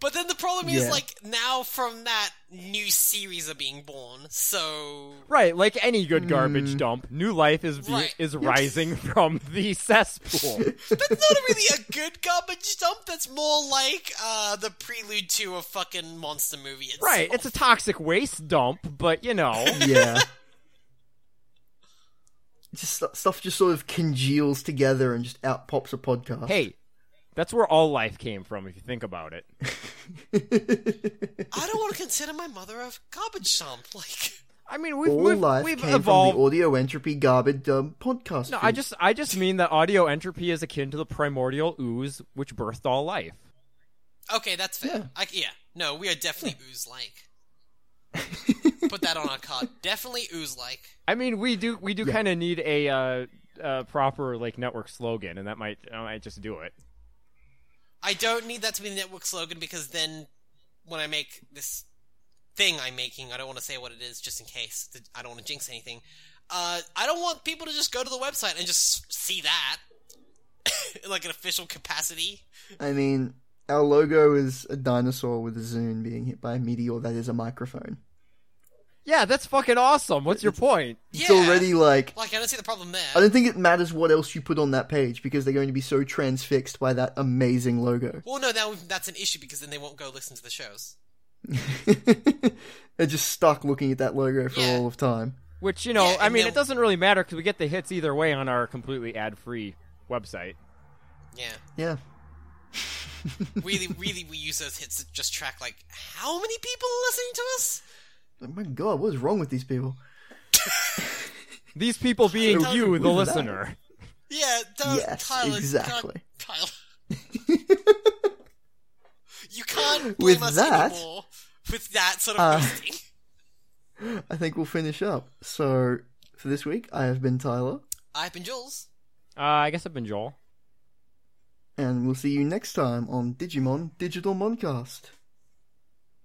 S3: But then the problem is
S2: Yeah.
S3: like now from that new series are being born, so
S1: Right, like any good garbage dump, new life is be-
S3: Right.
S1: is rising from the cesspool.
S3: that's not really a good garbage dump. That's more like uh, the prelude to a fucking monster movie. Itself.
S1: right, it's a toxic waste dump, but you know,
S2: yeah. Just stu- stuff just sort of congeals together and just out pops a podcast.
S1: hey, that's where all life came from if you think about it.
S3: I don't want to consider my mother a garbage dump. Like
S1: I mean, we've
S2: all
S1: we've,
S2: life
S1: we've
S2: came
S1: evolved.
S2: from the audio entropy garbage dump podcast.
S1: no,
S2: feed.
S1: I just I just mean that audio entropy is akin to the primordial ooze which birthed all life.
S3: okay, that's fair.
S2: Yeah.
S3: I, yeah, no, we are definitely ooze like. Put that on our card. Definitely ooze like.
S1: I mean, we do we do
S2: Yeah.
S1: kind of need a uh, uh, proper like network slogan, and that might I might just do it.
S3: I don't need that to be the network slogan because then when I make this thing I'm making, I don't want to say what it is just in case. that- I don't want to jinx anything. Uh, I don't want people to just go to the website and just see that in like an official capacity.
S2: I mean, our logo is a dinosaur with a zoon being hit by a meteor that is a microphone.
S1: Yeah, that's fucking awesome. What's your point?
S2: It's
S3: Yeah.
S2: already like
S3: Like, I don't see the problem there.
S2: I don't think it matters what else you put on that page because they're going to be so transfixed by that amazing logo.
S3: well, no, now that's an issue because then they won't go listen to the shows.
S2: they're just stuck looking at that logo for
S3: Yeah.
S2: all of time.
S1: Which you know,
S3: Yeah,
S1: I
S3: and
S1: mean,
S3: then-
S1: it doesn't really matter because we get the hits either way on our completely ad-free website.
S3: Yeah.
S2: Yeah.
S3: Really, really, we use those hits to just track, like, how many people are listening to us?
S2: Oh my god, what is wrong with these people?
S1: These people being
S2: Don't
S1: you, the
S2: believe that.
S1: listener.
S3: Yeah, don't,
S2: Yes,
S3: Tyler,
S2: exactly.
S3: God, Tyler. you can't blame
S2: With
S3: us
S2: that-
S3: anymore with that sort of
S2: Uh,
S3: hosting.
S2: I think we'll finish up. So for this week, I have been Tyler,
S3: I've been Jules.
S1: Uh, I guess I've been Joel.
S2: and we'll see you next time on Digimon Digital Moncast.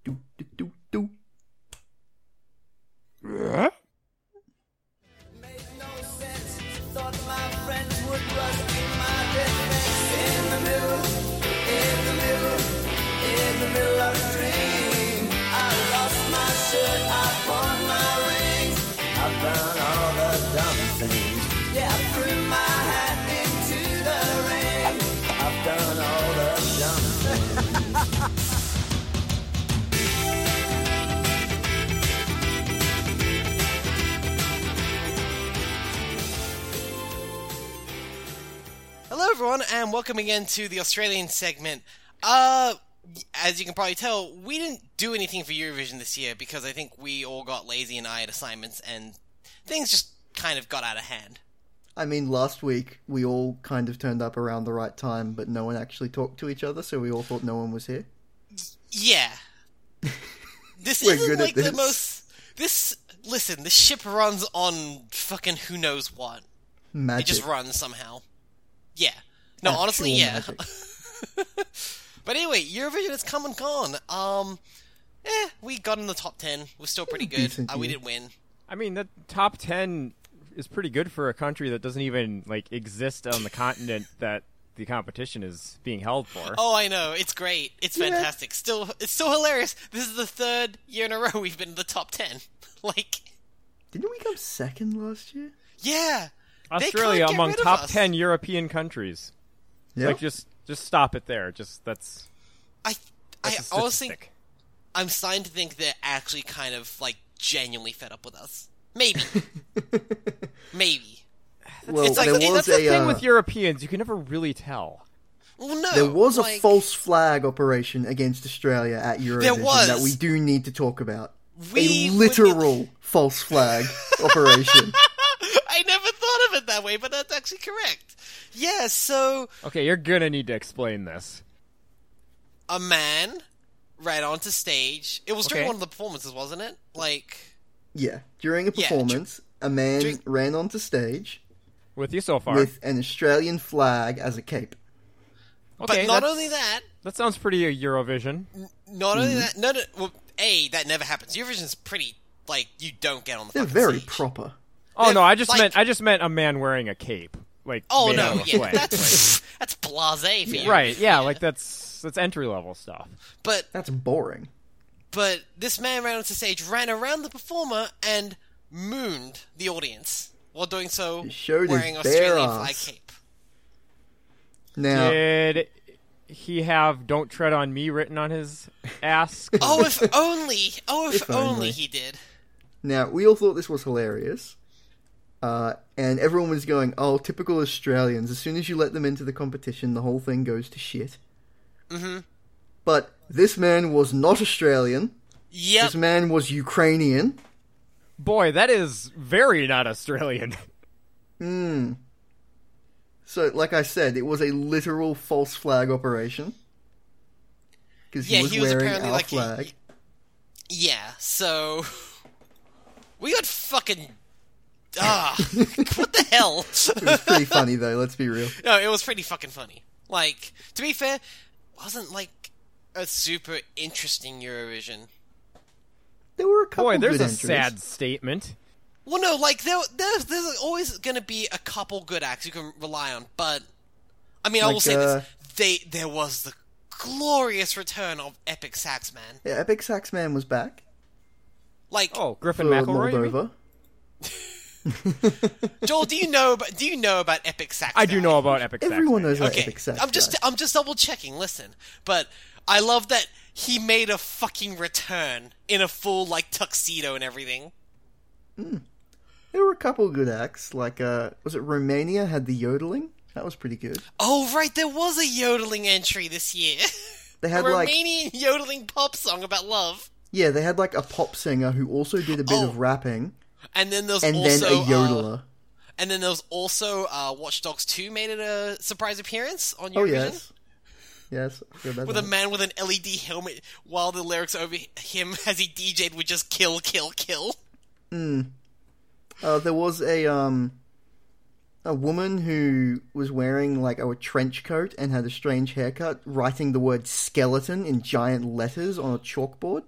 S2: Do do do do.
S4: Made no sense. Thought my friends would rust in my defense. In the middle, in the middle, in the middle of the dream. I lost my shirt, I pawned my rings. I found all the dumb things. Yeah, I threw my hat into the ring. I've done all the dumb things.
S3: Hello, everyone, and welcome again to the Australian segment. Uh, as you can probably tell, we didn't do anything for Eurovision this year because I think we all got lazy and I had assignments and things just kind of got out of hand.
S2: I mean, last week we all kind of turned up around the right time, but no one actually talked to each other, so we all thought no one was here.
S3: Yeah. This
S2: We're
S3: isn't
S2: good at
S3: like the
S2: this.
S3: most. This listen, the ship runs on fucking who knows what. It
S2: Magic.
S3: just runs somehow. Yeah. No, honestly,
S2: Actual
S3: yeah.
S2: magic.
S3: But anyway, Eurovision has come and gone. Um, eh, we got in the top ten. We're still pretty good.
S2: decent
S3: Uh, we
S2: year.
S3: didn't win.
S1: I mean, the top ten is pretty good for a country that doesn't even like exist on the continent that the competition is being held for.
S3: Oh, I know. It's great. It's fantastic. Still, it's still hilarious. This is the third year in a row we've been in the top ten. like,
S2: Didn't we come second last year?
S3: Yeah. They couldn't
S1: Australia
S3: get
S1: among
S3: rid of
S1: top
S3: us.
S1: 10 European countries.
S2: Yeah.
S1: Like just just stop it there. Just that's
S3: I I
S1: that's a
S3: honestly
S1: statistic.
S3: I'm starting to think they're actually kind of like genuinely fed up with us. Maybe. Maybe.
S2: well,
S3: it's like-
S2: there
S3: see,
S2: was
S1: That's the
S2: a
S1: thing
S2: uh,
S1: with Europeans, you can never really tell.
S3: Well, no.
S2: there was a
S3: like,
S2: false flag operation against Australia at Eurovision that
S3: was.
S2: we do need to talk about.
S3: we
S2: a
S3: would get-
S2: literal false flag operation.
S3: I never thought of it that way, but that's actually correct. Yeah, so
S1: Okay, you're gonna need to explain this.
S3: a man ran onto stage. It was during
S1: Okay.
S3: one of the performances, wasn't it? Like,
S2: Yeah, during a
S3: Yeah,
S2: performance, a man
S3: during-
S2: ran onto stage
S1: With you so far.
S2: with an Australian flag as a cape.
S1: okay,
S3: but not
S1: that's-
S3: only that,
S1: That sounds pretty uh, Eurovision.
S3: not
S2: Mm-hmm.
S3: only that, no, no. Well, a that never happens. Eurovision's pretty like you don't get on the.
S2: They're
S3: fucking
S2: very
S3: stage.
S2: proper.
S1: Oh no, I just
S3: like-
S1: meant I just meant a man wearing a cape. Like
S3: Oh
S1: made out
S3: no,
S1: of
S3: yeah,
S1: clay.
S3: that's that's blasé for you,
S1: right, yeah, like that's that's entry level stuff.
S3: But
S2: That's boring.
S3: but this man ran onto stage, ran around the performer, and mooned the audience while doing so,
S2: showed his
S3: wearing
S2: bare
S3: Australian flag
S2: ass.
S3: cape.
S1: Uh,
S2: Now,
S1: Did he have "Don't Tread on Me" written on his ass?
S3: Oh, if only! Oh, if,
S2: If
S3: only.
S2: only.
S3: he did.
S2: now we all thought this was hilarious, uh, and everyone was going, "Oh, typical Australians! As soon as you let them into the competition, the whole thing goes to shit." Mm-hmm. But this man was not Australian.
S3: Yep.
S2: This man was Ukrainian.
S1: Boy, that is very not Australian.
S2: So, like I said, it was a literal false flag operation. Because he
S3: Yeah,
S2: was
S3: he was
S2: wearing
S3: apparently
S2: our
S3: like a-
S2: flag.
S3: Yeah, so we got fucking ah, what the hell?
S2: It was pretty funny, though, let's be real.
S3: no, it was pretty fucking funny. Like, to be fair, wasn't like a super interesting Eurovision.
S2: There were a couple
S1: Boy, there's
S2: good
S1: a
S2: entries.
S1: sad statement.
S3: Well, no, like there, there's, there's always going to be a couple good acts you can rely on, but I mean, I will
S2: Like,
S3: say
S2: uh,
S3: this: they there was the glorious return of Epic Sax Man.
S2: Yeah, Epic Sax Man was back
S3: Like,
S1: Oh, Griffin
S2: for
S1: McElroy. you mean?
S2: Moldova.
S3: Joel, do you know? About, do you know about Epic Sax?
S1: I do
S3: Man?
S1: know about Epic. Sax
S2: Everyone
S1: Man.
S2: knows about
S3: Okay,
S2: Epic Sax
S3: I'm just
S2: Man.
S3: I'm just double checking. Listen, but I love that he made a fucking return in a full like tuxedo and everything.
S2: There were a couple good acts, like, uh, was it Romania had the yodeling? That was pretty good.
S3: Oh right, there was a yodeling entry this year.
S2: They
S3: a
S2: had, like,
S3: Romanian yodeling pop song about love,
S2: yeah, they had, like, a pop singer who also did a bit
S3: Oh.
S2: of rapping,
S3: and then there's
S2: and
S3: also
S2: then a
S3: uh,
S2: yodeler.
S3: and then there was also uh, Watch Dogs 2 made it a surprise appearance on Eurovision
S2: oh, yes. Yes. I forgot about
S3: with a
S2: that.
S3: man with an LED helmet, while the lyrics over him as he DJ'd would just kill, kill, kill.
S2: Uh, there was a um a woman who was wearing like a trench coat and had a strange haircut, writing the word skeleton in giant letters on a chalkboard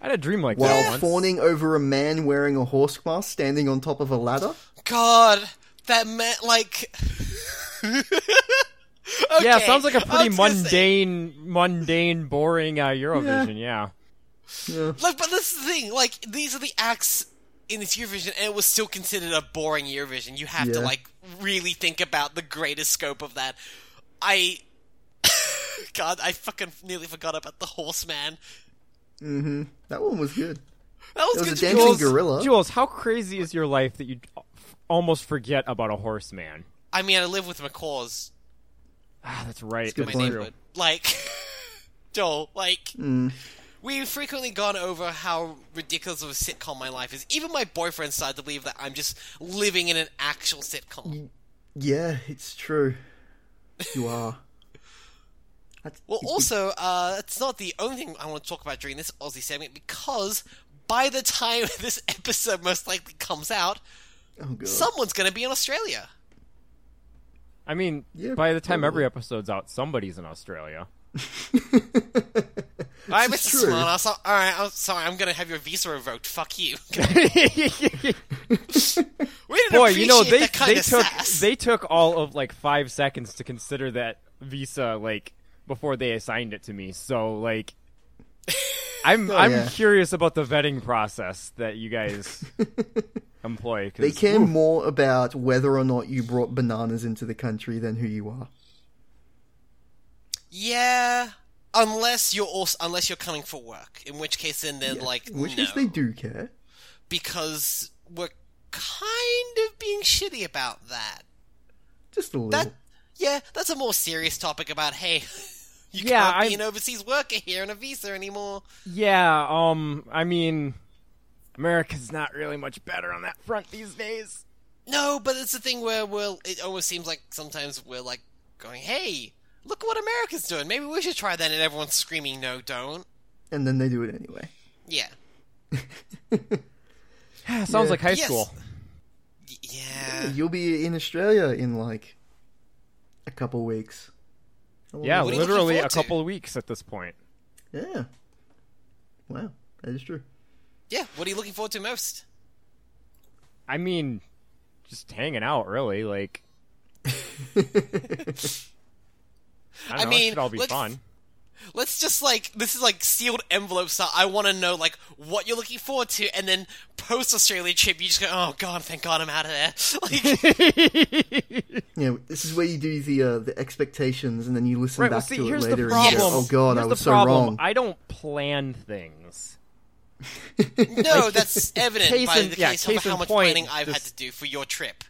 S1: I had a dream like
S2: while
S1: that once.
S2: fawning over a man wearing a horse mask standing on top of a ladder.
S3: God, that meant like.
S1: Yeah,
S3: Okay,
S1: sounds like a
S3: I
S1: pretty
S3: was gonna say-
S1: mundane, mundane, boring uh, Eurovision. Yeah.
S3: Like, but this is the thing. Like, these are the acts in this Eurovision, and it was still considered a boring Eurovision. You have to
S2: Yeah.
S3: like really think about the greater scope of that. I, God, I fucking nearly forgot about the horseman.
S2: That one was good.
S3: That was,
S2: There was
S3: good.
S2: a
S3: to
S2: dancing
S3: Jules.
S2: gorilla.
S1: Jules, how crazy is your life that you f- almost forget about a horseman?
S3: I mean, I live with McCaws,
S1: Ah, that's right.
S2: good
S3: my
S1: That's
S2: point.
S1: true.
S3: neighborhood. Like, Joel, like,
S2: Mm.
S3: we've frequently gone over how ridiculous of a sitcom my life is. Even my boyfriend started to believe that I'm just living in an actual sitcom.
S2: Yeah, it's true. You are. That's,
S3: Well, also, uh, it's not the only thing I want to talk about during this Aussie segment because by the time this episode most likely comes out,
S2: oh god.
S3: someone's going to be in Australia.
S1: I mean,
S2: Yeah,
S1: by the time every
S2: probably.
S1: episode's out, somebody's in Australia.
S3: All right,
S2: is
S3: Mr.
S2: true.
S3: Smart. So- all right, I'm sorry. I'm going to have your visa revoked. Fuck you. We didn't
S1: Boy,
S3: appreciate
S1: you know they
S3: that kind
S1: they
S3: of
S1: took
S3: sass.
S1: they took all of like five seconds to consider that visa like before they assigned it to me. So like, I'm
S2: Oh,
S1: I'm
S2: yeah.
S1: curious about the vetting process that you guys employ. 'cause-
S2: They care more about whether or not you brought bananas into the country than who you are.
S3: Yeah, unless you're also unless you're coming for work, in which case then they're like
S2: In which
S3: no,
S2: case, they do care.
S3: because we're kind of being shitty about that.
S2: Just a little.
S3: That yeah, that's a more serious topic about hey, you
S1: Yeah,
S3: can't be
S1: I'm-
S3: an overseas worker here on a visa anymore.
S1: Yeah, um I mean America's not really much better on that front these days.
S3: No, but it's the thing where we'll. It almost seems like sometimes we're like going, "Hey, look what America's doing. Maybe we should try that." And everyone's screaming, "No, don't!"
S2: And then they do it anyway.
S3: Yeah,
S1: Sounds like high
S3: Yes.
S1: school.
S3: Y- yeah.
S2: You'll be in Australia in like a couple weeks.
S1: Yeah,
S3: What are you looking
S1: literally a
S3: forward to?
S1: couple of weeks at this point.
S2: Yeah. Wow, that is true.
S3: Yeah. What are you looking forward to most?
S1: I mean just hanging out really, like I, don't know,
S3: mean,
S1: it should all be
S3: let's-
S1: fun.
S3: Let's just like this is like sealed envelope style. I want to know like what you're looking forward to, and then post Australia trip, you just go, "Oh God, thank God I'm out of there." Like,
S2: Yeah, this is where you do the uh, the expectations, and then you listen
S1: Right, well,
S2: back
S1: see,
S2: to it
S1: here's
S2: later.
S1: the
S2: and
S1: problem.
S2: you go, oh god,
S1: here's
S2: I was
S1: the
S2: so
S1: problem.
S2: wrong.
S1: I don't plan things.
S3: no, that's evident
S1: Case
S3: by
S1: in-
S3: the
S1: yeah,
S3: case,
S1: case
S3: of how
S1: in
S3: much
S1: point,
S3: planning I've had
S1: this-
S3: to do for your trip.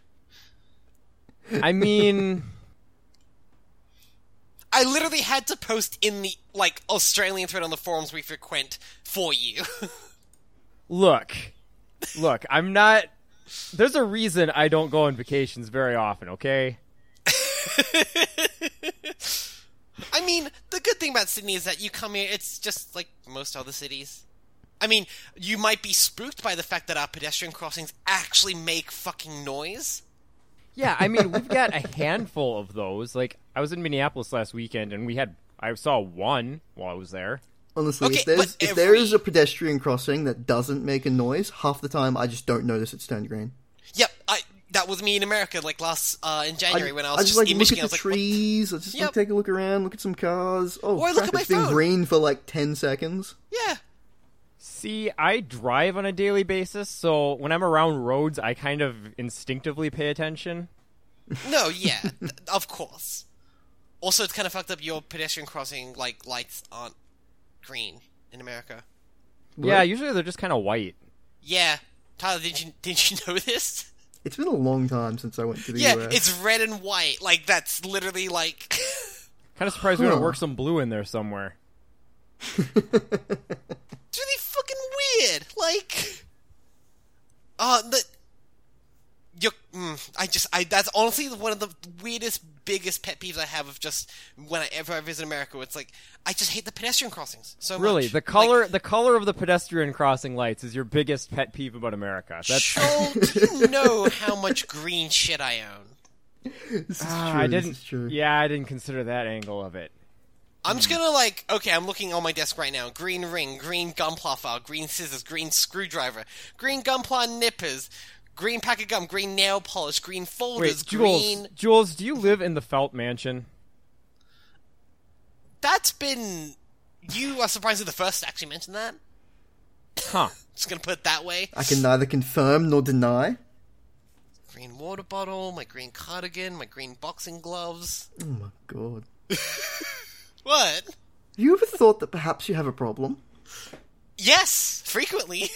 S1: I mean,
S3: I literally had to post in the like Australian thread on the forums we frequent for you.
S1: look, look, I'm not. There's a reason I don't go on vacations very often. Okay,
S3: I mean, the good thing about Sydney is that you come here, it's just like most other cities. I mean, you might be spooked by the fact that our pedestrian crossings actually make fucking noise.
S1: yeah, I mean, we've got a handful of those. Like, I was in Minneapolis last weekend, and we had I saw one while I was there.
S2: Honestly,
S3: Okay,
S2: if, there's,
S3: but
S2: if there is
S3: every-
S2: a pedestrian crossing that doesn't make a noise, half the time I just don't notice it's turned green.
S3: Yep, I that was me in America like last uh, in
S2: I,
S3: January when I was
S2: I
S3: just,
S2: just like
S3: in
S2: look
S3: Michigan. I
S2: at
S3: was
S2: the
S3: like, what the-
S2: trees. I just like,
S3: Yep.
S2: take a look around, look at some cars. Oh,
S3: Or look
S2: crap,
S3: at my
S2: it's been
S3: phone.
S2: green for like ten seconds.
S3: yeah,
S1: See, I drive on a daily basis, so when I'm around roads, I kind of instinctively pay attention.
S3: No, yeah, th- of course. Also, it's kind of fucked up. Your pedestrian crossing like lights aren't green in America.
S1: Yeah, usually they're just kind of white.
S3: Yeah, Tyler, did you did you know this?
S2: It's been a long time since I went to the
S3: Yeah,
S1: uh,
S2: US.
S3: it's red and white. Like that's literally like.
S1: Kind of surprised we
S2: Huh.
S1: don't work some blue in there somewhere.
S3: It's really fucking weird. Like, uh, the you. Mm, I just, I that's honestly one of the weirdest, biggest pet peeves I have of just whenever I visit America. It's like I just hate the pedestrian crossings so much.
S1: Really, the
S3: Like,
S1: color the color of the pedestrian crossing lights is your biggest pet peeve about America. That's
S3: Joel, do you know how much green shit I own?
S2: this is true.
S1: Ah, I didn't.
S2: This is true.
S1: Yeah, I didn't consider that angle of it.
S3: I'm just gonna like, okay, I'm looking on my desk right now. Green ring, green gunpla file, green scissors, green screwdriver, green gunpla nippers, green pack of gum, green nail polish, green folders,
S1: Wait, Jules,
S3: green.
S1: Jules, do you live in the Felt Mansion?
S3: That's been. You are surprisingly the first to actually mention that.
S1: Huh.
S3: Just gonna put it that way.
S2: I can neither confirm nor deny.
S3: Green water bottle, my green cardigan, my green boxing gloves.
S2: Oh my god.
S3: What?
S2: Have you ever thought that perhaps you have a problem?
S3: Yes, frequently.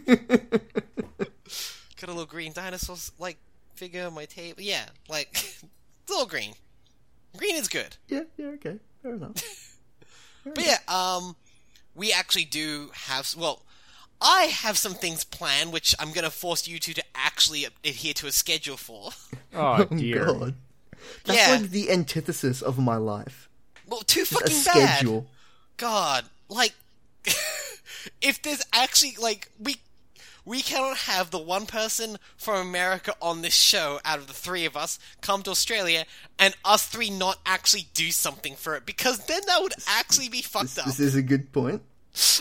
S3: Got a little green dinosaur like figure on my table. Yeah, like it's a little green. Green is good,
S2: Yeah, yeah, okay. Fair enough.
S3: but yeah, um, we actually do have s- well. I have some things planned, which I'm going to force you two to actually adhere to a schedule for.
S1: Oh dear.
S2: God. That's
S3: Yeah.
S2: like the antithesis of my life.
S3: Well, too
S2: A
S3: fucking bad.
S2: schedule.
S3: God, like, if there's actually like we we cannot have the one person from America on this show out of the three of us come to Australia and us three not actually do something for it because then that would actually be fucked up.
S2: This is a good point.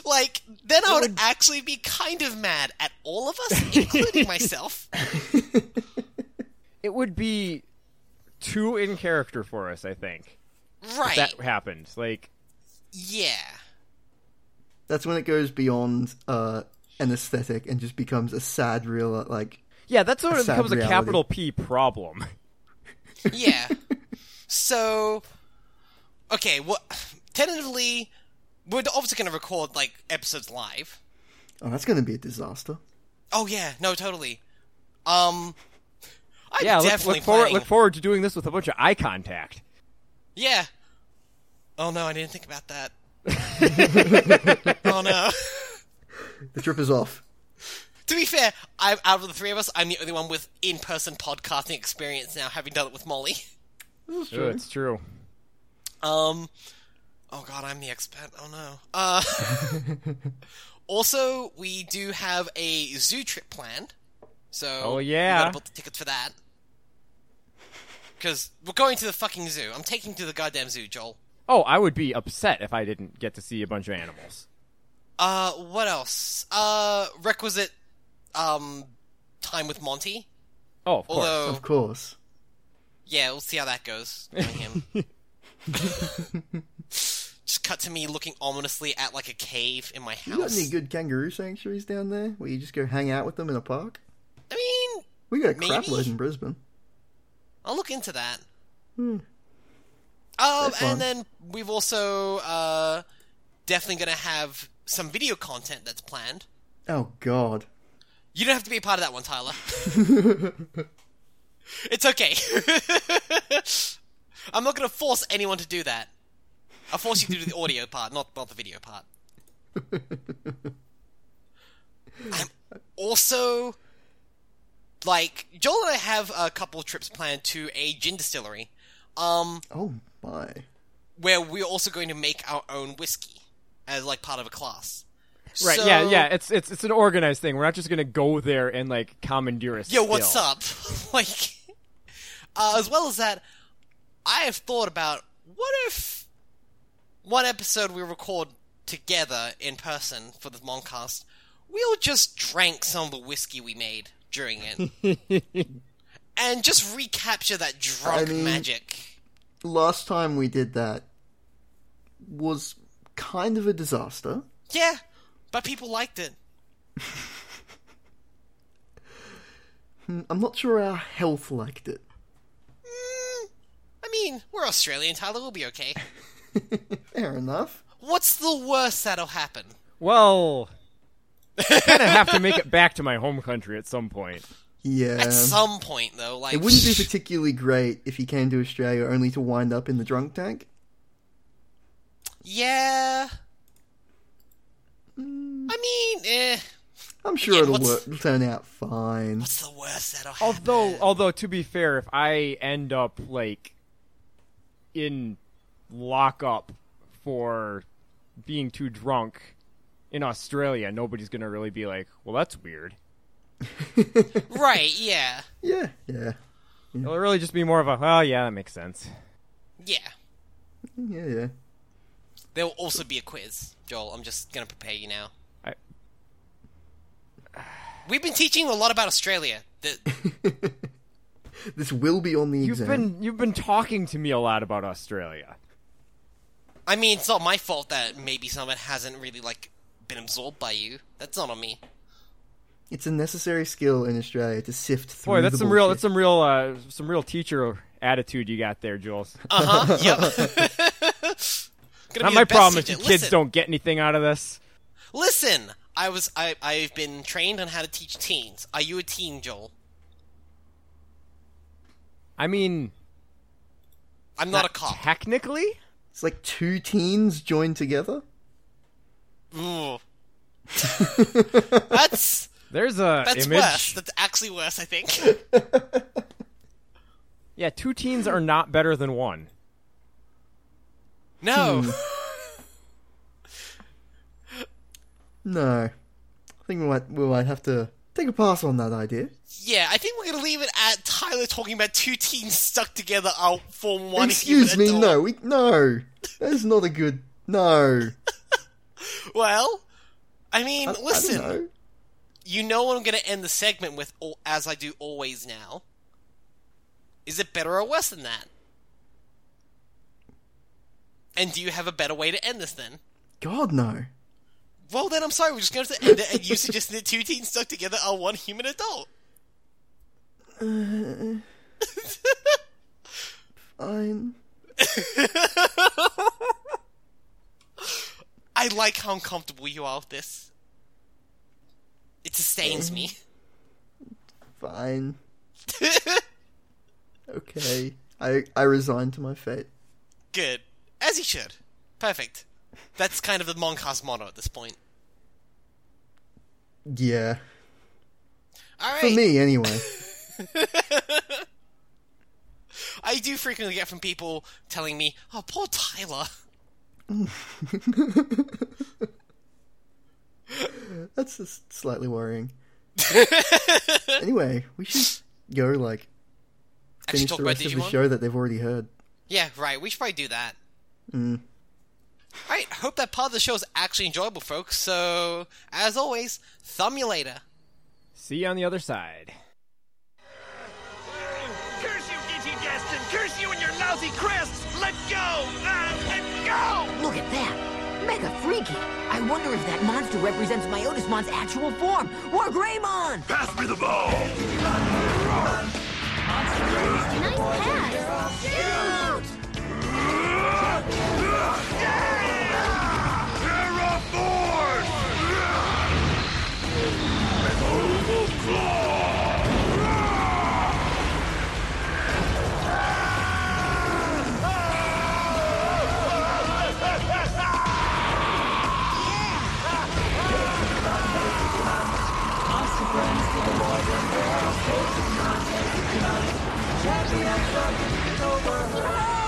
S3: Like, then I would actually be kind of mad at all of us, including myself.
S1: It would be too in character for us, I think.
S3: Right?
S1: That happened. Like,
S3: Yeah.
S2: That's when it goes beyond uh, an aesthetic and just becomes a sad real like
S1: Yeah, that's when it
S2: sad
S1: becomes a
S2: reality.
S1: capital P problem.
S3: Yeah. so, okay, what? Tentatively, we're obviously going to record like episodes live.
S2: oh that's going to be a disaster.
S3: Oh yeah, no, totally. Um, I'm
S1: yeah, look,
S3: definitely
S1: look forward
S3: planning-
S1: look forward to doing this with a bunch of eye contact.
S3: Yeah. Oh no, I didn't think about that. oh no.
S2: The trip is off.
S3: to be fair, I'm out of the three of us. I'm the only one with in-person podcasting experience now, having done it with Molly.
S2: This is
S1: Ugh, it's true.
S3: Um, oh god, I'm the expert. Oh no. Uh, also, we do have a zoo trip planned. So,
S1: Oh,
S3: we
S1: yeah.
S3: gotta book the tickets for that. Because we're going to the fucking zoo. I'm taking to the goddamn zoo, Joel.
S1: Oh, I would be upset if I didn't get to see a bunch of animals.
S3: Uh, what else? Uh, requisite, um, time with Monty.
S1: Oh, of course.
S3: Although,
S2: Of course.
S3: yeah, we'll see how that goes. knowing Him. Just cut to me looking ominously at like a cave in my
S2: You got
S3: house.
S2: any good kangaroo sanctuaries down there where you just go hang out with them in a park?
S3: I mean,
S2: We got a crap
S3: Maybe.
S2: load in Brisbane.
S3: I'll look into that.
S2: Hmm.
S3: Um,
S2: That's fine.
S3: and then we've also uh, definitely going to have some video content that's planned.
S2: Oh god.
S3: You don't have to be a part of that one, Tyler. it's okay. I'm not going to force anyone to do that. I'll force you to do the audio part, not, not the video part. I'm also. Like, Joel and I have a couple trips planned to a gin distillery. Um,
S2: Oh my.
S3: where we're also going to make our own whiskey as like part of a class.
S1: Right?
S3: So-
S1: yeah, yeah. It's it's it's an organized thing. We're not just gonna go there and like commandeer a.
S3: Yo, what's
S1: still.
S3: up? like, uh, as well as that, I have thought about what if one episode we record together in person for the Moncast, we all just drank some of the whiskey we made during it, and just recapture that drunk
S2: I mean-
S3: magic.
S2: Last time we did that was kind of a disaster.
S3: Yeah, but people liked it.
S2: I'm not sure our health liked it.
S3: I mean, we're Australian, Tyler. We'll be okay.
S2: Fair enough.
S3: What's the worst that'll happen?
S1: Well, kind of have to make it back to my home country at some point.
S2: Yeah.
S3: At some point, though, like
S2: Um, It wouldn't be particularly great if he came to Australia only to wind up in the drunk tank.
S3: yeah.
S1: Mm.
S3: I mean, eh.
S2: I'm sure
S3: Yeah,
S2: it'll,
S3: what's-
S2: work, it'll turn out fine.
S3: What's the worst that'll happen?
S1: Although, although to be fair, if I end up like in lockup for being too drunk in Australia, nobody's gonna really be like, "Well, that's weird."
S3: right? Yeah,
S2: Yeah, yeah,
S1: It'll really just be more of a, "Oh, yeah, that makes sense."
S3: yeah.
S2: yeah, yeah.
S3: There will also be a quiz, Joel. I'm just gonna prepare you now.
S1: I-
S3: We've been teaching you a lot about Australia. The,
S2: This will be on the
S1: You've
S2: exam.
S1: been you've been talking to me a lot about Australia.
S3: I mean, it's not my fault that maybe some of it hasn't really like been absorbed by you. That's not on me.
S2: It's a necessary skill in Australia to sift through.
S1: Boy, that's
S2: the
S1: some real that's
S2: bullshit.
S1: some real uh, some real teacher attitude you got there, Jules.
S3: Uh huh. yep. Gonna
S1: Not
S3: be
S1: my
S3: the best
S1: problem if you
S3: teacher.
S1: kids
S3: Listen.
S1: don't get anything out of this.
S3: Listen, I was I I've been trained on how to teach teens. Are you a teen, Joel?
S1: I mean,
S3: I'm not, a cop.
S1: technically,
S2: It's like two teens joined together.
S3: Ooh. that's
S1: there's a
S3: that's
S1: image.
S3: worse. That's actually worse, I think.
S1: Yeah, two teens are not better than one.
S2: Hmm.
S3: No.
S2: No, I think we might we might have to take a pass on that idea.
S3: yeah, I think we're gonna leave it at Tyler talking about two teens stuck together out form one.
S2: Excuse
S3: human
S2: me,
S3: adult.
S2: no, we no. That's not a good no.
S3: Well, I mean,
S2: I- I don't
S3: listen,
S2: know.
S3: you know I'm gonna end the segment with al- as I do always now. Is it better or worse than that? And do you have a better way to end this then?
S2: God no.
S3: well, then I'm sorry, we're just going to have to end it. And you suggested that two teens stuck together are one human adult.
S2: Fine.
S3: I like how uncomfortable you are with this. It sustains me.
S2: Fine. Okay. I I resign to my fate.
S3: Good. As he should. Perfect. That's kind of the Moncast motto at this point.
S2: Yeah.
S3: All right.
S2: For me, anyway.
S3: I do frequently get from people telling me, "Oh, poor Tyler."
S2: That's just slightly worrying. anyway, we should go like
S3: Actually,
S2: finish
S3: talk
S2: the
S3: about
S2: rest of the
S3: Digimon.
S2: show that they've already heard.
S3: Yeah, right. We should probably do that.
S2: Mm.
S3: All right. Hope that part of the show is actually enjoyable, folks. So, as always, thumb you later.
S1: See you on the other side.
S5: Curse you, Digidestin! Curse you and your lousy crests! Let go! Ah, let go!
S6: Look at that! Mega freaky! I wonder if that monster represents Myotismon's actual form, or Greymon!
S5: Pass me the ball!
S7: Nice pass! Shoot!
S5: Terraform! Removable claw!
S7: Oh!